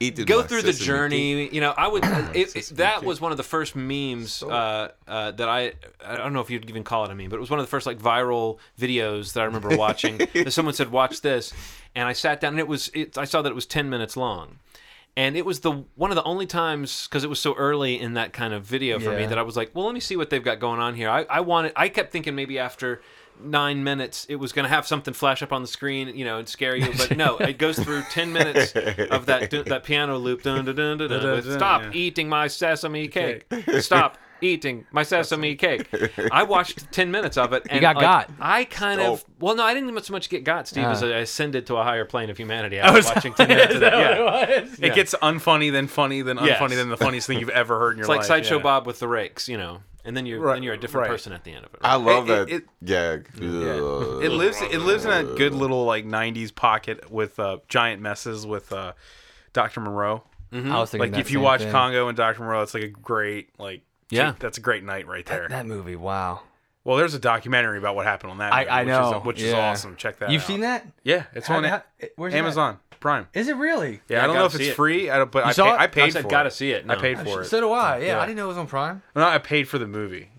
Speaker 3: eating
Speaker 5: go
Speaker 3: my
Speaker 5: through the
Speaker 3: sesame
Speaker 5: journey. You know, I would. it, it-
Speaker 3: sesame
Speaker 5: that
Speaker 3: cake.
Speaker 5: was one of the first memes uh, uh, that I I don't know if you'd even call it a meme, but it was one of the first like viral videos that I remember watching. that someone said, "Watch this," and I sat down and it was it, I saw that it was ten minutes long. And it was the one of the only times because it was so early in that kind of video for me
Speaker 4: Yeah.
Speaker 5: that I was like, well, let me see what they've got going on here. I, I wanted, I kept thinking maybe after nine minutes it was going to have something flash up on the screen, you know, and scare you. But no, it goes through ten minutes of that that piano loop. Dun, dun, dun, dun, dun,
Speaker 2: dun,
Speaker 5: with,
Speaker 2: dun,
Speaker 5: uh, Stop
Speaker 2: uh, yeah.
Speaker 5: eating my sesame cake. Stop eating my sesame cake. I watched ten minutes of it. And
Speaker 4: got
Speaker 5: like,
Speaker 4: got.
Speaker 5: I kind of
Speaker 3: Oh.
Speaker 5: well, no, I didn't so much get got, Steve,
Speaker 4: Ah.
Speaker 5: as I ascended to a higher plane of humanity after watching ten minutes of that. Yeah.
Speaker 2: It gets unfunny, then funny, then
Speaker 5: Yes.
Speaker 2: unfunny, then the funniest thing you've ever heard in your
Speaker 5: It's like
Speaker 2: life.
Speaker 5: Sideshow
Speaker 2: yeah.
Speaker 5: Bob with the rakes, you know, and then you're
Speaker 2: Right,
Speaker 5: then you're a different
Speaker 2: right.
Speaker 5: person at the end of it. right?
Speaker 3: I love
Speaker 2: It-
Speaker 3: that
Speaker 2: it-
Speaker 3: gag.
Speaker 2: It lives. It lives in that good little like '90s pocket with uh, giant messes with uh, Dr. Monroe.
Speaker 1: I was thinking
Speaker 2: Like
Speaker 1: that
Speaker 2: if you
Speaker 1: same
Speaker 2: watch
Speaker 1: thing.
Speaker 2: Congo and Dr. Monroe, it's like a great like
Speaker 5: Yeah.
Speaker 2: that's a great night right there.
Speaker 1: that movie, wow.
Speaker 2: well, there's a documentary about what happened on that.
Speaker 1: I-
Speaker 2: movie,
Speaker 1: I know,
Speaker 2: which, is, which is
Speaker 1: yeah.
Speaker 2: awesome. Check that.
Speaker 4: You've
Speaker 2: out.
Speaker 4: seen that?
Speaker 2: Yeah, it's
Speaker 4: How-
Speaker 2: on
Speaker 4: how- where's it at?
Speaker 2: Amazon Prime.
Speaker 4: Is it really?
Speaker 2: Yeah,
Speaker 5: Yeah,
Speaker 2: I don't
Speaker 5: gotta
Speaker 2: know if it's
Speaker 5: see it.
Speaker 2: free. I don't, but I,
Speaker 1: saw
Speaker 2: pay,
Speaker 1: it?
Speaker 2: I paid
Speaker 5: I said
Speaker 2: for
Speaker 5: gotta
Speaker 2: it.
Speaker 5: see it,
Speaker 2: I
Speaker 5: no.
Speaker 2: paid for it.
Speaker 4: So do I. Yeah,
Speaker 2: Yeah.
Speaker 4: I didn't know it was on Prime.
Speaker 2: no, I paid for the movie.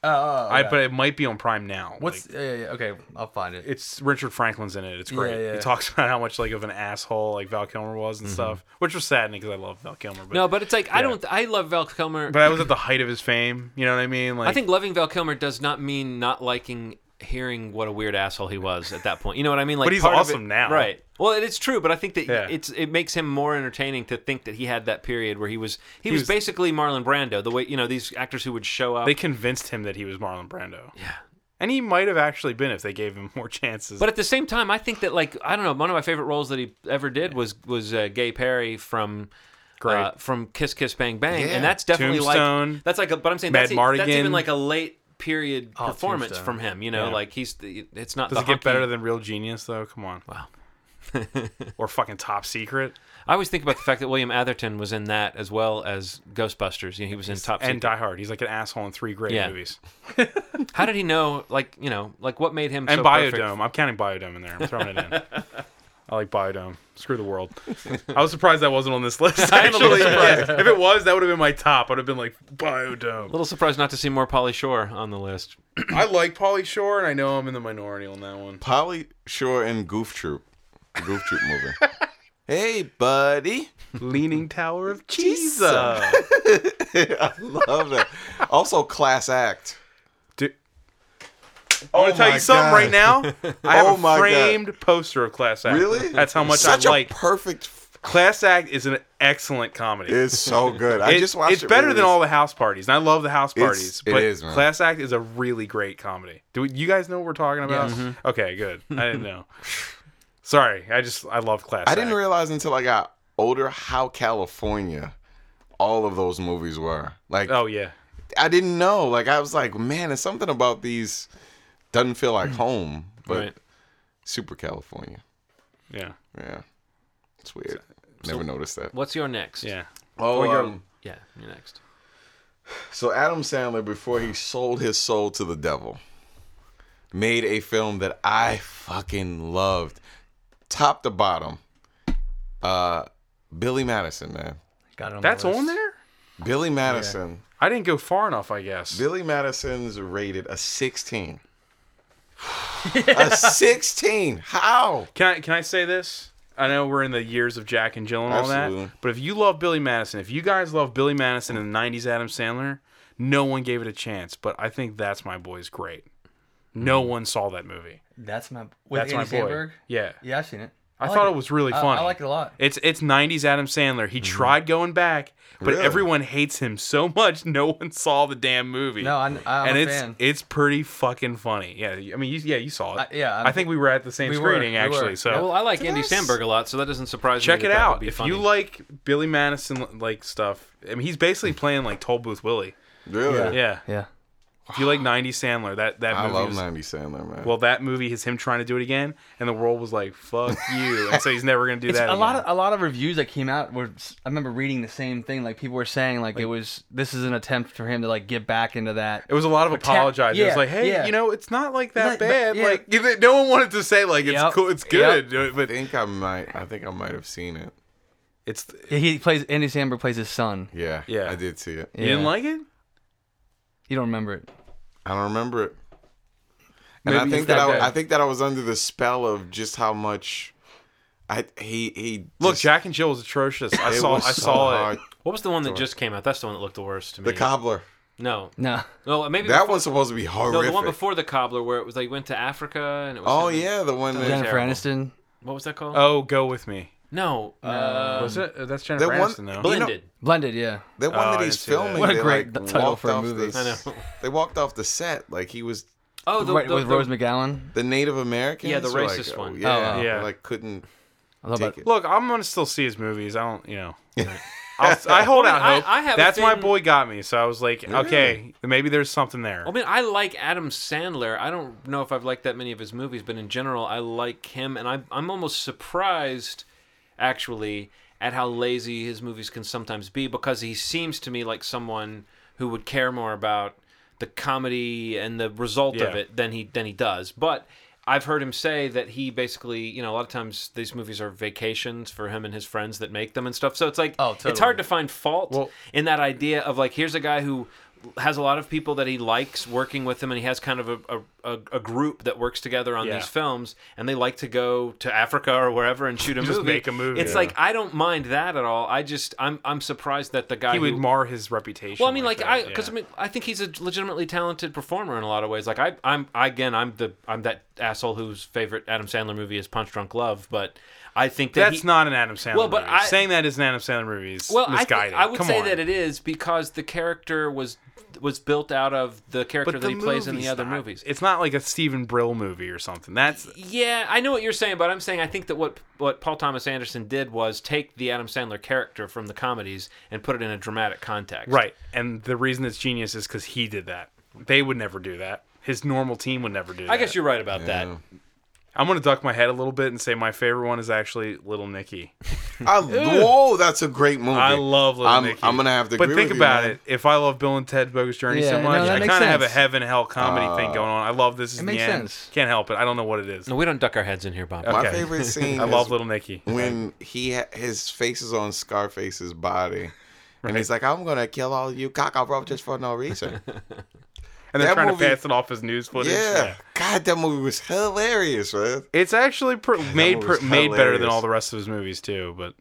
Speaker 4: Oh, oh,
Speaker 2: I
Speaker 4: yeah.
Speaker 2: but it might be on Prime now.
Speaker 4: what's?
Speaker 2: Like,
Speaker 4: yeah, yeah, yeah, okay, I'll find it.
Speaker 2: it's Richard Franklin's in it. It's great.
Speaker 4: Yeah, yeah.
Speaker 2: He talks about how much like of an asshole like Val Kilmer was and stuff, which was saddening because I love Val Kilmer. But,
Speaker 5: Mm-hmm. No, but it's like I don't. I love Val Kilmer.
Speaker 2: but I was at the height of his fame. You know what I mean? Like
Speaker 5: I think loving Val Kilmer does not mean not liking hearing what a weird asshole he was at that point. You know what I mean? Like,
Speaker 2: But he's
Speaker 5: part of
Speaker 2: awesome
Speaker 5: it-
Speaker 2: now.
Speaker 5: right? Well, it is true, but I think that
Speaker 2: Yeah.
Speaker 5: it's it makes him more entertaining to think that he had that period where he was he, was,
Speaker 2: was-
Speaker 5: basically Marlon Brando. The way you know these actors who would show up.
Speaker 2: they convinced him that he was Marlon Brando. Yeah, and he might have actually been if they gave him more chances.
Speaker 5: but at the same time, I think that like I don't know. One of my favorite roles that he ever did was was uh, Gay Perry from.
Speaker 2: Great.
Speaker 5: Uh, from Kiss Kiss Bang Bang,
Speaker 3: Yeah.
Speaker 5: and that's definitely
Speaker 2: Tombstone,
Speaker 5: like that's like a, but I'm saying
Speaker 2: Mad
Speaker 5: that's, e- that's
Speaker 2: Mardigan. Oh,
Speaker 5: even like a late period performance
Speaker 4: Tombstone.
Speaker 5: from him. You know,
Speaker 2: Yeah.
Speaker 5: like he's the, it's not
Speaker 2: does
Speaker 5: the
Speaker 2: it get
Speaker 5: hunky-
Speaker 2: better than Real Genius though? Come on. Wow. or fucking Top Secret
Speaker 5: I always think about the fact that William Atherton was in that as well as Ghostbusters. You know, he was in Top
Speaker 2: and
Speaker 5: Secret.
Speaker 2: Die Hard. He's like an asshole in three great
Speaker 5: Yeah.
Speaker 2: movies.
Speaker 5: How did he know? Like, you know, like what made him
Speaker 2: And
Speaker 5: so
Speaker 2: Biodome.
Speaker 5: perfect?
Speaker 2: I'm counting Biodome in there. I'm throwing it in. I like Biodome. Screw the world. I was surprised that wasn't on this list.
Speaker 5: am a little
Speaker 2: Actually, Yeah. if it was, that would have been my top. I'd have been like
Speaker 5: A
Speaker 2: Biodome.
Speaker 5: little surprised not to see more Polly Shore on the list.
Speaker 2: I like Polly Shore, and I know I'm in the minority on that one.
Speaker 3: Polly Shore and Goof Troop. The Goof Troop movie. Hey, buddy.
Speaker 2: Leaning Tower of
Speaker 3: Jesus.
Speaker 2: Cheesa.
Speaker 3: I love that. Also, class act.
Speaker 2: Dude, I want
Speaker 3: Oh
Speaker 2: to tell
Speaker 3: my
Speaker 2: you something
Speaker 3: God.
Speaker 2: right now. I have
Speaker 3: Oh
Speaker 2: a
Speaker 3: my God.
Speaker 2: framed poster of Class Act.
Speaker 3: Really?
Speaker 2: That's how much
Speaker 3: Such
Speaker 2: I
Speaker 3: a
Speaker 2: like.
Speaker 3: perfect. f-
Speaker 2: Class Act is an excellent comedy.
Speaker 3: It's so good. I
Speaker 2: It-
Speaker 3: just watched
Speaker 2: It's
Speaker 3: it
Speaker 2: better than
Speaker 3: really-
Speaker 2: all the house parties, and I love the house
Speaker 3: It's-
Speaker 2: parties.
Speaker 3: it
Speaker 2: but
Speaker 3: is, man.
Speaker 2: Class Act is a really great comedy. Do we, you guys know what we're talking about? Okay, good. I didn't know. Sorry, I just I love Class.
Speaker 3: I didn't
Speaker 2: Act.
Speaker 3: realize until I got older how California all of those movies were. Like,
Speaker 2: Oh yeah,
Speaker 3: I didn't know. Like, I was like, man, there's something about these doesn't feel
Speaker 2: Mm.
Speaker 3: like home, but
Speaker 5: Right.
Speaker 3: super California.
Speaker 2: yeah,
Speaker 3: Yeah, it's weird. Never noticed that.
Speaker 5: What's your next?
Speaker 2: yeah.
Speaker 3: Oh,
Speaker 2: your-
Speaker 3: um,
Speaker 5: Yeah, you're next.
Speaker 3: So Adam Sandler, before he sold his soul to the devil, made a film that I fucking loved, top to bottom. Uh, Billy Madison, man.
Speaker 4: Got it on my
Speaker 2: That's
Speaker 4: list.
Speaker 2: on there.
Speaker 3: Billy Madison.
Speaker 2: I didn't go far enough, I guess.
Speaker 3: Billy Madison's rated a 16. A 16. How?
Speaker 2: Can I can I say this? I know we're in the years of Jack and Jill and all
Speaker 3: Absolutely.
Speaker 2: that, but if you love Billy Madison, if you guys love Billy Madison in the '90s, Adam Sandler, no one gave it a chance. But I think that's my boy's great. No
Speaker 3: Mm-hmm.
Speaker 2: one saw that movie.
Speaker 4: That's my. With
Speaker 2: That's my
Speaker 4: Andy
Speaker 2: boy.
Speaker 4: Samberg?
Speaker 2: Yeah,
Speaker 4: Yeah, I've seen it.
Speaker 2: I,
Speaker 4: like
Speaker 2: thought it. was really
Speaker 4: I-
Speaker 2: funny.
Speaker 4: I like it a lot.
Speaker 2: It's it's '90s Adam Sandler. He tried going back, but
Speaker 3: Really?
Speaker 2: everyone hates him so much. No one saw the damn movie.
Speaker 4: No, I'm- I'm
Speaker 2: and
Speaker 4: a
Speaker 2: it's
Speaker 4: fan.
Speaker 2: it's pretty fucking funny. Yeah, I mean, you, yeah, you saw it.
Speaker 4: I- yeah, I'm-
Speaker 2: I think we were at the same
Speaker 4: we were,
Speaker 2: screening
Speaker 4: we were.
Speaker 2: actually. So
Speaker 5: well, I like Andy Samberg a lot, so that doesn't surprise
Speaker 2: check
Speaker 5: me.
Speaker 2: it
Speaker 5: that that would
Speaker 2: out
Speaker 5: be
Speaker 2: if
Speaker 5: funny.
Speaker 2: you like Billy Madison like stuff. I mean, he's basically playing like Toll Booth Willie.
Speaker 3: Really?
Speaker 2: Yeah.
Speaker 4: Yeah.
Speaker 2: If you like '90s Sandler, that that
Speaker 3: I
Speaker 2: movie
Speaker 3: love
Speaker 2: was-
Speaker 3: 90 Sandler, man.
Speaker 2: well, that movie is him trying to do it again, and the world was like, "Fuck you," and so he's never gonna do
Speaker 4: It's
Speaker 2: that.
Speaker 4: a lot
Speaker 2: again.
Speaker 4: of a lot of reviews that came out were I remember reading the same thing like people were saying like, it was this is an attempt for him to like get back into that
Speaker 2: It was a lot of
Speaker 4: Pretend-
Speaker 2: apologizing. it was
Speaker 4: yeah,
Speaker 2: like, hey,
Speaker 4: yeah.
Speaker 2: you know, it's not like that
Speaker 4: Not- but-
Speaker 2: bad.
Speaker 4: yeah.
Speaker 2: Like, you know, no one wanted to say like it's
Speaker 4: Yep.
Speaker 2: cool, it's good, but
Speaker 3: I think I might. I think I might have seen it.
Speaker 2: it's
Speaker 4: yeah, he plays Andy Samberg plays his son
Speaker 3: Yeah.
Speaker 2: Yeah.
Speaker 3: I did see it.
Speaker 2: you didn't like it.
Speaker 4: you don't remember it
Speaker 3: I don't remember it. And I
Speaker 2: Maybe
Speaker 3: think
Speaker 2: it's
Speaker 3: that,
Speaker 2: that bad.
Speaker 3: I, I think that I was under the spell of just how much I he he
Speaker 2: Look,
Speaker 3: just-
Speaker 2: Jack and Jill was atrocious. I
Speaker 3: it
Speaker 2: saw, I
Speaker 3: was so
Speaker 2: saw
Speaker 3: hard.
Speaker 2: it.
Speaker 5: what was the one that just came out? That's the one that looked the worst to me.
Speaker 3: The cobbler.
Speaker 5: No,
Speaker 4: no
Speaker 5: no, maybe
Speaker 3: That
Speaker 5: before-
Speaker 3: one's supposed to be horrific.
Speaker 5: No, the one before the cobbler, where it was like went to Africa and it was.
Speaker 3: Oh
Speaker 5: him and-
Speaker 3: yeah, the one that,
Speaker 4: Jennifer
Speaker 5: terrible.
Speaker 4: Aniston
Speaker 5: What was that called?
Speaker 2: Oh, go with me.
Speaker 5: no, uh,
Speaker 2: Was it? That's
Speaker 3: that
Speaker 2: Jennifer
Speaker 3: one
Speaker 2: Aniston, though.
Speaker 3: you know-
Speaker 5: blended.
Speaker 4: blended yeah
Speaker 3: that
Speaker 2: Oh,
Speaker 3: one
Speaker 2: I
Speaker 3: that
Speaker 2: didn't
Speaker 3: he's
Speaker 2: see that.
Speaker 3: filming.
Speaker 4: What a
Speaker 3: they,
Speaker 4: great
Speaker 3: like,
Speaker 4: title
Speaker 3: walked
Speaker 4: for a
Speaker 3: off
Speaker 4: movie.
Speaker 3: The,
Speaker 5: I know.
Speaker 3: They walked off the set like he was
Speaker 5: Oh, the,
Speaker 4: right
Speaker 5: the-
Speaker 4: with
Speaker 5: the-
Speaker 4: Rose McGowan
Speaker 3: the Native American.
Speaker 5: Yeah, the racist
Speaker 3: like,
Speaker 5: one.
Speaker 3: Oh, yeah,
Speaker 4: Oh,
Speaker 2: oh. Yeah.
Speaker 3: Like couldn't.
Speaker 4: I love
Speaker 3: Take
Speaker 4: it.
Speaker 3: it.
Speaker 2: Look, I'm gonna still see his movies. I don't, you know. I'll, I hold out
Speaker 5: I-
Speaker 2: hope.
Speaker 5: I have a
Speaker 2: That's my
Speaker 5: thing-
Speaker 2: boy got me. So I was like, okay, maybe there's something there.
Speaker 5: I mean, I like Adam Sandler. I don't know if I've liked that many of his movies, but in general, I like him, and I, I'm almost surprised, actually, at how lazy his movies can sometimes be because he seems to me like someone who would care more about the comedy and the result of
Speaker 2: Yeah.
Speaker 5: it than he than he does. But I've heard him say that he basically, you know, a lot of times these movies are vacations for him and his friends that make them and stuff. So it's like
Speaker 4: Oh,
Speaker 5: it's
Speaker 4: totally.
Speaker 5: hard to find fault in that idea of like here's a guy who has a lot of people that he likes working with him and he has kind of a, a, a- a group that works together on
Speaker 2: Yeah.
Speaker 5: these films and they like to go to Africa or wherever and shoot a
Speaker 2: Just
Speaker 5: movie.
Speaker 2: make a movie.
Speaker 5: It's
Speaker 2: Yeah.
Speaker 5: like I don't mind that at all. I just I'm I'm surprised that the guy
Speaker 2: he would
Speaker 5: who,
Speaker 2: mar his reputation.
Speaker 5: well, I mean, like, I
Speaker 2: that,
Speaker 5: because
Speaker 2: yeah.
Speaker 5: I mean, I think he's a legitimately talented performer in a lot of ways. Like, I, I'm I, again, I'm the I'm that asshole whose favorite Adam Sandler movie is Punch Drunk Love, but I think that
Speaker 2: that's
Speaker 5: he-
Speaker 2: not an Adam Sandler.
Speaker 5: Well, but
Speaker 2: movie.
Speaker 5: I-
Speaker 2: saying that is an Adam Sandler movie is
Speaker 5: well. I,
Speaker 2: misguided.
Speaker 5: think, I would
Speaker 2: Come
Speaker 5: say
Speaker 2: on.
Speaker 5: that it is because the character was was built out of the character
Speaker 2: But
Speaker 5: that
Speaker 2: the
Speaker 5: he plays in the
Speaker 2: movie's
Speaker 5: other
Speaker 2: not-
Speaker 5: movies.
Speaker 2: It's not like a Stephen Brill movie or something. That's
Speaker 5: Yeah, I know what you're saying, but I'm saying I think that what what Paul Thomas Anderson did was take the Adam Sandler character from the comedies and put it in a dramatic context.
Speaker 2: right. And the reason it's genius is because he did that. They would never do that. His normal team would never do that.
Speaker 5: I guess you're right about that.
Speaker 2: I'm gonna duck my head a little bit and say my favorite one is actually Little Nicky.
Speaker 3: I, whoa, that's a great movie.
Speaker 2: I love Little
Speaker 3: I'm,
Speaker 2: Nicky.
Speaker 3: I'm gonna have to.
Speaker 2: But
Speaker 3: agree
Speaker 2: think
Speaker 3: with you,
Speaker 2: about
Speaker 3: man.
Speaker 2: it. If I love Bill and Ted Bogus Journey
Speaker 4: Yeah,
Speaker 2: so
Speaker 4: no,
Speaker 2: much,
Speaker 4: that
Speaker 2: I
Speaker 4: makes
Speaker 2: kind of have a
Speaker 4: sense.
Speaker 2: heaven hell comedy
Speaker 3: Uh,
Speaker 2: thing going on. I love this is the
Speaker 4: makes
Speaker 2: end.
Speaker 4: sense.
Speaker 2: Can't help it. I don't know what it is.
Speaker 5: No, we don't duck our heads in here, Bob.
Speaker 3: My
Speaker 2: okay.
Speaker 3: favorite scene.
Speaker 2: I love
Speaker 3: is
Speaker 2: Little Nicky.
Speaker 3: when he ha- his face is on Scarface's body, and he's like, "I'm gonna kill all you cockroaches for no reason."
Speaker 2: And they're
Speaker 3: that
Speaker 2: trying
Speaker 3: movie-
Speaker 2: to pass it off as news
Speaker 3: yeah.
Speaker 2: footage.
Speaker 3: God, that movie was hilarious, man.
Speaker 2: It's actually pr- made
Speaker 3: movie
Speaker 2: pr-
Speaker 3: was
Speaker 2: made better than
Speaker 3: hilarious.
Speaker 2: all the rest of his movies too, but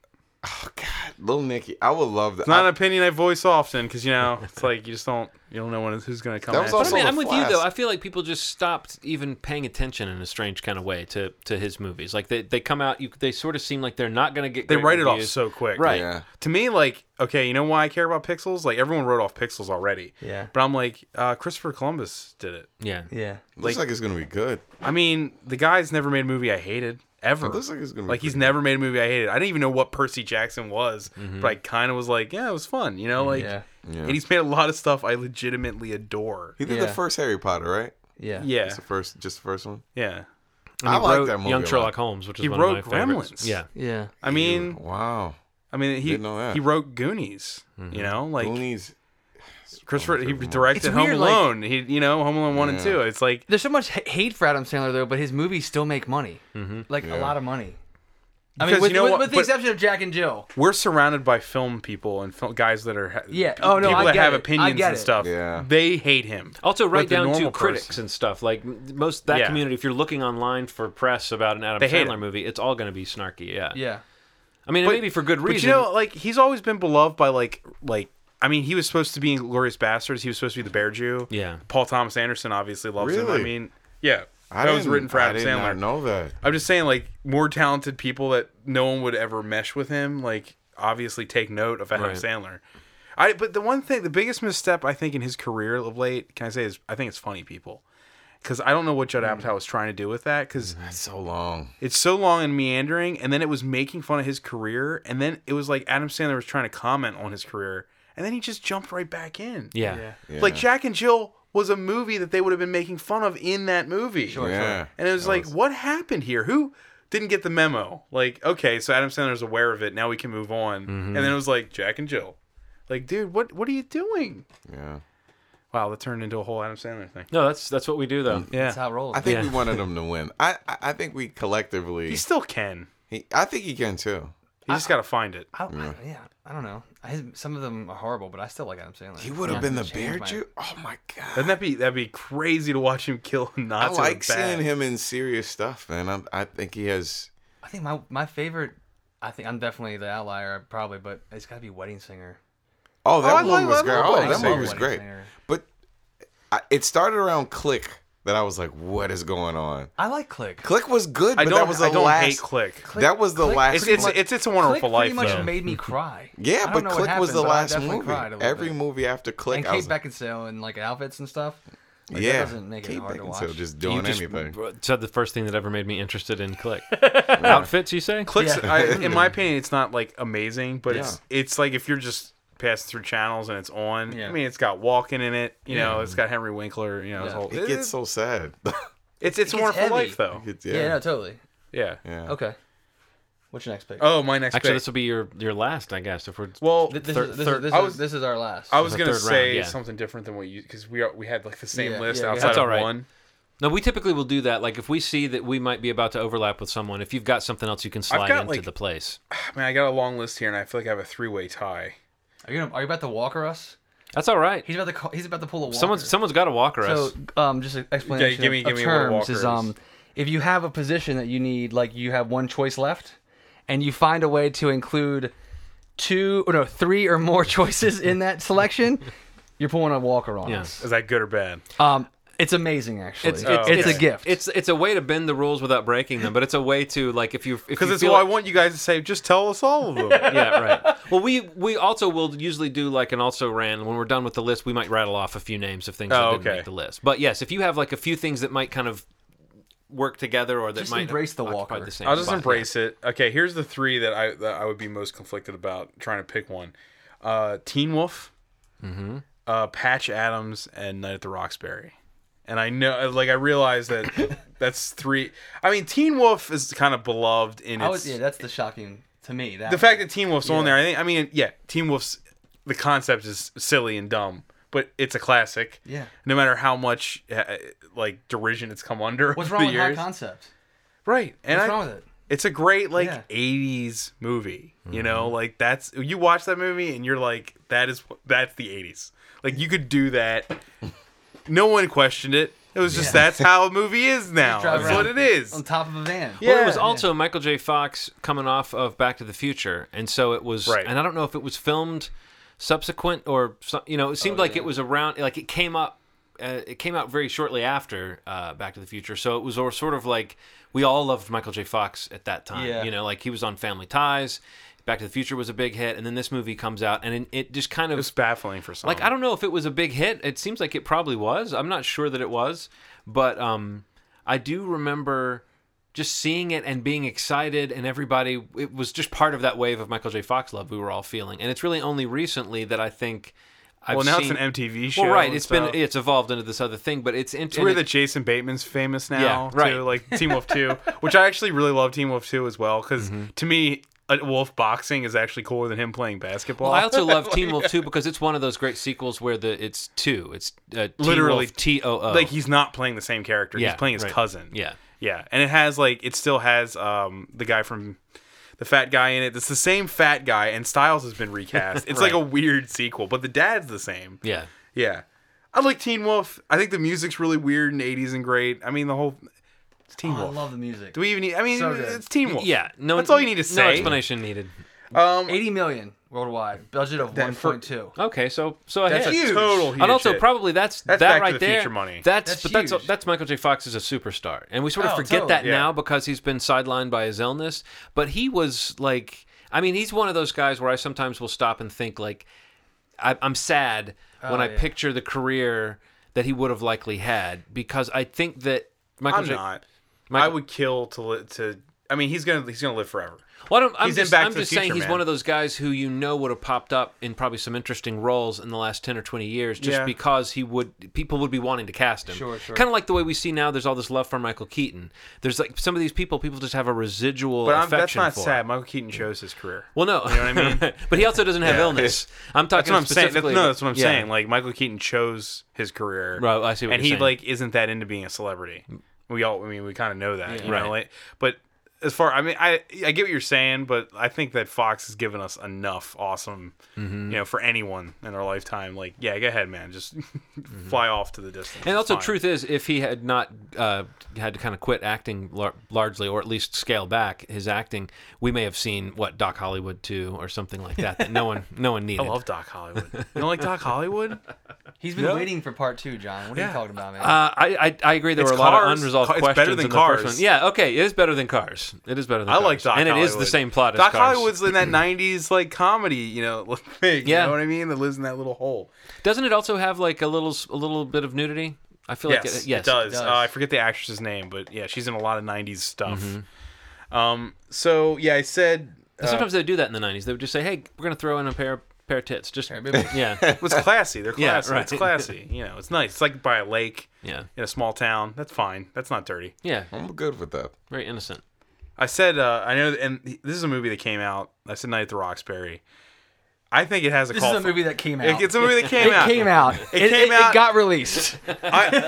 Speaker 3: Oh God, Little Nicky, I would love that.
Speaker 2: It's not an
Speaker 3: I-
Speaker 2: opinion I voice often because you know it's like you just don't you don't know when it's, who's gonna come.
Speaker 3: That was
Speaker 2: after.
Speaker 5: But I
Speaker 3: also-
Speaker 5: mean,
Speaker 3: the
Speaker 5: I'm with
Speaker 3: Flash.
Speaker 5: you though. I feel like people just stopped even paying attention in a strange kind of way to to his movies. Like they, they come out, you they sort of seem like they're not going to get.
Speaker 2: they
Speaker 5: great
Speaker 2: write it off
Speaker 5: reviews.
Speaker 2: so quick.
Speaker 5: Right.
Speaker 3: Yeah.
Speaker 2: To me, like okay, you know why I care about Pixels? Like everyone wrote off Pixels already.
Speaker 4: Yeah.
Speaker 2: But I'm like uh, Christopher Columbus did it.
Speaker 5: Yeah.
Speaker 4: Yeah.
Speaker 3: Looks like, it's gonna be good.
Speaker 2: I mean, the guy's never made a movie I hated ever.
Speaker 3: looks like it's gonna be
Speaker 2: Like he's
Speaker 3: pretty
Speaker 2: never made a movie I hated. I didn't even know what Percy Jackson was,
Speaker 3: Mm-hmm.
Speaker 2: but I kind of was like, yeah, it was fun. You know,
Speaker 3: Mm,
Speaker 2: like.
Speaker 4: Yeah.
Speaker 2: And he's made a lot of stuff I legitimately adore.
Speaker 3: He did the
Speaker 4: Yeah.
Speaker 3: first Harry Potter, right?
Speaker 4: Yeah.
Speaker 2: Yeah,
Speaker 3: It's the first, just the first one.
Speaker 2: yeah.
Speaker 5: And
Speaker 3: I
Speaker 5: he
Speaker 3: like
Speaker 5: wrote
Speaker 3: that movie.
Speaker 5: Young
Speaker 3: a
Speaker 5: Sherlock
Speaker 3: lot.
Speaker 5: Holmes, which is
Speaker 2: He
Speaker 5: one
Speaker 2: wrote
Speaker 5: of my favorites.
Speaker 2: Gremlins.
Speaker 5: Yeah.
Speaker 4: Yeah.
Speaker 2: I mean,
Speaker 3: Wow.
Speaker 2: I mean, he
Speaker 3: Didn't know that.
Speaker 2: he wrote Goonies. You know, like
Speaker 3: Goonies.
Speaker 2: Christopher, he
Speaker 3: favorite movie.
Speaker 2: directed
Speaker 4: Mm-hmm. It's
Speaker 2: Home
Speaker 4: weird, like-
Speaker 2: Alone. he, you know, Home Alone one and two. It's like
Speaker 4: There's so much h- hate for Adam Sandler though, but his movies still make money. Like a lot of money. I
Speaker 2: Mm-hmm. Because
Speaker 4: mean, with,
Speaker 2: you know
Speaker 4: with,
Speaker 2: what?
Speaker 4: with the
Speaker 2: But-
Speaker 4: exception of Jack and Jill.
Speaker 2: we're surrounded by film people and film, guys that are ha-
Speaker 4: Yeah.
Speaker 2: pe-
Speaker 4: Oh, no,
Speaker 2: people
Speaker 4: I
Speaker 2: that
Speaker 4: get
Speaker 2: have
Speaker 4: it. I
Speaker 2: opinions
Speaker 4: get
Speaker 2: and
Speaker 4: it.
Speaker 2: stuff.
Speaker 3: Yeah.
Speaker 2: they hate him.
Speaker 5: Also,
Speaker 2: But
Speaker 5: write
Speaker 2: the
Speaker 5: down
Speaker 2: normal
Speaker 5: to critics
Speaker 2: person-
Speaker 5: and stuff. Like m- most that
Speaker 2: Yeah.
Speaker 5: community, if you're looking online for press about an Adam
Speaker 2: They hate
Speaker 5: Sandler
Speaker 2: him.
Speaker 5: movie, it's all going to be snarky. Yeah.
Speaker 4: Yeah.
Speaker 5: I mean,
Speaker 2: But-
Speaker 5: maybe for good
Speaker 2: But
Speaker 5: reason.
Speaker 2: you know, like he's always been beloved by like like I mean, he was supposed to be in Glorious Bastards. He was supposed to be the Bear Jew.
Speaker 5: Yeah.
Speaker 2: Paul Thomas Anderson obviously loves him. I
Speaker 3: Really?
Speaker 2: mean, yeah,
Speaker 3: I
Speaker 2: that was
Speaker 3: didn't-
Speaker 2: written for
Speaker 3: I
Speaker 2: Adam
Speaker 3: did not
Speaker 2: Sandler.
Speaker 3: know that.
Speaker 2: I'm just saying, like more talented people that no one would ever mesh with him. Like obviously, take note of Adam
Speaker 5: Right.
Speaker 2: Sandler. I but the one thing, the biggest misstep I think in his career of late, can I say is I think it's funny people, because I don't know what Judd
Speaker 5: Hmm.
Speaker 2: Apatow was trying to do with that, because
Speaker 5: Mm-hmm.
Speaker 3: That's so long.
Speaker 2: it's so long and meandering, and then it was making fun of his career, and then it was like Adam Sandler was trying to comment on his career, and then he just jumped right back in.
Speaker 5: yeah.
Speaker 2: Like Jack and Jill was a movie that they would have been making fun of in that movie.
Speaker 3: Yeah.
Speaker 2: And it was like, what happened here? Who didn't get the memo? Like, okay, so Adam Sandler's aware of it. Now we can move on. And
Speaker 3: Mm-hmm.
Speaker 2: then it was like Jack and Jill. Like, dude, what what are you doing?
Speaker 3: Yeah.
Speaker 2: Wow, that turned into a whole Adam Sandler thing.
Speaker 5: No, that's that's what we do though.
Speaker 2: Yeah,
Speaker 4: That's how it rolls.
Speaker 3: I think
Speaker 5: Yeah.
Speaker 3: we wanted him to win. I I I think we collectively.
Speaker 2: he still can.
Speaker 3: he, I think he can too.
Speaker 2: You just got to find it.
Speaker 4: I, yeah. I, yeah, I don't know. I, some of them are horrible, but I still like Adam Sandler.
Speaker 3: He would have
Speaker 4: Yeah.
Speaker 3: been the
Speaker 4: Change
Speaker 3: bear
Speaker 4: my-
Speaker 3: Jew. Oh my god.
Speaker 2: Doesn't that be that'd be crazy to watch him kill a
Speaker 3: I
Speaker 2: Nazi?
Speaker 3: like
Speaker 2: with a bat.
Speaker 3: seeing him in serious stuff, man. I I think he has.
Speaker 4: I think my my favorite. I think I'm definitely the outlier, probably, but it's got to be Wedding Singer.
Speaker 3: Oh,
Speaker 2: I
Speaker 3: that
Speaker 2: like-
Speaker 3: movie
Speaker 2: I
Speaker 3: was
Speaker 2: love
Speaker 3: great.
Speaker 2: Wedding
Speaker 3: Oh, that
Speaker 2: Singer.
Speaker 3: movie was
Speaker 4: Wedding
Speaker 3: great.
Speaker 4: Singer.
Speaker 3: But I, it started around Click that I was like, what is going on?
Speaker 4: I like Click.
Speaker 3: Click was good,
Speaker 2: I
Speaker 3: but
Speaker 2: don't.
Speaker 3: that was the
Speaker 2: I don't
Speaker 3: last.
Speaker 2: hate Click.
Speaker 4: Click-
Speaker 3: that was the
Speaker 4: Click
Speaker 3: last.
Speaker 2: It's it's
Speaker 3: one-
Speaker 2: it's, it's a wonderful
Speaker 4: Click
Speaker 2: life
Speaker 4: pretty much
Speaker 2: though.
Speaker 4: made me cry. I
Speaker 3: yeah,
Speaker 4: don't
Speaker 3: but
Speaker 4: know what
Speaker 3: Click was
Speaker 4: happened,
Speaker 3: the
Speaker 4: but I
Speaker 3: last
Speaker 4: definitely
Speaker 3: movie.
Speaker 4: cried a little
Speaker 3: Every
Speaker 4: bit.
Speaker 3: movie after Click,
Speaker 4: and
Speaker 3: I
Speaker 4: Kate
Speaker 3: was like,
Speaker 4: Beckinsale in like outfits and stuff. Like,
Speaker 3: yeah,
Speaker 4: that doesn't make it
Speaker 3: Kate
Speaker 4: hard to
Speaker 3: Beckinsale
Speaker 4: watch.
Speaker 3: just doing
Speaker 5: You just
Speaker 3: anything.
Speaker 5: r- said the first thing that ever made me interested in Click outfits. You say
Speaker 2: Clicks.
Speaker 4: Yeah.
Speaker 2: I, in my opinion, it's not like amazing, but it's it's like if you're just passing through channels and it's on.
Speaker 4: Yeah.
Speaker 2: I mean, it's got Walken in it. You know, it's got Henry Winkler. You know, his
Speaker 4: Yeah.
Speaker 2: whole,
Speaker 3: It gets so sad.
Speaker 2: it's it's
Speaker 4: it
Speaker 2: a
Speaker 4: gets
Speaker 2: wonderful
Speaker 4: heavy.
Speaker 2: life though.
Speaker 3: It's-
Speaker 4: yeah. no, totally.
Speaker 2: Yeah.
Speaker 3: yeah.
Speaker 4: Okay. What's your next pick?
Speaker 2: Oh, my next
Speaker 5: Actually,
Speaker 2: pick.
Speaker 5: this will be your your last, I guess. If we're
Speaker 2: well,
Speaker 4: Th- this,
Speaker 5: thir-
Speaker 4: is, this,
Speaker 5: thir-
Speaker 4: is, this,
Speaker 2: I
Speaker 4: is,
Speaker 2: was-
Speaker 4: this is our last.
Speaker 2: I was
Speaker 5: the
Speaker 2: gonna
Speaker 5: third round,
Speaker 2: say
Speaker 5: yeah.
Speaker 2: something different than what you because we are, we had like the same
Speaker 4: Yeah,
Speaker 2: list
Speaker 4: yeah, we
Speaker 2: outside
Speaker 4: had-
Speaker 5: That's
Speaker 2: of
Speaker 5: all right.
Speaker 2: one.
Speaker 5: no, we typically will do that. Like if we see that we might be about to overlap with someone, if you've got something else, you can slide
Speaker 2: got,
Speaker 5: into
Speaker 2: like-
Speaker 5: the place.
Speaker 2: Man, I got a long list here, and I feel like I have a three way tie.
Speaker 4: Are you gonna, are you about to walker us?
Speaker 5: That's all right.
Speaker 4: He's about to call, he's about to pull a walker.
Speaker 5: Someone's someone's got to walker us.
Speaker 4: so um, just an explanation
Speaker 2: give me-
Speaker 4: of,
Speaker 2: give
Speaker 4: of
Speaker 2: me what a
Speaker 4: terms is
Speaker 2: walker
Speaker 4: um,
Speaker 2: is.
Speaker 4: if you have a position that you need, like you have one choice left, and you find a way to include two or no three or more choices in that selection, you're pulling a walker on
Speaker 5: Yeah.
Speaker 4: us.
Speaker 2: Is that good or bad?
Speaker 4: Um, it's amazing actually. It's,
Speaker 2: it's-
Speaker 4: a
Speaker 2: Oh, okay.
Speaker 4: gift.
Speaker 5: It's it's a way to bend the rules without breaking them, but it's a way to like if you if
Speaker 2: Because
Speaker 5: you
Speaker 2: it's
Speaker 5: feel
Speaker 2: well,
Speaker 5: like-
Speaker 2: I want you guys to say. Just tell us all of them.
Speaker 5: yeah, right. Well, we we also will usually do like an also ran. When we're done with the list, we might rattle off a few names of things that
Speaker 2: Oh,
Speaker 5: didn't
Speaker 2: okay.
Speaker 5: make the list. But yes, if you have like a few things that might kind of work together or that
Speaker 4: Just
Speaker 5: might
Speaker 4: embrace the
Speaker 5: occupy
Speaker 4: walker.
Speaker 5: the same
Speaker 2: I'll just
Speaker 5: spot.
Speaker 2: embrace it. Okay, here's the three that I that I would be most conflicted about trying to pick one: uh, Teen Wolf,
Speaker 4: Mm-hmm.
Speaker 2: uh, Patch Adams, and Night at the Roxbury. And I know, uh, like, I realize that that's three. I mean, Teen Wolf is kind of beloved in
Speaker 4: I
Speaker 2: its
Speaker 4: was, yeah, that's the shocking to me. That
Speaker 2: the fact that Teen Wolf's on there. I think. I mean, yeah, Teen Wolf's the concept is silly and dumb, but it's a classic.
Speaker 4: Yeah.
Speaker 2: No matter how much uh, like derision it's come under.
Speaker 4: what's
Speaker 2: over
Speaker 4: wrong
Speaker 2: the
Speaker 4: with
Speaker 2: years.
Speaker 4: that concept?
Speaker 2: Right. And
Speaker 4: What's
Speaker 2: I-
Speaker 4: wrong with it?
Speaker 2: it's a great like
Speaker 4: Yeah.
Speaker 2: 80s movie you know like that's you watch that movie and you're like that is that's the 80s like you could do that no one questioned it it was just that's how a movie is now
Speaker 4: drive
Speaker 2: that's what
Speaker 4: around.
Speaker 2: it is
Speaker 4: On top of a van.
Speaker 2: Yeah.
Speaker 5: Well, it was also Michael J. Fox coming off of Back to the Future, and so it was.
Speaker 2: Right.
Speaker 5: And I don't know if it was filmed subsequent or some- you know, it seemed like it was around. Like it came up. Uh, it came out very shortly after uh, Back to the Future, so it was or sort of like we all loved Michael J. Fox at that time.
Speaker 4: Yeah.
Speaker 5: You know, like he was on Family Ties. Back to the Future was a big hit, and then this movie comes out, and it- it just kind of
Speaker 2: it's baffling for some
Speaker 5: like I don't know if it was a big hit. It seems like it probably was. I'm not sure that it was, but um, I do remember just seeing it and being excited, and everybody. It was just part of that wave of Michael J. Fox love we were all feeling, and it's really only recently that I think. I've
Speaker 2: well now
Speaker 5: seen,
Speaker 2: it's an mtv show
Speaker 5: Well, right.
Speaker 2: and
Speaker 5: It's
Speaker 2: stuff.
Speaker 5: been it's evolved into this other thing, but it's
Speaker 2: it's weird that Jason Bateman's famous now,
Speaker 5: Yeah, right.
Speaker 2: too, like Team Wolf 2, which I actually really love Team Wolf 2 as well, because to me, uh, Wolf boxing is actually cooler than him playing basketball.
Speaker 5: Well, I also love Teen Wolf 2 because it's one of those great sequels where the it's two. It's uh,
Speaker 2: Literally.
Speaker 5: T O O.
Speaker 2: like he's not playing the same character.
Speaker 5: Yeah,
Speaker 2: he's playing his
Speaker 5: right.
Speaker 2: cousin.
Speaker 5: Yeah.
Speaker 2: yeah, and it has like it still has um the guy from the fat guy in it. It's the same fat guy, and Styles has been recast. It's like a weird sequel, but the dad's the same.
Speaker 5: yeah.
Speaker 2: yeah. I like Teen Wolf. I think the music's really weird in the '80s and great. I mean, the whole it's Teen
Speaker 4: Oh, I
Speaker 2: Wolf.
Speaker 4: love the music.
Speaker 2: Do we even need? I mean,
Speaker 4: So good.
Speaker 2: it's Teen Wolf.
Speaker 5: Yeah. No.
Speaker 2: that's all you need to
Speaker 5: No
Speaker 2: say.
Speaker 5: explanation needed.
Speaker 4: Eighty million worldwide budget of one
Speaker 2: That for-
Speaker 4: point two.
Speaker 5: Okay. So so ahead.
Speaker 2: That's a total huge
Speaker 5: and also
Speaker 2: hit.
Speaker 5: probably that's,
Speaker 2: That's Back
Speaker 5: that
Speaker 2: to
Speaker 5: right
Speaker 2: the
Speaker 5: there.
Speaker 2: Future money.
Speaker 5: That's,
Speaker 4: That's
Speaker 5: but
Speaker 4: huge.
Speaker 5: that's that's Michael J. Fox is a superstar, and we sort of
Speaker 4: Oh,
Speaker 5: forget
Speaker 4: totally.
Speaker 5: that
Speaker 2: Yeah.
Speaker 5: now because he's been sidelined by his illness. But he was like, I mean, he's one of those guys where I sometimes will stop and think like, I, I'm sad when I
Speaker 4: Oh, yeah.
Speaker 5: picture the career that he would have likely had because I think that Michael
Speaker 2: I'm
Speaker 5: J.
Speaker 2: not. I
Speaker 5: Michael-
Speaker 2: would kill to li- to. I mean, he's gonna he's gonna live forever.
Speaker 5: Well, I don't, I'm
Speaker 2: He's in
Speaker 5: just,
Speaker 2: Back
Speaker 5: I'm
Speaker 2: to the
Speaker 5: just saying
Speaker 2: Future,
Speaker 5: he's
Speaker 2: man.
Speaker 5: one of those guys who you know would have popped up in probably some interesting roles in the last 10 or 20 years just
Speaker 2: Yeah.
Speaker 5: because he would people would be wanting to cast him.
Speaker 4: Sure, sure.
Speaker 5: Kind of like the way we see now there's all this love for Michael Keaton. There's like some of these people people just have a residual
Speaker 2: But I'm, that's
Speaker 5: affection
Speaker 2: not
Speaker 5: for.
Speaker 2: sad. Michael Keaton chose his career.
Speaker 5: Well, no. You know
Speaker 2: what I
Speaker 5: mean? but he also doesn't have illness. I'm
Speaker 2: That's
Speaker 5: talking
Speaker 2: what I'm saying. That's,
Speaker 5: specifically
Speaker 2: no, that's what I'm
Speaker 5: yeah.
Speaker 2: saying. Like Michael Keaton chose his career.
Speaker 5: Right, I see what
Speaker 2: and
Speaker 5: you're
Speaker 2: he
Speaker 5: saying.
Speaker 2: like isn't that into being a celebrity. We all, I mean, we kind of know that, you
Speaker 5: Right.
Speaker 2: know. Like, but as far, I mean, I I get what you're saying, but I think that Fox has given us enough awesome,
Speaker 5: Mm-hmm.
Speaker 2: you know, for anyone in our lifetime. Like, yeah, go ahead, man, just fly off to the distance.
Speaker 5: Mm-hmm. And
Speaker 2: It's
Speaker 5: also,
Speaker 2: fine.
Speaker 5: truth is, if he had not uh, had to kind of quit acting lar- largely, or at least scale back his acting, we may have seen what Doc Hollywood two or something like that that no one no one needed.
Speaker 2: I love Doc Hollywood. You don't like Doc Hollywood?
Speaker 4: He's been waiting for part two, John. What are you talking about, man?
Speaker 5: Uh, I, I I agree. There
Speaker 2: It's
Speaker 5: were a lot
Speaker 2: Cars.
Speaker 5: of unresolved
Speaker 2: Ca- it's better
Speaker 5: questions
Speaker 2: than
Speaker 5: in the first
Speaker 2: Cars.
Speaker 5: one. Yeah, okay, it is better than Cars. It is better than
Speaker 2: I
Speaker 5: Cars.
Speaker 2: like Doc
Speaker 5: and it is
Speaker 2: Hollywood.
Speaker 5: the same plot as
Speaker 2: Doc
Speaker 5: Cars.
Speaker 2: Hollywood's in that '90s like comedy, you know, thing.
Speaker 5: Yeah.
Speaker 2: You know what I mean? That lives in that little hole.
Speaker 5: Doesn't it also have like a little s- a little bit of nudity? I feel like
Speaker 2: Yes,
Speaker 5: it, yes,
Speaker 2: it does.
Speaker 4: does.
Speaker 2: Uh, I forget the actress's name, but yeah, she's in a lot of '90s stuff.
Speaker 4: Mm-hmm.
Speaker 2: Um, so yeah, I said uh,
Speaker 5: And sometimes they do that in the '90s. They would just say, "Hey, we're gonna throw in a pair pair of tits." Just
Speaker 4: Here, baby.
Speaker 5: yeah,
Speaker 2: it was classy. They're
Speaker 5: Yeah,
Speaker 2: classy.
Speaker 5: right.
Speaker 2: It's classy. You know, it's nice. It's like by a lake
Speaker 5: yeah,
Speaker 2: in a small town. That's fine. That's not dirty.
Speaker 5: yeah.
Speaker 3: I'm good with that.
Speaker 5: Very innocent.
Speaker 2: I said uh, I know, and this is a movie that came out. I said Night at the Roxbury. I think it has a
Speaker 4: This
Speaker 2: call.
Speaker 4: is a
Speaker 2: for-
Speaker 4: movie that came out.
Speaker 2: It- It's a movie that came
Speaker 4: It
Speaker 2: out.
Speaker 4: came out. It, it-
Speaker 2: came
Speaker 4: it
Speaker 2: out.
Speaker 4: got released.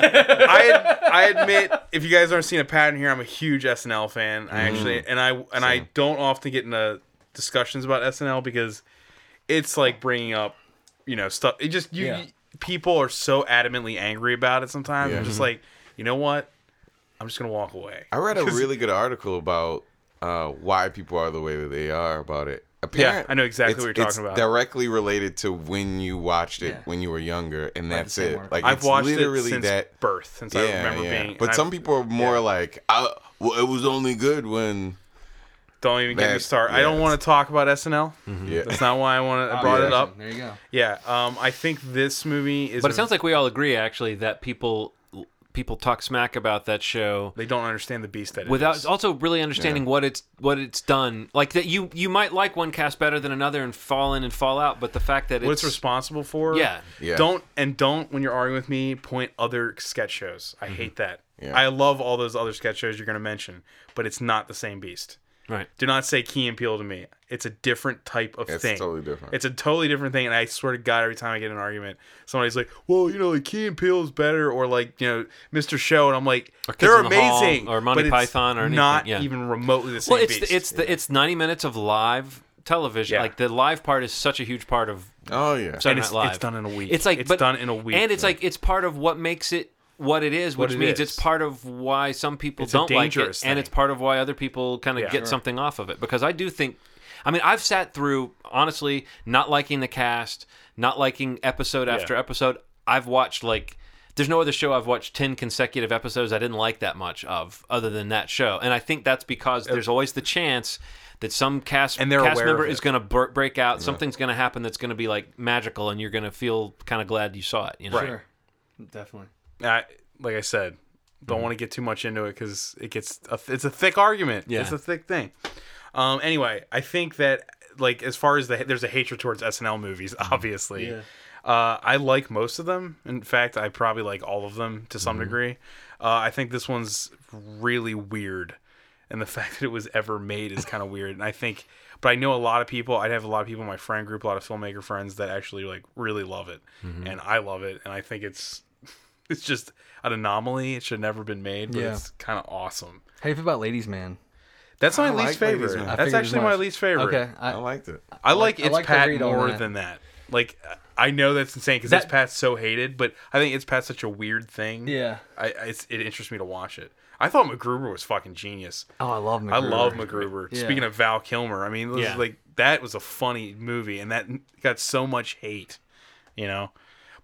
Speaker 2: I, I I admit, if you guys aren't seeing a pattern here, I'm a huge SNL fan. I
Speaker 3: Mm-hmm.
Speaker 2: actually, and I and I don't often get into discussions about SNL because it's like bringing up, you know, stuff. It just you,
Speaker 4: Yeah.
Speaker 2: people are so adamantly angry about it. Sometimes I'm just like, you know what? I'm just gonna walk away.
Speaker 3: Mm-hmm. I read a really good article about uh, why people are the way that they are about it. Apparent-
Speaker 2: I know exactly what
Speaker 3: it's-
Speaker 2: you're
Speaker 3: it's
Speaker 2: talking about.
Speaker 3: Directly related to when you watched it
Speaker 4: Yeah.
Speaker 3: when you were younger, and that's
Speaker 4: same
Speaker 3: it.
Speaker 4: word.
Speaker 3: Like
Speaker 2: I've
Speaker 3: it's
Speaker 2: watched
Speaker 3: literally
Speaker 2: it since
Speaker 3: that.
Speaker 2: birth, since I remember being.
Speaker 3: But
Speaker 2: and
Speaker 3: some
Speaker 2: I've-
Speaker 3: people are more like, I, well, it was only good when.
Speaker 2: don't even get me
Speaker 3: that-
Speaker 2: started. I
Speaker 3: yeah, Mm-hmm.
Speaker 2: don't
Speaker 3: it's-
Speaker 2: want to talk about SNL.
Speaker 3: Yeah.
Speaker 2: That's not why I want to. I brought it up.
Speaker 4: There you go.
Speaker 2: Yeah. Um. I think this movie is.
Speaker 5: But it sounds like we all agree actually that people people talk smack about that show
Speaker 2: they don't understand the beast that it
Speaker 5: without
Speaker 2: is.
Speaker 5: also really understanding what it's what it's done. Like that you you might like one cast better than another and fall in and fall out, but the fact that
Speaker 2: what
Speaker 5: it's,
Speaker 2: it's responsible for.
Speaker 5: Yeah.
Speaker 3: Yeah.
Speaker 2: Don't and don't when you're arguing with me point other sketch shows. I hate that.
Speaker 3: Mm-hmm. Yeah.
Speaker 2: I love all those other sketch shows you're going to mention, but it's not the same beast.
Speaker 5: right.
Speaker 2: Do not say Key and Peele to me. It's a different type of
Speaker 3: It's
Speaker 2: thing.
Speaker 3: totally different.
Speaker 2: It's a totally different thing, and I swear to God, every time I get in an argument, somebody's like, "Well, you know, like Key and Peele is better," or like, you know, Mr. Show, and I'm like,
Speaker 5: Kids
Speaker 2: "They're
Speaker 5: in the Hall,
Speaker 2: amazing,"
Speaker 5: or Monty
Speaker 2: but it's
Speaker 5: Python, or anything,
Speaker 2: not
Speaker 5: yeah.
Speaker 2: even remotely the same.
Speaker 5: Well, it's
Speaker 2: beast.
Speaker 5: the, it's the it's 90 minutes of live television.
Speaker 2: Yeah.
Speaker 5: Like the live part is such a huge part of
Speaker 3: Oh yeah.
Speaker 5: Saturday
Speaker 2: And it's-
Speaker 5: Night Live.
Speaker 2: it's done in a week.
Speaker 5: It's like
Speaker 2: It's
Speaker 5: but-
Speaker 2: done in a week.
Speaker 5: and it's like it's part of what makes it what it is, which
Speaker 2: it
Speaker 5: means
Speaker 2: is.
Speaker 5: it's part of why some people
Speaker 2: It's a
Speaker 5: don't like it,
Speaker 2: dangerous
Speaker 5: and
Speaker 2: thing.
Speaker 5: it's part of why other people kind of
Speaker 2: Yeah.
Speaker 5: get
Speaker 2: Sure.
Speaker 5: something off of it. Because I do think, I mean, I've sat through honestly not liking the cast, not liking episode after episode. I've watched like. There's no other show I've watched 10 consecutive episodes I didn't like that much of other than that show. And I think that's because there's always the chance that some cast
Speaker 2: And they're
Speaker 5: cast
Speaker 2: aware
Speaker 5: member
Speaker 2: of
Speaker 5: is
Speaker 2: it.
Speaker 5: going to bur- break out. Something's going to happen that's going to be like magical and you're going to feel kind of glad you saw it, you know.
Speaker 2: Right.
Speaker 4: Sure. Definitely.
Speaker 2: I, like I said, don't want to get too much into it because it gets a, it's a thick argument.
Speaker 5: Yeah.
Speaker 2: it's a thick thing. Um, anyway, I think that like as far as the there's a hatred towards SNL movies,
Speaker 4: Mm-hmm.
Speaker 2: obviously. Uh, I like most of them. In fact, I probably like all of them to
Speaker 4: Mm-hmm.
Speaker 2: some degree. Uh, I think this one's really weird, and the fact that it was ever made is kind of weird. And I think, but I know a lot of people. I have a lot of people in my friend group, a lot of filmmaker friends that actually like really love it,
Speaker 4: Mm-hmm.
Speaker 2: and I love it, and I think it's it's just an anomaly. It should have never been made, but
Speaker 4: Yeah.
Speaker 2: it's kind of awesome.
Speaker 4: How do you feel about Ladies Man?
Speaker 2: That's my
Speaker 3: I
Speaker 2: least
Speaker 3: like Ladies
Speaker 2: favorite.
Speaker 3: Man. I
Speaker 2: That's
Speaker 4: figured as
Speaker 2: actually my
Speaker 4: much.
Speaker 2: least favorite.
Speaker 4: Okay. I, oh,
Speaker 3: I liked it.
Speaker 2: I like
Speaker 4: I
Speaker 2: It's
Speaker 4: like the
Speaker 2: Pat
Speaker 4: read on
Speaker 2: more
Speaker 4: that.
Speaker 2: than that. Like I know that's insane because
Speaker 4: That-
Speaker 2: It's Pat's so hated, but I think It's Pat's such a weird thing.
Speaker 4: yeah.
Speaker 2: I, I- it's, it interests me to watch it. I thought MacGruber was fucking genius.
Speaker 4: Oh, I love McGruber.
Speaker 2: I love MacGruber.
Speaker 4: Yeah.
Speaker 2: Speaking of Val Kilmer, I mean, it was
Speaker 5: Yeah.
Speaker 2: like that was a funny movie, and that got so much hate, you know.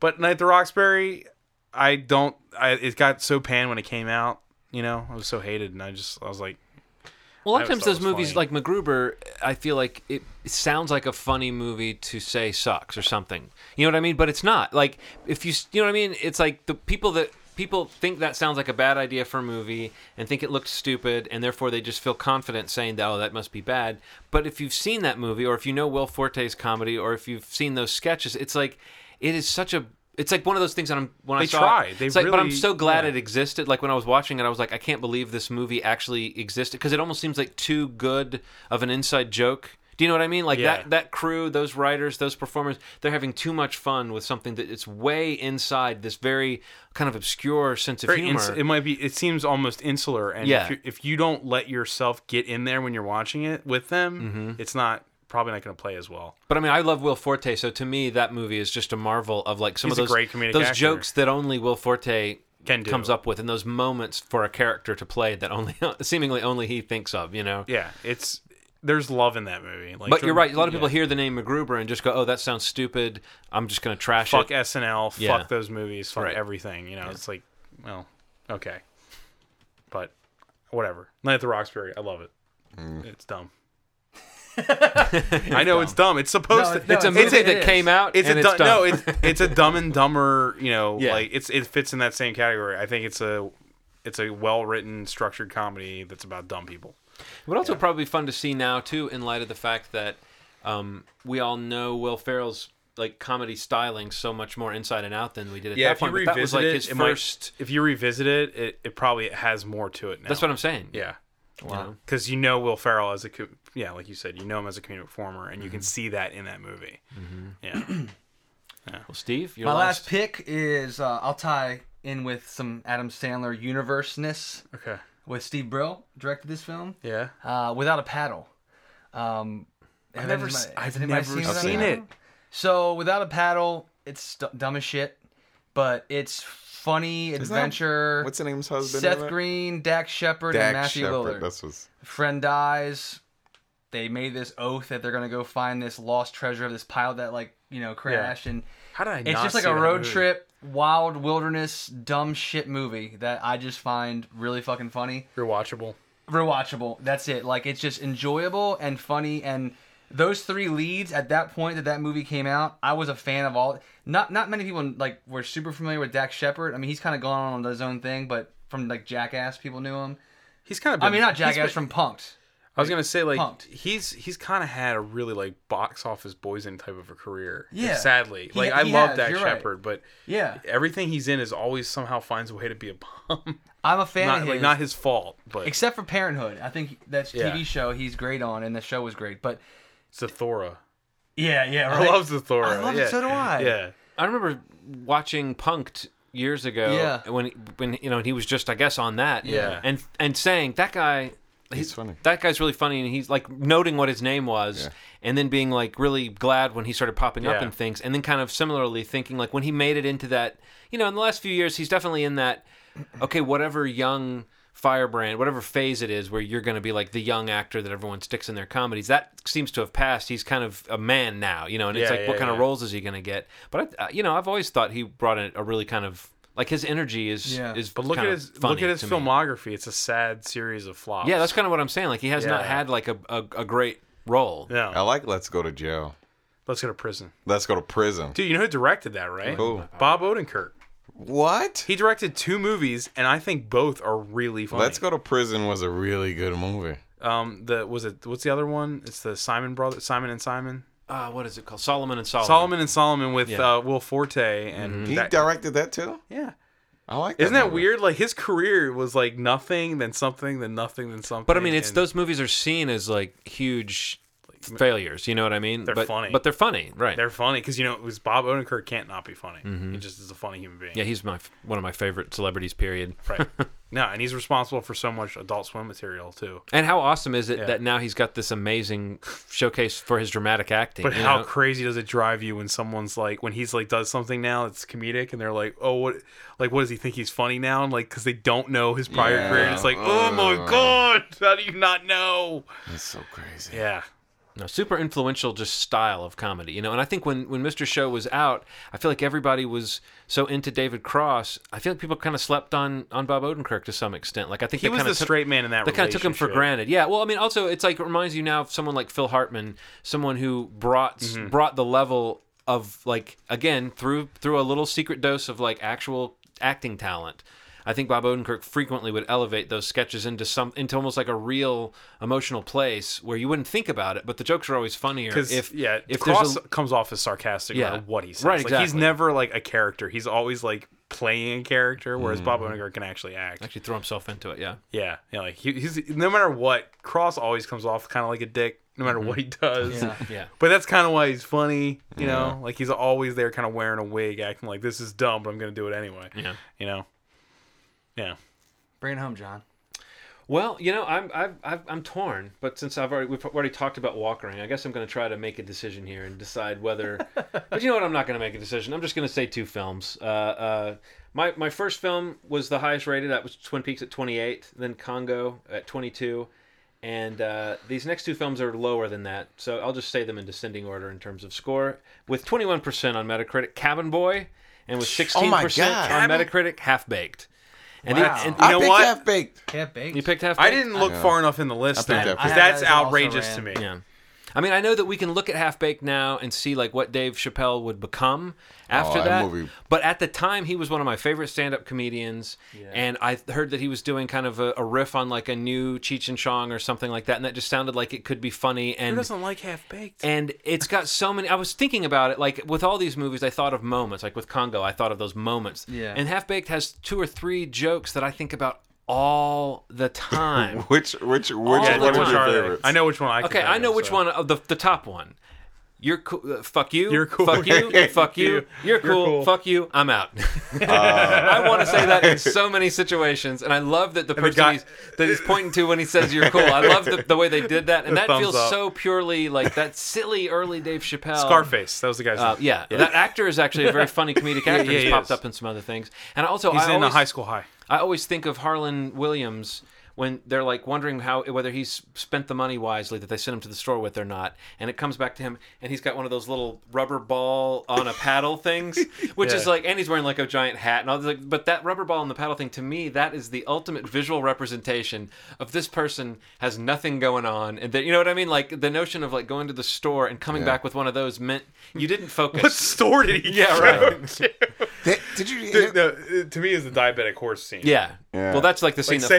Speaker 2: But Night at the Roxbury, I don't. I it got so panned when it came out. You know, I was so hated, and I just I was like,
Speaker 5: Well, a lot
Speaker 2: I always
Speaker 5: of times
Speaker 2: thought it
Speaker 5: those
Speaker 2: was
Speaker 5: movies
Speaker 2: funny.
Speaker 5: like MacGruber, I feel like it, it sounds like a funny movie to say sucks or something. You know what I mean? But it's not. Like if you, s- you know what I mean? It's like the people that people think that sounds like a bad idea for a movie and think it looked stupid, and therefore they just feel confident saying that oh that must be bad. But if you've seen that movie, or if you know Will Forte's comedy, or if you've seen those sketches, it's like it is such a. It's like one of those things that I'm when I
Speaker 2: They
Speaker 5: saw.
Speaker 2: tried.
Speaker 5: It,
Speaker 2: They
Speaker 5: it's like, but I'm
Speaker 2: really-
Speaker 5: so glad
Speaker 2: yeah.
Speaker 5: it existed. Like when I was watching it, I was like, I can't believe this movie actually existed because it almost seems like too good of an inside joke. Do you know what I mean? Like
Speaker 2: Yeah.
Speaker 5: that that crew, those writers, those performers, they're having too much fun with something that it's way inside this very kind of obscure sense of
Speaker 2: very
Speaker 5: humor.
Speaker 2: ins- it might be. It seems almost insular, and
Speaker 5: Yeah.
Speaker 2: if, you, if you don't let yourself get in there when you're watching it with them,
Speaker 5: Mm-hmm.
Speaker 2: it's not probably not going to play as well.
Speaker 5: But I mean, I love Will Forte, so to me, that movie is just a marvel of like some
Speaker 2: He's a
Speaker 5: of those
Speaker 2: great comedic
Speaker 5: those
Speaker 2: actor.
Speaker 5: jokes that only Will Forte
Speaker 2: Can do.
Speaker 5: comes up with, and those moments for a character to play that only seemingly only he thinks of. You know.
Speaker 2: Yeah, it's there's love in that movie. Like,
Speaker 5: But
Speaker 2: the-
Speaker 5: you're right. A lot of people
Speaker 2: yeah.
Speaker 5: hear the name MacGruber and just go, "Oh, that sounds stupid. I'm just going to trash
Speaker 2: fuck
Speaker 5: it."
Speaker 2: SNL, fuck
Speaker 5: Yeah.
Speaker 2: those movies, fuck
Speaker 5: Right.
Speaker 2: everything. You know, it's like, well, okay, but whatever. Night at the Roxbury, I love it. It's dumb. I know it's dumb. It's supposed
Speaker 4: No,
Speaker 2: to.
Speaker 4: no,
Speaker 5: It's a
Speaker 4: It's-
Speaker 5: movie
Speaker 4: it
Speaker 5: that
Speaker 4: is.
Speaker 5: came out.
Speaker 2: It's
Speaker 5: and
Speaker 2: a
Speaker 5: it's
Speaker 2: du-
Speaker 5: dumb.
Speaker 2: no. It's it's a dumb and dumber. You know,
Speaker 5: Yeah.
Speaker 2: like it's it fits in that same category. I think it's a it's a well written, structured comedy that's about dumb people.
Speaker 5: It would also probably be fun to see now too, in light of the fact that um, we all know Will Ferrell's like comedy styling so much more inside and out than we did at that point. but that was like his
Speaker 2: it might-
Speaker 5: first.
Speaker 2: if you revisit it, it, it probably has more to it now.
Speaker 5: That's what I'm saying.
Speaker 2: Yeah.
Speaker 5: Wow.
Speaker 2: because you know Will Ferrell as a co- yeah, like you said, you know him as a comedic performer, and you can see that in that movie. Yeah,
Speaker 5: Well, Steve, you're
Speaker 4: My last
Speaker 5: last.
Speaker 4: pick is uh, I'll tie in with some Adam Sandler universeness
Speaker 2: okay,
Speaker 4: with Steve Brill directed this film.
Speaker 2: yeah.
Speaker 4: Uh, Without a Paddle. Um, I've
Speaker 2: never s- I've never
Speaker 3: seen
Speaker 2: it.
Speaker 4: So Without a Paddle, it's d- dumb as shit, but it's funny
Speaker 3: that-
Speaker 4: adventure.
Speaker 3: What's the name's husband? in
Speaker 4: Seth
Speaker 3: it?
Speaker 4: Green, Dax Shepard,
Speaker 3: Dax
Speaker 4: and Matthew
Speaker 3: Shepard.
Speaker 4: Lillard.
Speaker 3: That's what's.
Speaker 4: Friend dies. They made this oath that they're gonna go find this lost treasure of this pilot that like you know crashed and
Speaker 2: How did I?
Speaker 4: it's
Speaker 2: not
Speaker 4: just like
Speaker 2: see
Speaker 4: a
Speaker 2: that
Speaker 4: road
Speaker 2: movie?
Speaker 4: trip, wild wilderness, dumb shit movie that I just find really fucking funny.
Speaker 2: You're watchable.
Speaker 4: Rewatchable. That's it. Like it's just enjoyable and funny and those three leads at that point that that movie came out, I was a fan of all. Not not many people like were super familiar with Dax Shepard. I mean, he's kind of gone on his own thing, but from like Jackass, people knew him.
Speaker 2: He's kind of.
Speaker 4: I mean, not
Speaker 2: he's
Speaker 4: Jackass
Speaker 2: been-
Speaker 4: from Punked.
Speaker 2: I was gonna say like
Speaker 4: Punked.
Speaker 2: he's he's kind of had a really like box office boys in type of a career.
Speaker 4: Yeah.
Speaker 2: Sadly,
Speaker 4: He-
Speaker 2: like I
Speaker 4: he
Speaker 2: love
Speaker 4: has,
Speaker 2: that
Speaker 4: you're right.
Speaker 2: Shepard, but
Speaker 4: Yeah,
Speaker 2: everything he's in is always somehow finds a way to be a bum.
Speaker 4: I'm a fan
Speaker 2: not
Speaker 4: of his.
Speaker 2: like not his fault, but
Speaker 4: Except for Parenthood, I think that's
Speaker 2: Yeah.
Speaker 4: TV show he's great on, and the show was great. But
Speaker 2: Zathora.
Speaker 4: yeah, yeah,
Speaker 2: I love Zathora.
Speaker 4: I love it,
Speaker 2: yeah.
Speaker 4: so do I.
Speaker 2: Yeah.
Speaker 5: I remember watching Punked years ago.
Speaker 4: Yeah.
Speaker 5: When when you know he was just I guess on that.
Speaker 2: Yeah.
Speaker 5: And and saying that guy.
Speaker 3: He's funny.
Speaker 5: That guy's really funny, and he's like noting what his name was, and then being like really glad when he started popping up
Speaker 2: Yeah.
Speaker 5: in things, and then kind of similarly thinking like when he made it into that, you know, in the last few years, he's definitely in that, okay, whatever young firebrand, whatever phase it is where you're going to be like the young actor that everyone sticks in their comedies, that seems to have passed. He's kind of a man now, you know, and it's
Speaker 2: Yeah,
Speaker 5: like what
Speaker 2: yeah,
Speaker 5: kind of
Speaker 2: yeah.
Speaker 5: roles is he going to get? But I, uh, you know, I've always thought he brought in a really kind of like his energy is
Speaker 4: Yeah.
Speaker 5: is
Speaker 2: But look
Speaker 5: kind
Speaker 2: at
Speaker 5: of
Speaker 2: his
Speaker 5: funny
Speaker 2: look at his
Speaker 5: to me.
Speaker 2: filmography. It's a sad series of flops.
Speaker 5: Yeah, that's kind of what I'm saying. Like he has not
Speaker 2: Yeah.
Speaker 5: had like a, a, a great role.
Speaker 2: no.
Speaker 3: I like Let's Go to Jail.
Speaker 2: Let's go to prison,
Speaker 3: Let's go to prison.
Speaker 2: dude. You know who directed that, right?
Speaker 3: Who?
Speaker 2: Bob Odenkirk.
Speaker 3: What?
Speaker 2: He directed two movies, and I think both are really funny.
Speaker 3: Let's Go to Prison was a really good movie.
Speaker 2: Um, the was it? What's the other one? It's the Simon brother, Simon and Simon,
Speaker 5: Uh, what is it called? Solomon and Solomon.
Speaker 2: Solomon and Solomon with
Speaker 5: Yeah. Mm-hmm.
Speaker 2: uh, Will Forte and
Speaker 3: He
Speaker 2: that-
Speaker 3: directed that too.
Speaker 2: yeah.
Speaker 3: I like. That
Speaker 2: Isn't that
Speaker 3: movie.
Speaker 2: weird? Like his career was like nothing, then something, then nothing, then something.
Speaker 5: But I mean, it's
Speaker 2: and-
Speaker 5: those movies are seen as like huge failures. You know what I mean?
Speaker 2: They're
Speaker 5: but,
Speaker 2: funny.
Speaker 5: But they're funny, right?
Speaker 2: They're funny because you know it was Bob Odenkirk can't not be funny. He just is a funny human being.
Speaker 5: Mm-hmm. yeah, he's my f- one of my favorite celebrities. Period.
Speaker 2: right. No, and he's responsible for so much Adult Swim material too.
Speaker 5: And how awesome is it that now he's got this amazing showcase for his dramatic acting?
Speaker 2: But
Speaker 5: you
Speaker 2: how
Speaker 5: know?
Speaker 2: crazy does it drive you when someone's like, when he's like does something now, it's comedic, and they're like, oh, what, like, what does he think he's funny now? And like, because they don't know his prior
Speaker 3: Yeah.
Speaker 2: career, and it's like, oh my god, how do you not know?
Speaker 3: That's so crazy.
Speaker 2: Yeah,
Speaker 5: No, super influential just style of comedy, you know. And I think when when Mr. Show was out, I feel like everybody was so into David Cross. I feel like people kind of slept on on Bob Odenkirk to some extent. Like I think
Speaker 2: he
Speaker 5: they
Speaker 2: was
Speaker 5: kind
Speaker 2: the
Speaker 5: of took,
Speaker 2: straight man in that.
Speaker 5: they kind of took him for
Speaker 2: relationship.
Speaker 5: granted. Yeah. Well, I mean, also it's like it reminds you now of someone like Phil Hartman, someone who brought
Speaker 2: Mm-hmm.
Speaker 5: brought the level of like again through through a little secret dose of like actual acting talent. I think Bob Odenkirk frequently would elevate those sketches into some into almost like a real emotional place where you wouldn't think about it, but the jokes are always funnier
Speaker 2: Because
Speaker 5: if
Speaker 2: yeah,
Speaker 5: if
Speaker 2: Cross
Speaker 5: there's a,
Speaker 2: comes off as sarcastic
Speaker 5: Yeah.
Speaker 2: yeah. what he says.
Speaker 5: Right,
Speaker 2: Like, he's
Speaker 5: exactly.
Speaker 2: never like a character. He's always like playing a character, whereas
Speaker 5: Mm.
Speaker 2: Bob Odenkirk can actually act.
Speaker 5: actually throw himself into it. Yeah.
Speaker 2: Yeah, yeah. Like he, he's no matter what, Cross always comes off kind of like a dick, no matter
Speaker 3: Mm-hmm.
Speaker 2: what he does.
Speaker 4: Yeah.
Speaker 5: Yeah.
Speaker 2: But that's kind of why he's funny, you know. Like he's always there, kind of wearing a wig, acting like this is dumb, but I'm gonna do it anyway.
Speaker 5: Yeah.
Speaker 2: You know. Yeah.
Speaker 4: bring it home, John.
Speaker 5: Well, you know, I'm I've, I've, I'm torn, but since I've already we've already talked about walkering, I guess I'm going to try to make a decision here and decide whether. but you know what? I'm not going to make a decision. I'm just going to say two films. Uh, uh, my my first film was the highest rated. That was Twin Peaks at 28, then Congo at 22, and uh, these next two films are lower than that. So I'll just say them in descending order in terms of score. With 21% on Metacritic, Cabin Boy, and with 16%
Speaker 3: Oh my God.
Speaker 5: on Metacritic, Half Baked. And, the-
Speaker 4: Wow.
Speaker 5: and you
Speaker 3: I
Speaker 5: know
Speaker 3: picked
Speaker 5: what?
Speaker 3: Half Baked.
Speaker 4: Can't bake.
Speaker 5: you picked Half Baked.
Speaker 2: I didn't look far enough in the list
Speaker 3: I think
Speaker 2: then,
Speaker 3: that-
Speaker 2: because
Speaker 4: I-
Speaker 2: that's
Speaker 4: that is also
Speaker 2: outrageous to me.
Speaker 4: ran.
Speaker 5: Yeah. I mean, I know that we can look at Half Baked now and see like what Dave Chappelle would become after
Speaker 3: Oh, that
Speaker 5: that.
Speaker 3: movie-
Speaker 5: But at the time, he was one of my favorite stand-up comedians, and I heard that he was doing kind of a, a riff on like a new Cheech and Chong or something like that, and that just sounded like it could be funny. And
Speaker 2: Who doesn't like half baked?
Speaker 5: and it's got so many. I was thinking about it, like with all these movies, I thought of moments. Like with Congo, I thought of those moments.
Speaker 4: Yeah.
Speaker 5: And Half Baked has two or three jokes that I think about all the time.
Speaker 3: Which which which one
Speaker 5: Yeah,
Speaker 3: of
Speaker 5: the
Speaker 3: your
Speaker 5: time.
Speaker 3: favorites?
Speaker 2: I know which one I. can
Speaker 5: Okay,
Speaker 2: think
Speaker 5: I know
Speaker 2: of,
Speaker 5: which
Speaker 2: so.
Speaker 5: one of the the top one. You're cool. uh, Fuck you.
Speaker 2: You're cool.
Speaker 5: Fuck you. Fuck you. You're cool.
Speaker 2: cool.
Speaker 5: Fuck you. I'm out. I want to say that in so many situations, and I love that the person
Speaker 2: guy-
Speaker 5: he's, that he's pointing to when he says you're cool. I love the, the way they did that, and
Speaker 2: The
Speaker 5: that
Speaker 2: thumbs
Speaker 5: feels
Speaker 2: up.
Speaker 5: so purely like that silly early Dave Chappelle.
Speaker 2: Scarface. That was the guy's
Speaker 5: um, Uh,
Speaker 2: name.
Speaker 5: yeah, that actor is actually a very funny comedic actor.
Speaker 2: yeah,
Speaker 5: he's
Speaker 2: he
Speaker 5: popped
Speaker 2: is.
Speaker 5: up in some other things, and also
Speaker 2: He's
Speaker 5: I
Speaker 2: in
Speaker 5: always,
Speaker 2: a high school high.
Speaker 5: I always think of Harlan Williams when they're like wondering how whether he's spent the money wisely that they sent him to the store with or not, and it comes back to him, and he's got one of those little rubber ball on a paddle things, which is
Speaker 2: Yeah.
Speaker 5: like, and he's wearing like a giant hat and all this. Like, but that rubber ball and the paddle thing, to me, that is the ultimate visual representation of this person has nothing going on, and that you know what I mean, like the notion of like going to the store and coming back with one of those meant you didn't focus.
Speaker 2: What store did he?
Speaker 5: yeah, right.
Speaker 3: That- did you?
Speaker 2: Dude, no, it- to me, is the diabetic horse scene.
Speaker 5: Yeah.
Speaker 3: Yeah.
Speaker 5: Well, that's like the scene
Speaker 2: Like,
Speaker 5: that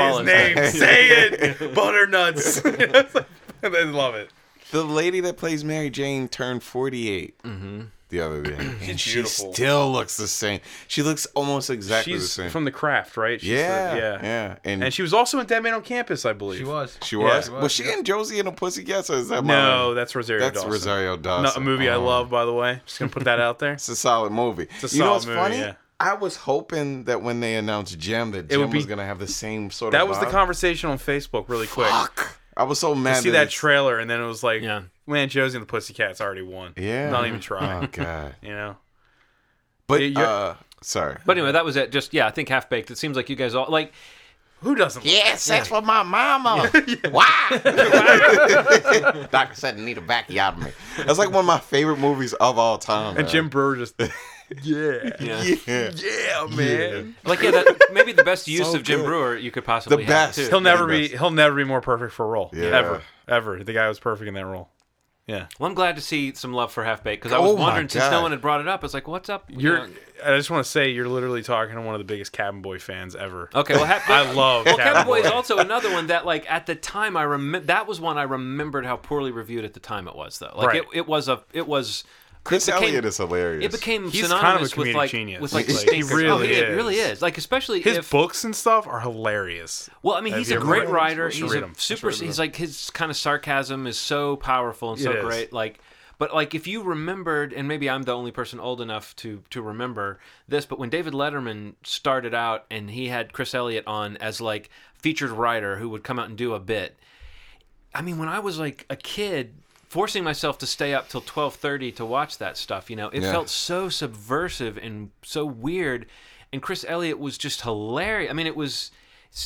Speaker 2: say his name.
Speaker 5: follows.
Speaker 2: say it. Butternuts. It's like- I love it.
Speaker 3: The lady that plays Mary Jane turned 48 the other day, and she
Speaker 2: beautiful.
Speaker 3: still looks the same. She looks almost exactly the
Speaker 2: She's
Speaker 3: same.
Speaker 2: from the craft, right? She's the-
Speaker 3: yeah,
Speaker 2: yeah,
Speaker 3: yeah, And,
Speaker 2: And
Speaker 3: she,
Speaker 2: she was also in Dead Man on Campus, I believe.
Speaker 4: She was.
Speaker 3: was.
Speaker 2: she
Speaker 3: was she in Josie and the Pussycats? Or is that
Speaker 2: No,
Speaker 3: my
Speaker 2: that's Rosario.
Speaker 3: that's
Speaker 2: Dawson.
Speaker 3: Rosario
Speaker 2: Not
Speaker 3: Dawson.
Speaker 2: a movie I
Speaker 3: Oh.
Speaker 2: love, by the way. Just gonna put that out there.
Speaker 3: It's a solid movie.
Speaker 2: a
Speaker 3: you
Speaker 2: solid
Speaker 3: know what's
Speaker 2: movie,
Speaker 3: funny?
Speaker 2: yeah.
Speaker 3: I was hoping that when they announced Jim, that
Speaker 2: It would
Speaker 3: Jim was
Speaker 2: be-
Speaker 3: gonna have the same sort
Speaker 2: That
Speaker 3: of.
Speaker 2: was the
Speaker 3: vibe.
Speaker 2: conversation on Facebook, really quick.
Speaker 3: Fuck! I was so mad.
Speaker 2: See that
Speaker 3: that it's-
Speaker 2: trailer, and then it was like,
Speaker 5: Yeah.
Speaker 2: man, Josie and the Pussycats already won.
Speaker 3: Yeah.
Speaker 2: not even trying.
Speaker 3: Oh god.
Speaker 2: You know,
Speaker 3: But
Speaker 2: You're-
Speaker 3: uh, sorry.
Speaker 5: But anyway, that was it. Just yeah, I think half baked. It seems like you guys all like
Speaker 2: who doesn't?
Speaker 3: Yes, that's for my mama. Why? Doctor said need a vacuotomy. That's like one of my favorite movies of all time.
Speaker 2: And
Speaker 3: man.
Speaker 2: Jim Brewer just, yeah,
Speaker 5: yeah.
Speaker 3: Yeah.
Speaker 2: yeah, man.
Speaker 5: like yeah, that, maybe the best use
Speaker 3: So
Speaker 5: of Jim
Speaker 3: good.
Speaker 5: Brewer you could possibly
Speaker 3: The
Speaker 5: have,
Speaker 3: best.
Speaker 5: too.
Speaker 2: He'll never
Speaker 3: Yeah,
Speaker 2: be.
Speaker 3: he does.
Speaker 2: He'll never be more perfect for a role.
Speaker 3: Yeah.
Speaker 2: Ever, ever. The guy was perfect in that role. Yeah.
Speaker 5: Well, I'm glad to see some love for half baked because I was
Speaker 3: Oh, my
Speaker 5: wondering since no
Speaker 3: God.
Speaker 5: one had brought it up. It's like, what's up? you
Speaker 2: You're.
Speaker 5: know?
Speaker 2: I just want to say you're literally talking to one of the biggest Cabin Boy fans ever.
Speaker 5: okay. Well, half
Speaker 2: I love
Speaker 5: Well,
Speaker 2: Cabin
Speaker 5: Cowboy
Speaker 2: Boy.
Speaker 5: is also another one that, like, at the time, I remember that was one I remembered how poorly reviewed at the time it was, though. Like,
Speaker 2: Right.
Speaker 5: it, it was a, it was.
Speaker 3: Chris
Speaker 5: it became-
Speaker 3: Elliott is hilarious.
Speaker 5: It became
Speaker 2: He's kind of a
Speaker 5: synonymous
Speaker 2: comedic
Speaker 5: with like
Speaker 2: genius.
Speaker 5: with like
Speaker 2: Like, he
Speaker 5: stinkers.
Speaker 2: really
Speaker 5: oh, he- it
Speaker 2: is.
Speaker 5: really is. Like especially
Speaker 2: His
Speaker 5: if
Speaker 2: books and stuff are hilarious.
Speaker 5: Well, I mean,
Speaker 2: Have
Speaker 5: he's
Speaker 2: you
Speaker 5: a
Speaker 2: ever
Speaker 5: great
Speaker 2: read it?
Speaker 5: writer.
Speaker 2: You should
Speaker 5: He's
Speaker 2: read
Speaker 5: a
Speaker 2: 'em. You should
Speaker 5: super.
Speaker 2: read 'em.
Speaker 5: He's like his kind of sarcasm is so powerful and so
Speaker 2: It is.
Speaker 5: great. Like, but like if you remembered, and maybe I'm the only person old enough to to remember this, but when David Letterman started out and he had Chris Elliott on as like featured writer who would come out and do a bit. I mean, when I was like a kid, forcing myself to stay up till twelve thirty to watch that stuff, you know, it
Speaker 3: Yeah.
Speaker 5: felt so subversive and so weird. And Chris Elliott was just hilarious. I mean, it was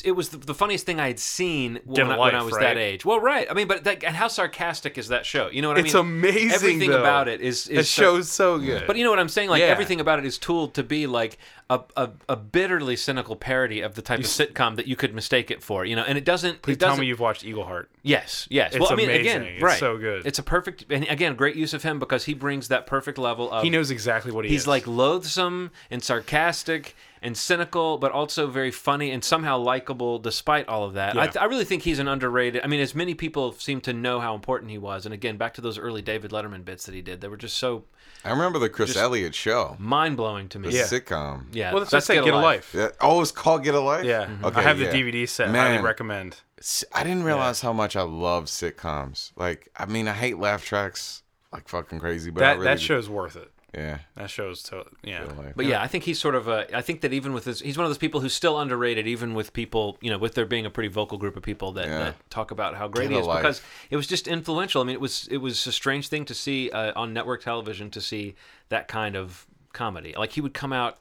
Speaker 5: it was the, the funniest thing I had seen when,
Speaker 2: Get a
Speaker 5: I, when I
Speaker 2: life,
Speaker 5: was
Speaker 2: right?
Speaker 5: that age. Well, right. I mean, but that, and how sarcastic is that show? You know what I mean?
Speaker 2: It's amazing,
Speaker 5: Everything
Speaker 2: though.
Speaker 5: about it is is
Speaker 2: It
Speaker 5: so-
Speaker 2: show's so good.
Speaker 5: But you know what I'm saying? Like
Speaker 2: Yeah.
Speaker 5: everything about it is tooled to be like a, a, a bitterly cynical parody of the type of sitcom that you could mistake it for. You know, and it doesn't.
Speaker 2: Please
Speaker 5: it
Speaker 2: tell
Speaker 5: doesn't,
Speaker 2: me you've watched Eagle Heart.
Speaker 5: Yes, yes.
Speaker 2: It's
Speaker 5: well, I mean, again,
Speaker 2: amazing. It's
Speaker 5: right?
Speaker 2: so good.
Speaker 5: It's a perfect, and again, great use of him because he brings that perfect level of.
Speaker 2: He knows exactly what he
Speaker 5: he's
Speaker 2: is.
Speaker 5: like loathsome and sarcastic and cynical, but also very funny and somehow likable despite all of that. I,
Speaker 2: Yeah.
Speaker 5: I really think he's an underrated. I mean, as many people seem to know how important he was, and again, back to those early David Letterman bits that he did, they were just so
Speaker 3: I remember the Chris Elliott show,
Speaker 5: mind blowing to me.
Speaker 3: the sitcom.
Speaker 5: yeah.
Speaker 2: Well, that's just say get a life.
Speaker 3: Yeah. Oh, it's called Get a Life. Mm-hmm.
Speaker 2: Yeah.
Speaker 3: Okay,
Speaker 2: I have
Speaker 3: yeah.
Speaker 2: the DVD set. Highly
Speaker 3: Man,
Speaker 2: recommend.
Speaker 3: s- I didn't realize how much I love sitcoms. Like, I mean, I hate laugh tracks like fucking crazy, but I
Speaker 2: That
Speaker 3: really
Speaker 2: that
Speaker 3: do-
Speaker 2: show's worth it.
Speaker 3: Yeah.
Speaker 2: That show's to yeah.
Speaker 3: Like,
Speaker 5: But yeah, I think he's sort of a. I think that even with his, he's one of those people who's still underrated, even with people, you know, with there being a pretty vocal group of people that,
Speaker 3: Yeah.
Speaker 5: that talk about how great he
Speaker 3: Get a
Speaker 5: is
Speaker 3: life.
Speaker 5: because it was just influential. I mean, it was it was a strange thing to see uh, on network television to see that kind of comedy. Like he would come out.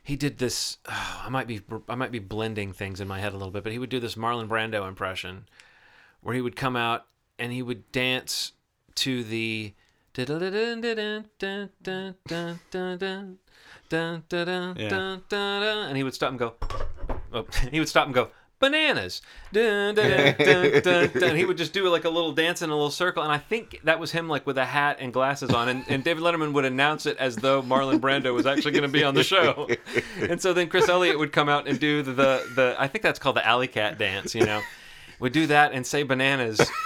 Speaker 5: He did this. oh, I might be I might be blending things in my head a little bit, but he would do this Marlon Brando impression, where he would come out and he would dance to the and he would stop and go oh, he would stop and go bananas Dun, dun, dun, dun, dun. and he would just do like a little dance in a little circle and i think that was him like with a hat and glasses on and, and david letterman would announce it as though marlon brando was actually going to be on the show and so then chris elliott would come out and do the, the, the i think that's called the alley cat dance you know would do that and say bananas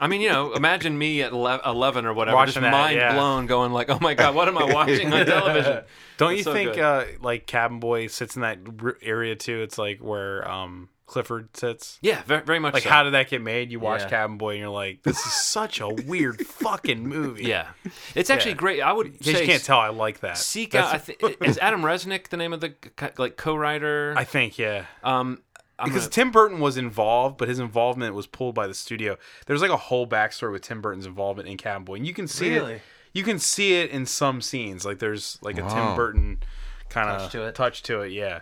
Speaker 5: I mean, you know, imagine me at ele- 11 or whatever,
Speaker 2: Watching
Speaker 5: just
Speaker 2: that,
Speaker 5: mind
Speaker 2: yeah.
Speaker 5: blown, going like, "Oh my god, what am I watching on television?"
Speaker 2: Don't you
Speaker 5: It's so
Speaker 2: think
Speaker 5: good.
Speaker 2: uh, like Cabin Boy sits in that r- area too? It's like where um, Clifford sits.
Speaker 5: Yeah, very, very much.
Speaker 2: Like,
Speaker 5: so.
Speaker 2: how did that get made? You watch
Speaker 1: Yeah.
Speaker 2: Cabin Boy and you're like, this is such a weird fucking movie.
Speaker 5: Yeah, it's actually great. I would
Speaker 2: You
Speaker 5: say
Speaker 2: just can't tell I like that.
Speaker 5: Seek
Speaker 2: That's-
Speaker 5: out. I th- is Adam Resnick the name of the co- like co-writer?
Speaker 2: I think, yeah.
Speaker 5: um, I'm
Speaker 2: because
Speaker 5: gonna-
Speaker 2: Tim Burton was involved, but his involvement was pulled by the studio. There's like a whole backstory with Tim Burton's involvement in Cabin Boy, and you can see it.
Speaker 4: Really?
Speaker 2: You can see it in some scenes. Like there's like a Tim
Speaker 3: Wow.
Speaker 2: Burton kind of
Speaker 4: Touch to it.
Speaker 2: Touch to it, yeah.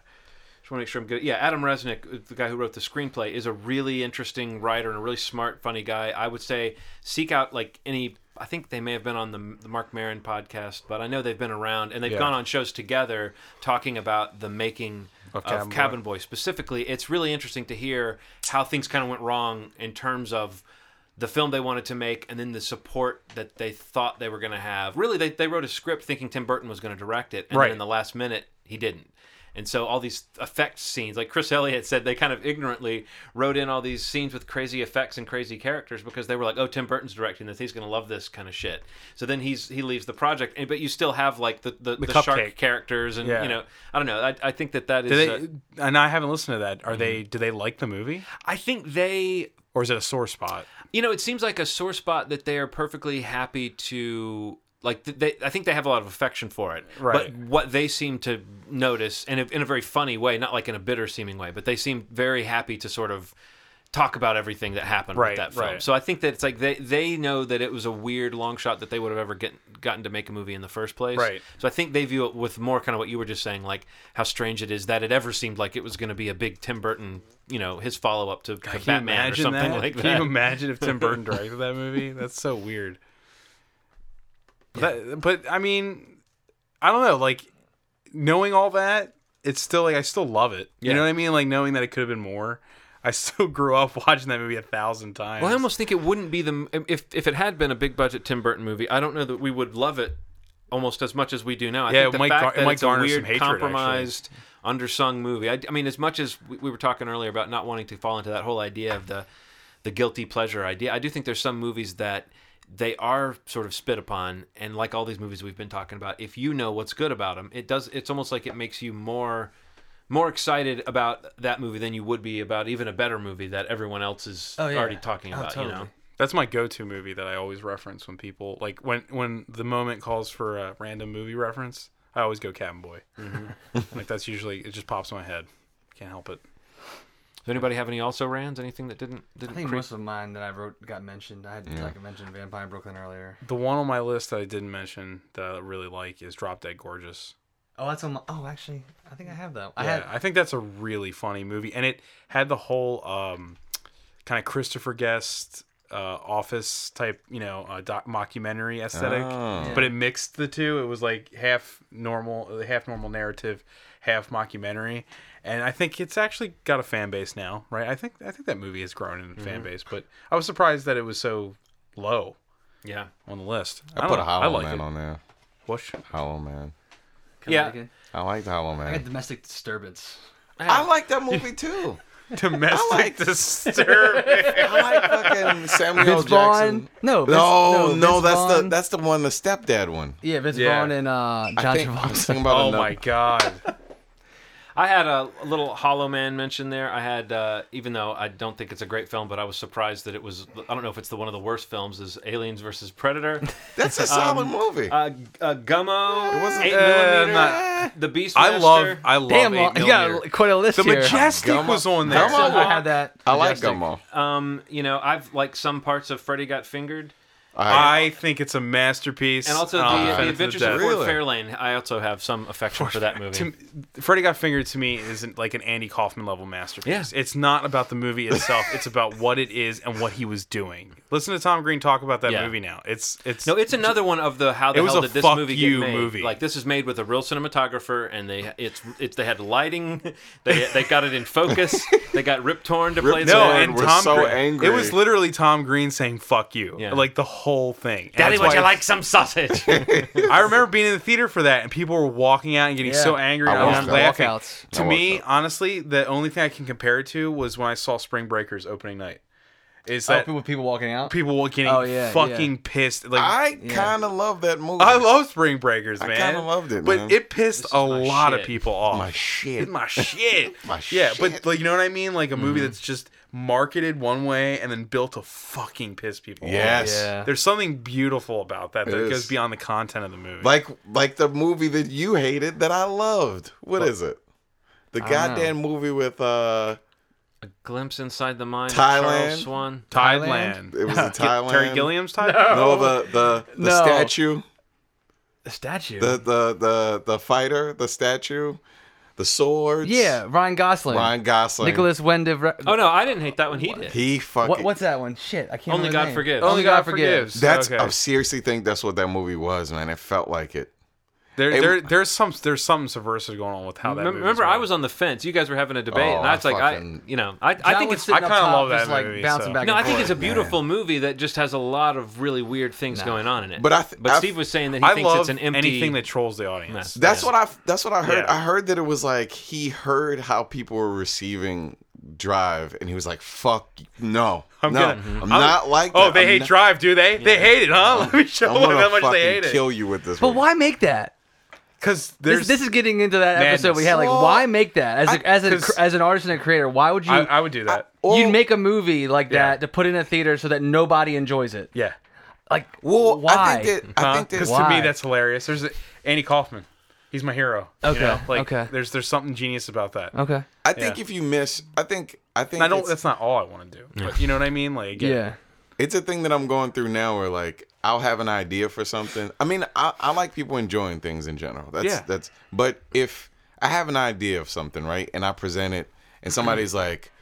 Speaker 5: Just want to make sure I'm good. Yeah, Adam Resnick, uh, the guy who wrote the screenplay, is a really interesting writer and a really smart, funny guy. I would say seek out like any. I think they may have been on the, the Mark Maron podcast, but I know they've been around and they've
Speaker 2: Yeah.
Speaker 5: gone on shows together talking about the making of,
Speaker 2: Cabin
Speaker 5: Cabin,
Speaker 2: Boy.
Speaker 5: Boy. specifically. It's really interesting to hear how things kind of went wrong in terms of the film they wanted to make and then the support that they thought they were going to have. Really, they, they wrote a script thinking Tim Burton was going to direct it, and
Speaker 2: Right.
Speaker 5: then in the last minute, he didn't. And so all these effects scenes, like Chris Elliott said, they kind of ignorantly wrote in all these scenes with crazy effects and crazy characters because they were like, "Oh, Tim Burton's directing this; he's going to love this kind of shit." So then he's he leaves the project, and- but you still have like the the, the,
Speaker 2: cupcake.
Speaker 5: shark characters, and
Speaker 2: Yeah.
Speaker 5: you know, I don't know. I, I think that that is.
Speaker 2: Do they,
Speaker 5: uh,
Speaker 2: and I haven't listened to that. Are they? Do they like the movie,
Speaker 5: I think they
Speaker 2: or is it a sore spot?
Speaker 5: you know, it seems like a sore spot that they are perfectly happy to like. th- They, I think they have a lot of affection for it.
Speaker 2: Right.
Speaker 5: But what they seem to notice, and in a very funny way, not like in a bitter seeming way, but they seem very happy to sort of talk about everything that happened
Speaker 2: Right,
Speaker 5: with that film.
Speaker 2: right.
Speaker 5: So I think that it's like they they know that it was a weird long shot that they would have ever get, gotten to make a movie in the first place.
Speaker 2: Right.
Speaker 5: So I think they view it with more kind of what you were just saying, like how strange it is that it ever seemed like it was going to be a big Tim Burton, you know, his follow up to, to Batman or something
Speaker 2: that?
Speaker 5: like that.
Speaker 2: Can you imagine if Tim Burton directed that movie? That's so weird. That, but I mean, I don't know. Like knowing all that, it's still like I still love it. You know what I mean? Like knowing that it could have been more. I still grew up watching that movie a thousand times.
Speaker 5: Well, I almost think it wouldn't be the if if it had been a big budget Tim Burton movie. I don't know that we would love it almost as much as we do now. I
Speaker 2: Yeah,
Speaker 5: think
Speaker 2: it
Speaker 5: the
Speaker 2: might
Speaker 5: fact
Speaker 2: gar- it
Speaker 5: that
Speaker 2: might
Speaker 5: it's a
Speaker 2: garner some
Speaker 5: weird,
Speaker 2: hatred, actually.
Speaker 5: compromised, undersung movie. I, I mean, as much as we, we were talking earlier about not wanting to fall into that whole idea of the the guilty pleasure idea, I do think there's some movies that they are sort of spit upon and like all these movies we've been talking about if you know what's good about them it does it's almost like it makes you more more excited about that movie than you would be about even a better movie that everyone else is
Speaker 4: Oh, yeah.
Speaker 5: already talking
Speaker 4: Oh,
Speaker 5: about you know
Speaker 4: totally.
Speaker 2: That's my go-to movie that I always reference when people like when when the moment calls for a random movie reference. I always go Cabin Boy.
Speaker 5: Mm-hmm.
Speaker 2: like that's usually it just pops in my head. Can't help it.
Speaker 5: Does anybody have any also rans? Anything that didn't
Speaker 4: I
Speaker 5: didn't
Speaker 4: think
Speaker 5: creep?
Speaker 4: most of mine that I wrote got mentioned. I had like I mentioned Vampire in Brooklyn earlier.
Speaker 2: The one on my list that I didn't mention that I really like is Drop Dead Gorgeous.
Speaker 4: Oh, that's on my. Oh, actually, I think I have that. I
Speaker 2: Yeah, I,
Speaker 4: had
Speaker 2: think that's a really funny movie, and it had the whole um, kind of Christopher Guest uh, office type, you know, uh, doc- mockumentary aesthetic.
Speaker 3: Oh.
Speaker 2: But it mixed the two. It was like half normal, half normal narrative, half mockumentary, and I think it's actually got a fan base now, right? I think I think that movie has grown in
Speaker 3: Mm-hmm.
Speaker 2: fan base, but I was surprised that it was so low
Speaker 5: Yeah,
Speaker 2: on the list.
Speaker 3: I,
Speaker 2: don't
Speaker 3: put
Speaker 2: know.
Speaker 3: Hollow
Speaker 2: like
Speaker 3: Man
Speaker 2: it.
Speaker 3: on there.
Speaker 2: Whoosh.
Speaker 3: Hollow Man.
Speaker 5: Yeah.
Speaker 4: Connecticut.
Speaker 3: I liked Hollow
Speaker 4: I had
Speaker 3: Man.
Speaker 4: domestic disturbance.
Speaker 3: I like that movie too.
Speaker 2: domestic
Speaker 3: I like-
Speaker 2: disturbance.
Speaker 3: I like fucking Samuel Jackson.
Speaker 4: Oh, No, Vince,
Speaker 3: No, no, that's the
Speaker 4: Vaughn-
Speaker 3: that's the one, the stepdad one.
Speaker 4: yeah, Vince
Speaker 2: Yeah.
Speaker 4: Vaughn and uh,
Speaker 3: I
Speaker 4: John
Speaker 3: think, I'm
Speaker 4: Travolta.
Speaker 3: thinking about
Speaker 2: oh
Speaker 3: another-
Speaker 2: my god.
Speaker 5: I had a little Hollow Man mention there. I had, uh, even though I don't think it's a great film, but I was surprised that it was. I don't know if it's the one of the worst films. Is Aliens versus Predator?
Speaker 3: That's a solid movie.
Speaker 5: uh, g- uh, Gummo. It
Speaker 3: wasn't-
Speaker 5: eight
Speaker 3: uh,
Speaker 5: millimeter.
Speaker 3: not-
Speaker 5: the Beast.
Speaker 2: I love I love
Speaker 4: Damn,
Speaker 2: eight
Speaker 4: well, you
Speaker 2: millimeter.
Speaker 4: got quite a list
Speaker 2: The
Speaker 4: here.
Speaker 2: majestic
Speaker 3: Gummo-
Speaker 2: was on there.
Speaker 3: Gummo-
Speaker 4: I had that.
Speaker 3: I like
Speaker 4: Majestic.
Speaker 3: Gummo.
Speaker 5: Um, you know, I've like some parts of Freddy Got Fingered,
Speaker 3: I,
Speaker 2: I think it's a masterpiece. Oh,
Speaker 5: and also
Speaker 2: and I'll defend it
Speaker 5: the, the
Speaker 2: to
Speaker 5: Adventures
Speaker 2: death.
Speaker 5: of Ford
Speaker 3: Really?
Speaker 5: Fairlane. I also have some affection for that movie.
Speaker 2: To m- Freddy Got Fingered to me isn't like an Andy Kaufman level masterpiece.
Speaker 5: Yeah.
Speaker 2: It's not about the movie itself. it's about what it is and what he was doing. Listen to Tom Green talk about that
Speaker 5: Yeah.
Speaker 2: movie now. It's it's
Speaker 5: No, it's another one of the how the
Speaker 2: It was
Speaker 5: hell
Speaker 2: a
Speaker 5: did this
Speaker 2: fuck
Speaker 5: movie
Speaker 2: you
Speaker 5: get made?
Speaker 2: movie.
Speaker 5: Like this is made with a real cinematographer, and they it's it's they had lighting, they they got it in focus, they got Rip Torn to play
Speaker 3: Rip
Speaker 5: the
Speaker 2: no,
Speaker 3: Lord,
Speaker 2: and
Speaker 3: we're
Speaker 2: Tom
Speaker 3: so
Speaker 2: Green.
Speaker 3: angry.
Speaker 2: It was literally Tom Green saying "fuck you,"
Speaker 5: Yeah.
Speaker 2: like the whole thing. And
Speaker 5: Daddy,
Speaker 2: that's
Speaker 5: would
Speaker 2: why
Speaker 5: you
Speaker 2: I-
Speaker 5: like some sausage?
Speaker 2: I remember being in the theater for that, and people were walking out and getting
Speaker 4: Yeah.
Speaker 2: so angry.
Speaker 3: I
Speaker 2: and I, was
Speaker 3: walked out.
Speaker 2: laughing.
Speaker 4: Walkouts.
Speaker 3: I
Speaker 2: To
Speaker 3: walked
Speaker 2: me,
Speaker 3: out.
Speaker 2: honestly, the only thing I can compare it to was when I saw Spring Breakers opening night. Is
Speaker 4: Oh,
Speaker 2: that
Speaker 4: people, people walking out.
Speaker 2: people were getting
Speaker 4: Oh, yeah,
Speaker 2: fucking pissed? Like I,
Speaker 3: I kind of love that movie.
Speaker 2: love Spring Breakers, man.
Speaker 3: kinda loved it,
Speaker 2: but
Speaker 3: man.
Speaker 2: it pissed a lot of
Speaker 5: shit.
Speaker 2: people off.
Speaker 3: Oh, my shit.
Speaker 2: It's my shit.
Speaker 3: My
Speaker 2: Yeah,
Speaker 3: shit.
Speaker 2: but like you know what I mean? Like a movie
Speaker 4: Mm-hmm.
Speaker 2: that's just marketed one way and then built to fucking piss people
Speaker 3: Yes.
Speaker 4: Yeah.
Speaker 2: off. There's something beautiful about that that
Speaker 3: It
Speaker 2: goes
Speaker 3: is.
Speaker 2: beyond the content of the movie.
Speaker 3: Like like the movie that you hated that I loved. What is it? The goddamn movie with uh
Speaker 5: A glimpse inside the mind of
Speaker 3: Thailand.
Speaker 5: Charles Swan.
Speaker 2: Thailand.
Speaker 3: it was in Thailand.
Speaker 2: Terry Gilliam's Oh Thailand?
Speaker 3: No, the the, the
Speaker 4: No.
Speaker 3: statue.
Speaker 4: the statue.
Speaker 3: The, the the the fighter, the statue, the swords.
Speaker 4: yeah, Ryan Gosling.
Speaker 3: Ryan Gosling.
Speaker 4: Nicholas Wendig.
Speaker 5: Oh no, I didn't hate that one. He did.
Speaker 3: He fucking
Speaker 4: What, what's that one? Shit, I can't.
Speaker 5: Only
Speaker 4: remember
Speaker 5: God
Speaker 4: the name.
Speaker 5: forgives.
Speaker 2: Only God forgives.
Speaker 3: That's
Speaker 2: Okay.
Speaker 3: I seriously think that's what that movie was, man. It felt like it.
Speaker 2: There,
Speaker 3: It-
Speaker 2: there, there's some, there's something subversive going on with how that.
Speaker 5: Remember,
Speaker 2: movie's
Speaker 5: remember I
Speaker 2: made.
Speaker 5: was on the fence. You guys were having a debate,
Speaker 3: Oh,
Speaker 5: and that's
Speaker 3: I
Speaker 5: like
Speaker 3: fucking-
Speaker 5: I, you know, I, I
Speaker 4: John
Speaker 5: think
Speaker 4: was
Speaker 5: it's.
Speaker 4: sitting
Speaker 2: I
Speaker 4: up
Speaker 2: kinda
Speaker 4: top,
Speaker 2: love that
Speaker 4: just, like,
Speaker 2: movie,
Speaker 4: Bouncing
Speaker 2: so-
Speaker 4: back
Speaker 5: No,
Speaker 4: and
Speaker 5: I think
Speaker 4: forth.
Speaker 5: it's a beautiful movie that just has a lot of really weird things going on in it.
Speaker 3: But I th-
Speaker 5: but
Speaker 3: I-
Speaker 5: Steve was saying that he
Speaker 2: I
Speaker 5: thinks
Speaker 2: love
Speaker 5: it's an empty.
Speaker 2: anything that trolls the audience.
Speaker 5: mess.
Speaker 3: That's
Speaker 5: Yeah.
Speaker 3: what I. That's what I heard.
Speaker 2: Yeah.
Speaker 3: I heard that it was like he heard how people were receiving Drive, and he was like, "Fuck no,
Speaker 2: I'm
Speaker 3: no,
Speaker 2: gonna-
Speaker 3: I'm, not like that.
Speaker 2: Oh, they
Speaker 3: I'm
Speaker 2: hate
Speaker 3: not-
Speaker 2: Drive, do they? They hate it, huh? Let me show
Speaker 3: I'm
Speaker 2: them
Speaker 3: gonna
Speaker 2: how much they hate
Speaker 3: fucking
Speaker 2: it.
Speaker 3: kill you with this."
Speaker 4: But
Speaker 3: movie.
Speaker 4: why make that?
Speaker 2: Because
Speaker 4: This,
Speaker 2: there's
Speaker 4: this is getting into that episode we had. Like,
Speaker 3: Madness.
Speaker 4: why make that as a,
Speaker 3: I-
Speaker 4: as an
Speaker 2: 'cause-
Speaker 4: as an artist and a creator? Why would you?
Speaker 2: I, I would do that.
Speaker 4: you'd
Speaker 3: Well-
Speaker 4: make a movie like that to put in a theater so that nobody enjoys it.
Speaker 2: yeah,
Speaker 4: Like,
Speaker 3: Well,
Speaker 4: why?
Speaker 3: I think that. I think that.
Speaker 2: because to me
Speaker 4: Why?
Speaker 2: that's hilarious. There's a, Andy Kaufman. He's my hero. you
Speaker 4: Okay,
Speaker 2: know? Like,
Speaker 4: okay.
Speaker 2: There's there's something genius about that.
Speaker 4: okay,
Speaker 3: I think
Speaker 2: yeah.
Speaker 3: if you miss, I think. I think
Speaker 2: And I don't.
Speaker 3: it's,
Speaker 2: That's not all I want to do. But you know what I mean? Like
Speaker 4: yeah.
Speaker 3: it's a thing that I'm going through now, where like I'll have an idea for something. I mean, I, I like people enjoying things in general. That's
Speaker 2: Yeah.
Speaker 3: that's. But if I have an idea of something, right, and I present it, and somebody's like,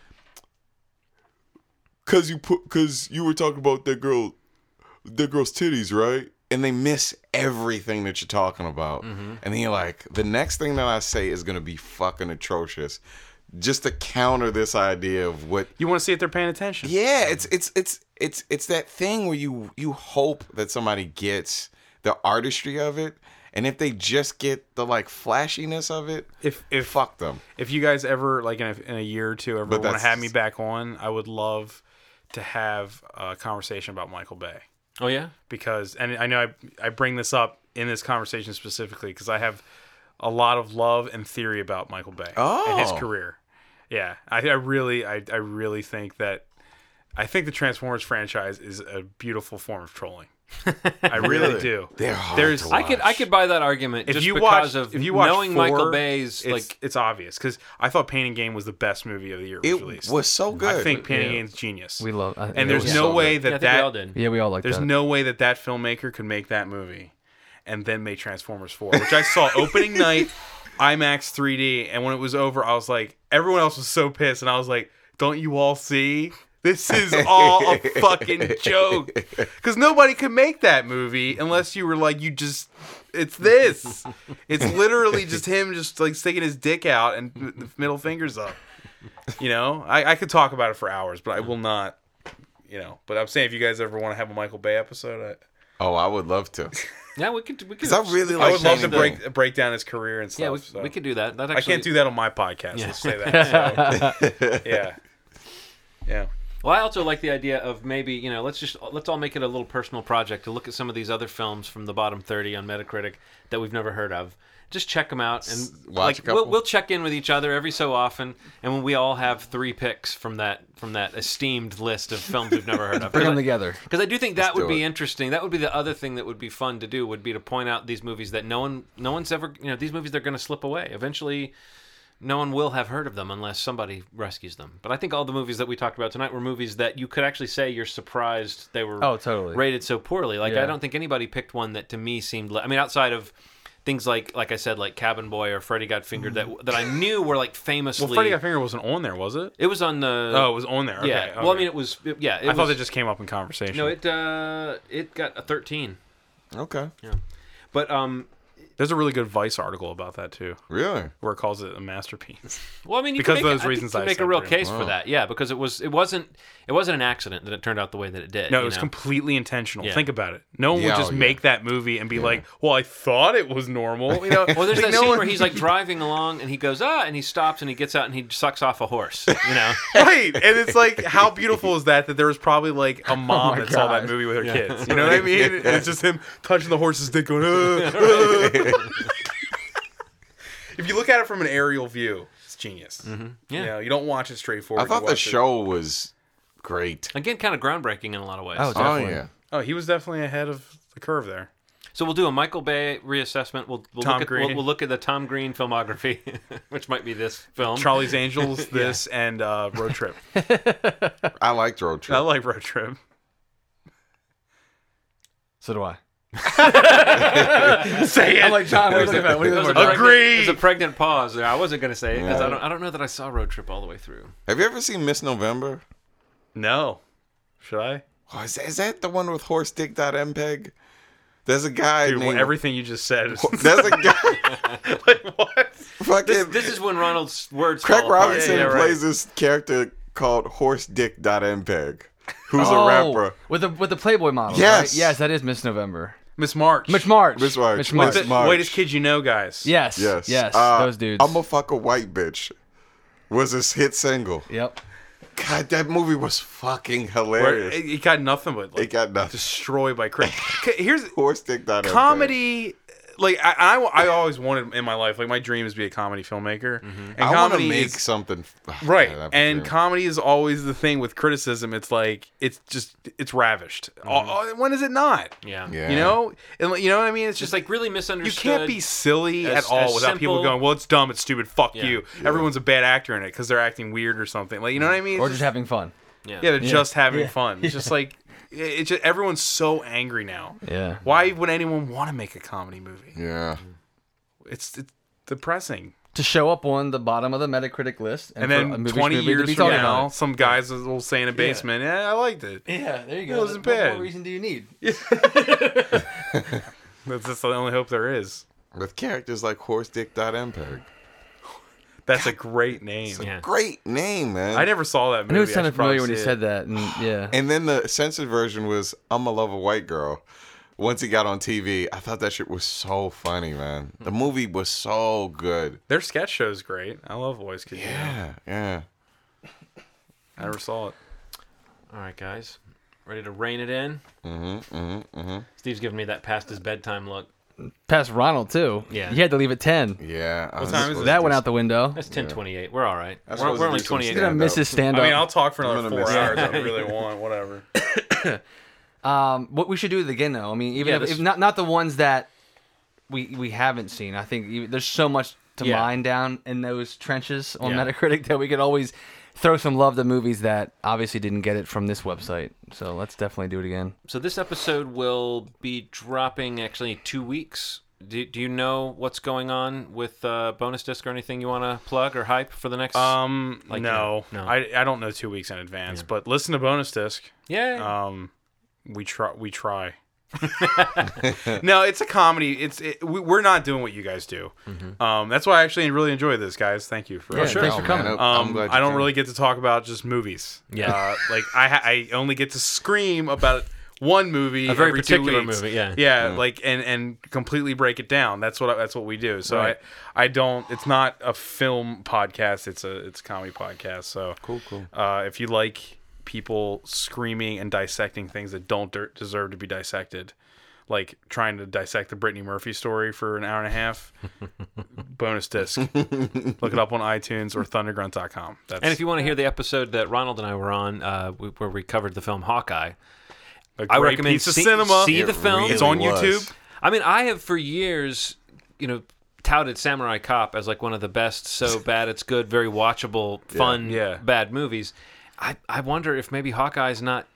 Speaker 3: "Cause you put, cause you were talking about that girl, that girl's titties, right?" And they miss everything that you're talking about, and then you're like, "The next thing that I say is gonna be fucking atrocious." Just to counter this idea of what
Speaker 2: You want to see if they're paying attention.
Speaker 3: yeah, it's it's it's it's it's that thing where you you hope that somebody gets the artistry of it, and if they just get the like flashiness of it,
Speaker 2: If if
Speaker 3: fuck them.
Speaker 2: if you guys ever like in a, in a year or two ever
Speaker 3: But
Speaker 2: want to
Speaker 3: that's-
Speaker 2: have me back on, I would love to have a conversation about Michael Bay
Speaker 5: oh yeah,
Speaker 2: because and I know I I bring this up in this conversation specifically because I have a lot of love and theory about Michael Bay and his
Speaker 3: Oh.
Speaker 2: career. Yeah, I, I really I, I really think that I think the Transformers franchise is a beautiful form of trolling. I really
Speaker 3: Really?
Speaker 2: do.
Speaker 3: They're hard
Speaker 2: There's-
Speaker 3: to
Speaker 5: I could I could buy that argument
Speaker 2: if
Speaker 5: just
Speaker 2: you watch
Speaker 5: because of
Speaker 2: if you watch
Speaker 5: knowing
Speaker 2: four,
Speaker 5: Michael Bay's
Speaker 2: it's,
Speaker 5: like
Speaker 2: it's obvious because I thought Pain and Game was the best movie of the year.
Speaker 3: It
Speaker 2: released.
Speaker 3: was so good.
Speaker 2: I think Pain and Game's genius.
Speaker 4: We love. I,
Speaker 2: and
Speaker 4: it
Speaker 2: there's
Speaker 4: was-
Speaker 2: no
Speaker 3: so
Speaker 2: way
Speaker 5: yeah, I
Speaker 2: that
Speaker 5: think we all
Speaker 2: that
Speaker 5: did.
Speaker 4: Yeah, we all like
Speaker 2: there's
Speaker 4: that.
Speaker 2: no way that that filmmaker could make that movie and then make Transformers 4, which I saw opening night IMAX 3D and when it was over I was like everyone else was so pissed and I was like don't you all see this is all a fucking joke cuz nobody could make that movie unless you were like you just it's this it's literally just him just like sticking his dick out and the middle fingers up you know I, I could talk about it for hours but I will not you know. But I'm saying if you guys ever want to have a Michael Bay episode,
Speaker 3: Oh, I would love to.
Speaker 5: yeah, we could we could.
Speaker 3: 'Cause I really
Speaker 2: I,
Speaker 3: like.
Speaker 2: I would love to
Speaker 3: Channing
Speaker 2: break break down his caer and stuff.
Speaker 5: yeah, we,
Speaker 2: so.
Speaker 5: we could do that. That
Speaker 2: I
Speaker 5: actually,
Speaker 2: can't do that on my podcast. Let's say that. So, yeah, yeah.
Speaker 5: Well, I also like the idea of maybe you know let's just let's all make it a little personal project to look at some of these other films from the bottom thirty on Metacritic that we've never heard of. Just check them out and
Speaker 3: watch a
Speaker 5: like
Speaker 3: couple.
Speaker 5: we'll, we'll check in with each other every so often, and when we all have three picks from that from that esteemed list of films we've never heard of,
Speaker 4: Bring them
Speaker 5: Because I-
Speaker 4: together.
Speaker 5: because I do think that would
Speaker 3: do
Speaker 5: be
Speaker 3: it.
Speaker 5: interesting. That would be the other thing that would be fun to do would be to point out these movies that no one no one's ever you know these movies they're going to slip away eventually. No one will have heard of them unless somebody rescues them. But I think all the movies that we talked about tonight were movies that you could actually say you're surprised they were
Speaker 4: Oh, totally.
Speaker 5: rated so poorly. Like
Speaker 4: Yeah.
Speaker 5: I don't think anybody picked one that to me seemed. Li- I mean, outside of things like like I said, like Cabin Boy or Freddy Got Fingered that that I knew were like famously.
Speaker 2: Mm. Well, Freddy Got Finger wasn't on there, was it?
Speaker 5: it was on the.
Speaker 2: Oh, it was on there. Okay.
Speaker 5: yeah.
Speaker 2: okay.
Speaker 5: Well, I mean, it was. it- yeah, it
Speaker 2: I
Speaker 5: was,
Speaker 2: thought that just came up in conversation.
Speaker 5: No, it uh, it got a thirteen.
Speaker 3: Okay.
Speaker 5: But um,
Speaker 2: There's a really good Vice article about that too,
Speaker 3: Really?
Speaker 2: where it calls it a masterpiece.
Speaker 5: Well, I mean, you
Speaker 2: Because
Speaker 5: can
Speaker 2: of
Speaker 5: make,
Speaker 2: those
Speaker 5: I think
Speaker 2: reasons
Speaker 5: you
Speaker 2: I
Speaker 5: can make a
Speaker 2: said
Speaker 5: real
Speaker 2: pretty
Speaker 5: case for that. Yeah, because it was it wasn't it wasn't an accident that it turned out the way that it did.
Speaker 2: No,
Speaker 5: you
Speaker 2: it was
Speaker 5: know?
Speaker 2: completely intentional.
Speaker 5: Yeah.
Speaker 2: Think about it. No one
Speaker 3: Yeah,
Speaker 2: would just
Speaker 3: oh, yeah.
Speaker 2: make that movie and be like, "Well, I thought it was normal." You know,
Speaker 5: Well, there's
Speaker 2: Like,
Speaker 5: that
Speaker 2: no
Speaker 5: scene
Speaker 2: one-
Speaker 5: where he's like driving along and he goes ah, and he stops and he gets out and he sucks off a horse. You know,
Speaker 2: right, and it's like, how beautiful is that? That there was probably like a mom
Speaker 4: my
Speaker 2: that saw that
Speaker 4: God.
Speaker 2: movie with her kids. You know what I mean? It's just him touching the horse's dick, going. "Uh, uh." if you look at it from an aerial view, it's genius.
Speaker 5: Yeah.
Speaker 2: You, know, you don't watch it straightforward.
Speaker 3: I
Speaker 2: you
Speaker 3: thought the
Speaker 2: watch it-
Speaker 3: show was great.
Speaker 5: again, kind of groundbreaking in a lot of ways.
Speaker 4: Oh,
Speaker 3: Oh
Speaker 4: Definitely.
Speaker 3: yeah.
Speaker 2: Oh, he was definitely ahead of the curve there.
Speaker 5: So we'll do a Michael Bay reassessment. We'll we'll,
Speaker 2: Tom
Speaker 5: look, at,
Speaker 2: Green.
Speaker 5: we'll, we'll look at the Tom Green filmography, which might be this film.
Speaker 2: Charlie's Angels, this, and uh, Road Trip.
Speaker 3: I liked Road Trip.
Speaker 2: I like Road Trip.
Speaker 4: So do I.
Speaker 2: Say it.
Speaker 4: I'm like John. What are you looking at? What are you
Speaker 5: There's a
Speaker 4: looking
Speaker 5: pregnant-
Speaker 4: at?
Speaker 2: Agree.
Speaker 5: There's a pregnant pause there. I wasn't gonna say it because
Speaker 3: Yeah.
Speaker 5: I don't. I don't know that I saw Road Trip all the way through.
Speaker 3: Have you ever seen Miss November?
Speaker 2: no. Should I?
Speaker 3: Oh, is, is that the one with horse dick dot mpeg? There's a guy
Speaker 2: Dude,
Speaker 3: named.
Speaker 2: everything you just said. Is,
Speaker 3: there's a guy.
Speaker 2: like, what?
Speaker 3: fucking
Speaker 5: This is when Ronald's words.
Speaker 3: Craig
Speaker 5: fall apart.
Speaker 3: Robinson
Speaker 2: Oh, Yeah, yeah, right.
Speaker 3: plays this character called horse dick dot mpeg, who's
Speaker 4: Oh,
Speaker 3: a rapper.
Speaker 4: with the with the Playboy model.
Speaker 3: Yes.
Speaker 4: right? yes, that is Miss November.
Speaker 2: Miss March.
Speaker 4: Mitch March.
Speaker 3: Miss March.
Speaker 4: Mitch
Speaker 3: Miss
Speaker 4: March.
Speaker 2: The
Speaker 3: March.
Speaker 2: whitest kid you know, guys.
Speaker 4: Yes.
Speaker 3: Yes.
Speaker 4: Yes.
Speaker 3: Uh,
Speaker 4: those dudes.
Speaker 3: I'm gonna fuck a white bitch. Was his hit single.
Speaker 4: yep.
Speaker 3: God, that movie was fucking
Speaker 2: Where
Speaker 3: hilarious.
Speaker 2: it, it got nothing but like,
Speaker 3: It got nothing.
Speaker 2: destroyed by Craig. C- Here's
Speaker 3: horse dick dot mpeg.
Speaker 2: comedy. Like I, I, I always wanted in my life. Like my dream is to be a comedy filmmaker, and
Speaker 3: Mm-hmm. I want to
Speaker 2: comedy
Speaker 3: make
Speaker 2: is
Speaker 3: something.
Speaker 2: right
Speaker 3: God, that'd be
Speaker 2: and
Speaker 3: great.
Speaker 2: comedy is always the thing with criticism it's like it's just it's ravished Oh, oh, when is it not
Speaker 5: Yeah.
Speaker 3: Mm-hmm. Yeah.
Speaker 2: you know and like, you know what i mean it's just
Speaker 5: Just
Speaker 2: like
Speaker 5: like really
Speaker 2: you
Speaker 5: misunderstood.
Speaker 2: can't be silly
Speaker 5: as-
Speaker 2: at all
Speaker 5: as
Speaker 2: without people
Speaker 5: simple-
Speaker 2: going well it's dumb it's stupid fuck
Speaker 5: Yeah.
Speaker 2: you everyone's a bad actor in it because they're acting weird or something like you
Speaker 5: Mm.
Speaker 2: know what i mean
Speaker 4: Or
Speaker 2: It's
Speaker 4: just
Speaker 2: just-
Speaker 4: having fun.
Speaker 5: Yeah.
Speaker 2: yeah they're just having fun it's just like it- it's just, everyone's so angry now
Speaker 4: Yeah.
Speaker 2: why would anyone want to make a comedy movie
Speaker 3: Yeah.
Speaker 2: it's, it's depressing
Speaker 4: To show up on the bottom of the Metacritic list,
Speaker 2: and
Speaker 4: for
Speaker 2: then
Speaker 4: a movie
Speaker 2: 20
Speaker 4: movie to
Speaker 2: years
Speaker 4: be
Speaker 2: from
Speaker 4: talking about
Speaker 2: now some guys will say in a basement yeah, i liked it
Speaker 4: it. Yeah, there you go.
Speaker 2: That wasn't
Speaker 4: What more
Speaker 2: bad.
Speaker 4: reason do you need?
Speaker 2: That's, that's the only hope there is.
Speaker 3: With characters like horse dick dot mpeg.
Speaker 2: That's a great name.
Speaker 5: Yeah.
Speaker 3: Great name, man.
Speaker 2: I never saw that movie.
Speaker 4: I knew it sounded
Speaker 2: should probably
Speaker 4: familiar when you
Speaker 2: see it.
Speaker 4: said that. And yeah.
Speaker 3: And then the censored version was "I'm a love a white girl." Once he got on TV, I thought that shit was so funny, man. The movie was so good.
Speaker 2: Their sketch show's great. I love Boys Could yeah.
Speaker 3: Yeah, yeah.
Speaker 2: I never saw it.
Speaker 5: All right, guys. Ready to rein it in? Mm-hmm, mm-hmm, mm-hmm. Steve's giving me that past his bedtime look.
Speaker 4: Past Ronald too.
Speaker 5: Yeah.
Speaker 4: He had to leave at ten.
Speaker 3: Yeah. um, What
Speaker 2: time is it?
Speaker 4: That went out the window.
Speaker 5: That's 1028. We're all right.
Speaker 3: That's
Speaker 5: We're,
Speaker 3: supposed
Speaker 5: we're
Speaker 3: to
Speaker 5: only
Speaker 3: do some
Speaker 5: 28.
Speaker 3: stand-up.
Speaker 4: Gonna miss his stand
Speaker 2: I
Speaker 4: up.
Speaker 2: mean, I'll talk for
Speaker 3: gonna
Speaker 2: another four
Speaker 3: miss it.
Speaker 2: hours if I really want, whatever.
Speaker 4: Um, what we should do it again though. I mean, even
Speaker 5: Yeah,
Speaker 4: if,
Speaker 5: this-
Speaker 4: if not not the ones that we we haven't seen. I think even, there's so much to
Speaker 5: Yeah.
Speaker 4: mine down in those trenches on
Speaker 5: Yeah.
Speaker 4: Metacritic that we could always throw some love to movies that obviously didn't get it from this website. So let's definitely do it again.
Speaker 5: So this episode will be dropping actually two weeks. Do, do you know what's going on with uh, bonus disc or anything you want to plug or hype for the next?
Speaker 2: Um,
Speaker 5: Like,
Speaker 2: no,
Speaker 5: no.
Speaker 2: I, I don't know two weeks in advance, but listen to bonus disc.
Speaker 5: yeah,
Speaker 2: Um, we try. We try. no, it's a comedy. It's it, we, we're not doing what you guys do. Um, that's why I actually really enjoy this, guys. Thank you for
Speaker 4: Yeah, sure. Oh, Thanks for coming.
Speaker 3: I'm
Speaker 2: Um,
Speaker 3: glad you
Speaker 2: I don't
Speaker 3: came.
Speaker 2: really get to talk about just movies.
Speaker 5: Yeah.
Speaker 2: Uh, like I, ha- I only get to scream about one movie,
Speaker 5: A very
Speaker 2: every two
Speaker 5: particular
Speaker 2: weeks.
Speaker 5: movie, yeah.
Speaker 2: yeah,
Speaker 3: Mm.
Speaker 2: like and and completely break it down. That's what I, that's what we do. So
Speaker 4: Right.
Speaker 2: I, I don't. It's not a film podcast. It's a it's a comedy podcast. So cool, cool. Uh, if you like people screaming and dissecting things that don't der- deserve to be dissected. Like trying to dissect the Brittany Murphy story for an hour and a half. bonus disc. Look it up on iTunes or thundergrunt.com. That's,
Speaker 5: and if you want to hear the episode that Ronald and I were on, uh, we- where we covered the film Hawkeye,
Speaker 2: A
Speaker 5: I
Speaker 2: great
Speaker 5: recommend
Speaker 2: piece of
Speaker 5: see-
Speaker 2: cinema.
Speaker 5: see
Speaker 3: It
Speaker 5: the film.
Speaker 3: really
Speaker 2: It's on
Speaker 3: was.
Speaker 2: YouTube.
Speaker 5: I mean, I have for years, you know, touted Samurai Cop as like one of the best, so bad it's good, very watchable, fun,
Speaker 2: Yeah.
Speaker 5: bad movies. I, I wonder if maybe Hawkeye's not.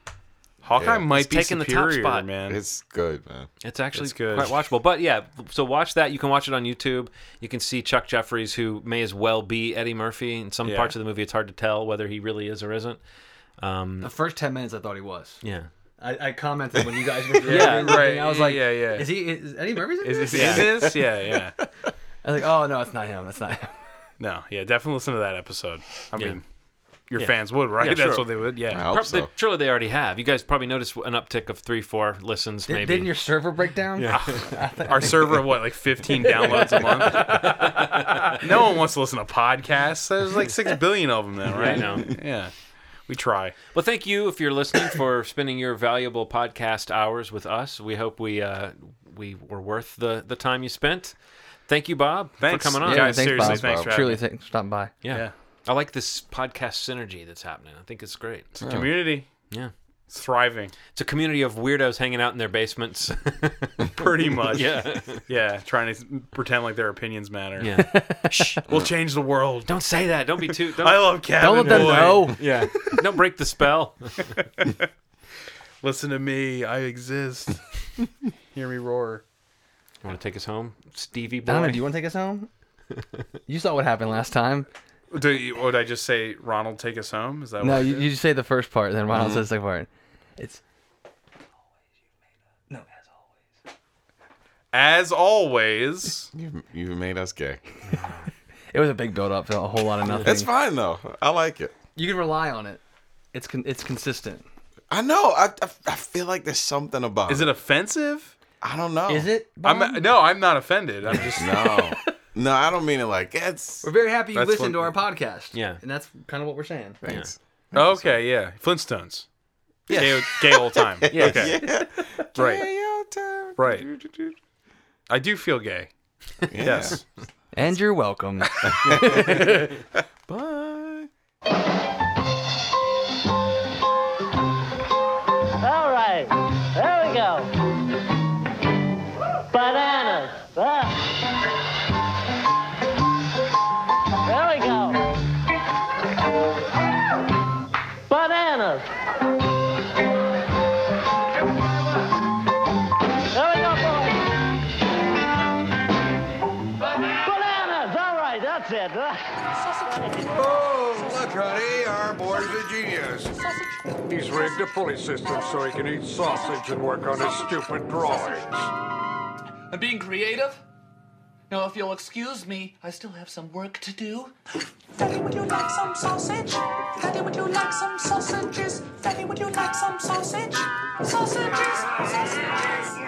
Speaker 2: Hawkeye
Speaker 3: Yeah.
Speaker 2: might be
Speaker 5: taking the top
Speaker 2: superior,
Speaker 5: spot.
Speaker 2: man.
Speaker 3: It's good, man.
Speaker 5: It's actually
Speaker 2: It's good.
Speaker 5: quite watchable. But yeah, so watch that. You can watch it on YouTube. You can see Chuck Jeffries, who may as well be Eddie Murphy. In some
Speaker 2: Yeah.
Speaker 5: parts of the movie, it's hard to tell whether he really is or isn't. Um,
Speaker 4: The first ten minutes, I thought he was.
Speaker 5: yeah.
Speaker 4: I, I commented when you guys were doing
Speaker 2: Yeah,
Speaker 4: everything.
Speaker 2: right.
Speaker 4: I was like,
Speaker 2: Yeah, yeah.
Speaker 4: Is he is Eddie Murphy's in
Speaker 2: Is
Speaker 4: this?
Speaker 2: this yeah. this? Yeah, yeah.
Speaker 4: I was like, oh no, it's not him. That's not him.
Speaker 2: No, yeah, definitely listen to that episode. I
Speaker 5: Yeah.
Speaker 2: mean, your fans would, right?
Speaker 5: Yeah,
Speaker 2: That's
Speaker 5: sure.
Speaker 2: what they would. Yeah.
Speaker 3: I hope
Speaker 5: Prob- they-
Speaker 3: so.
Speaker 5: surely they already have. You guys probably noticed an uptick of three, four listens,
Speaker 4: Did,
Speaker 5: maybe.
Speaker 4: Didn't your server break down? Yeah.
Speaker 2: Ah, Our server, what, like 15 downloads a month? no one wants to listen to podcasts. There's like 6 billion of them now, right?
Speaker 5: I know.
Speaker 2: Yeah. We try.
Speaker 5: Well, thank you if you're listening for spending your valuable podcast hours with us. We hope we uh, we were worth the the time you spent. Thank you, Bob,
Speaker 2: Thanks.
Speaker 5: for coming on.
Speaker 2: Yeah, guys, seriously, thanks for having
Speaker 4: Truly,
Speaker 2: me.
Speaker 4: thanks for stopping by.
Speaker 5: Yeah.
Speaker 2: Yeah.
Speaker 5: I like this podcast synergy that's happening. I think it's great.
Speaker 2: It's a community.
Speaker 5: Yeah.
Speaker 2: It's thriving,
Speaker 5: It's a community of weirdos hanging out in their basements.
Speaker 2: pretty much.
Speaker 5: yeah.
Speaker 2: Yeah, trying to pretend like their opinions matter.
Speaker 5: Yeah.
Speaker 2: We'll change the world.
Speaker 5: Don't say that. Don't be too don't,
Speaker 2: I love Kevin.
Speaker 4: Don't let them
Speaker 2: Boy.
Speaker 4: know.
Speaker 5: Yeah. Don't break the spell.
Speaker 2: Listen to me. I exist. Hear me roar.
Speaker 5: You want to take us home, Stevie boy?
Speaker 4: Donna, do you want to take us home? You saw what happened last time.
Speaker 2: Do you, would I just say, Ronald, take us home? Is that
Speaker 4: No,
Speaker 2: what
Speaker 4: you, you just say the first part, then Ronald
Speaker 2: Mm-hmm.
Speaker 4: says the second part. It's no,
Speaker 2: As
Speaker 4: as always.
Speaker 2: always,
Speaker 3: You've, you've made us gay.
Speaker 4: It was a big build up to a whole lot of nothing.
Speaker 3: That's fine though. I like it.
Speaker 4: You can rely on it. It's con- it's consistent.
Speaker 3: I know. I, I, I feel like there's something about
Speaker 2: is it offensive?
Speaker 3: I don't know.
Speaker 4: Is it?
Speaker 2: Oh. I'm no, I'm not offended. I'm just
Speaker 3: No. no, I don't mean it like it's.
Speaker 4: We're very happy you
Speaker 2: That's
Speaker 4: listened to our
Speaker 2: what-
Speaker 4: podcast.
Speaker 5: Yeah.
Speaker 4: and that's kind of what we're saying.
Speaker 3: Thanks.
Speaker 2: okay. Yeah, Flintstones. Yeah, gay, gay old time. Yeah, okay,
Speaker 3: Yeah.
Speaker 2: right,
Speaker 3: Gay old time.
Speaker 2: right. I do feel gay.
Speaker 3: Yeah.
Speaker 2: Yes.
Speaker 4: And you're welcome.
Speaker 3: Bye.
Speaker 6: All right. There we go. Bananas. Ah. There we go. Bananas. There we go, boys. Bananas. All right, that's it.
Speaker 7: Oh, look, honey, our boy's a genius. He's rigged a pulley system so he can eat sausage and work on his stupid drawings.
Speaker 8: I'm being creative. Now, if you'll excuse me, I still have some work to do.
Speaker 9: Daddy, would you like some sausage? Daddy, would you like some sausages? Daddy, would you like some sausage? Sausages, sausages.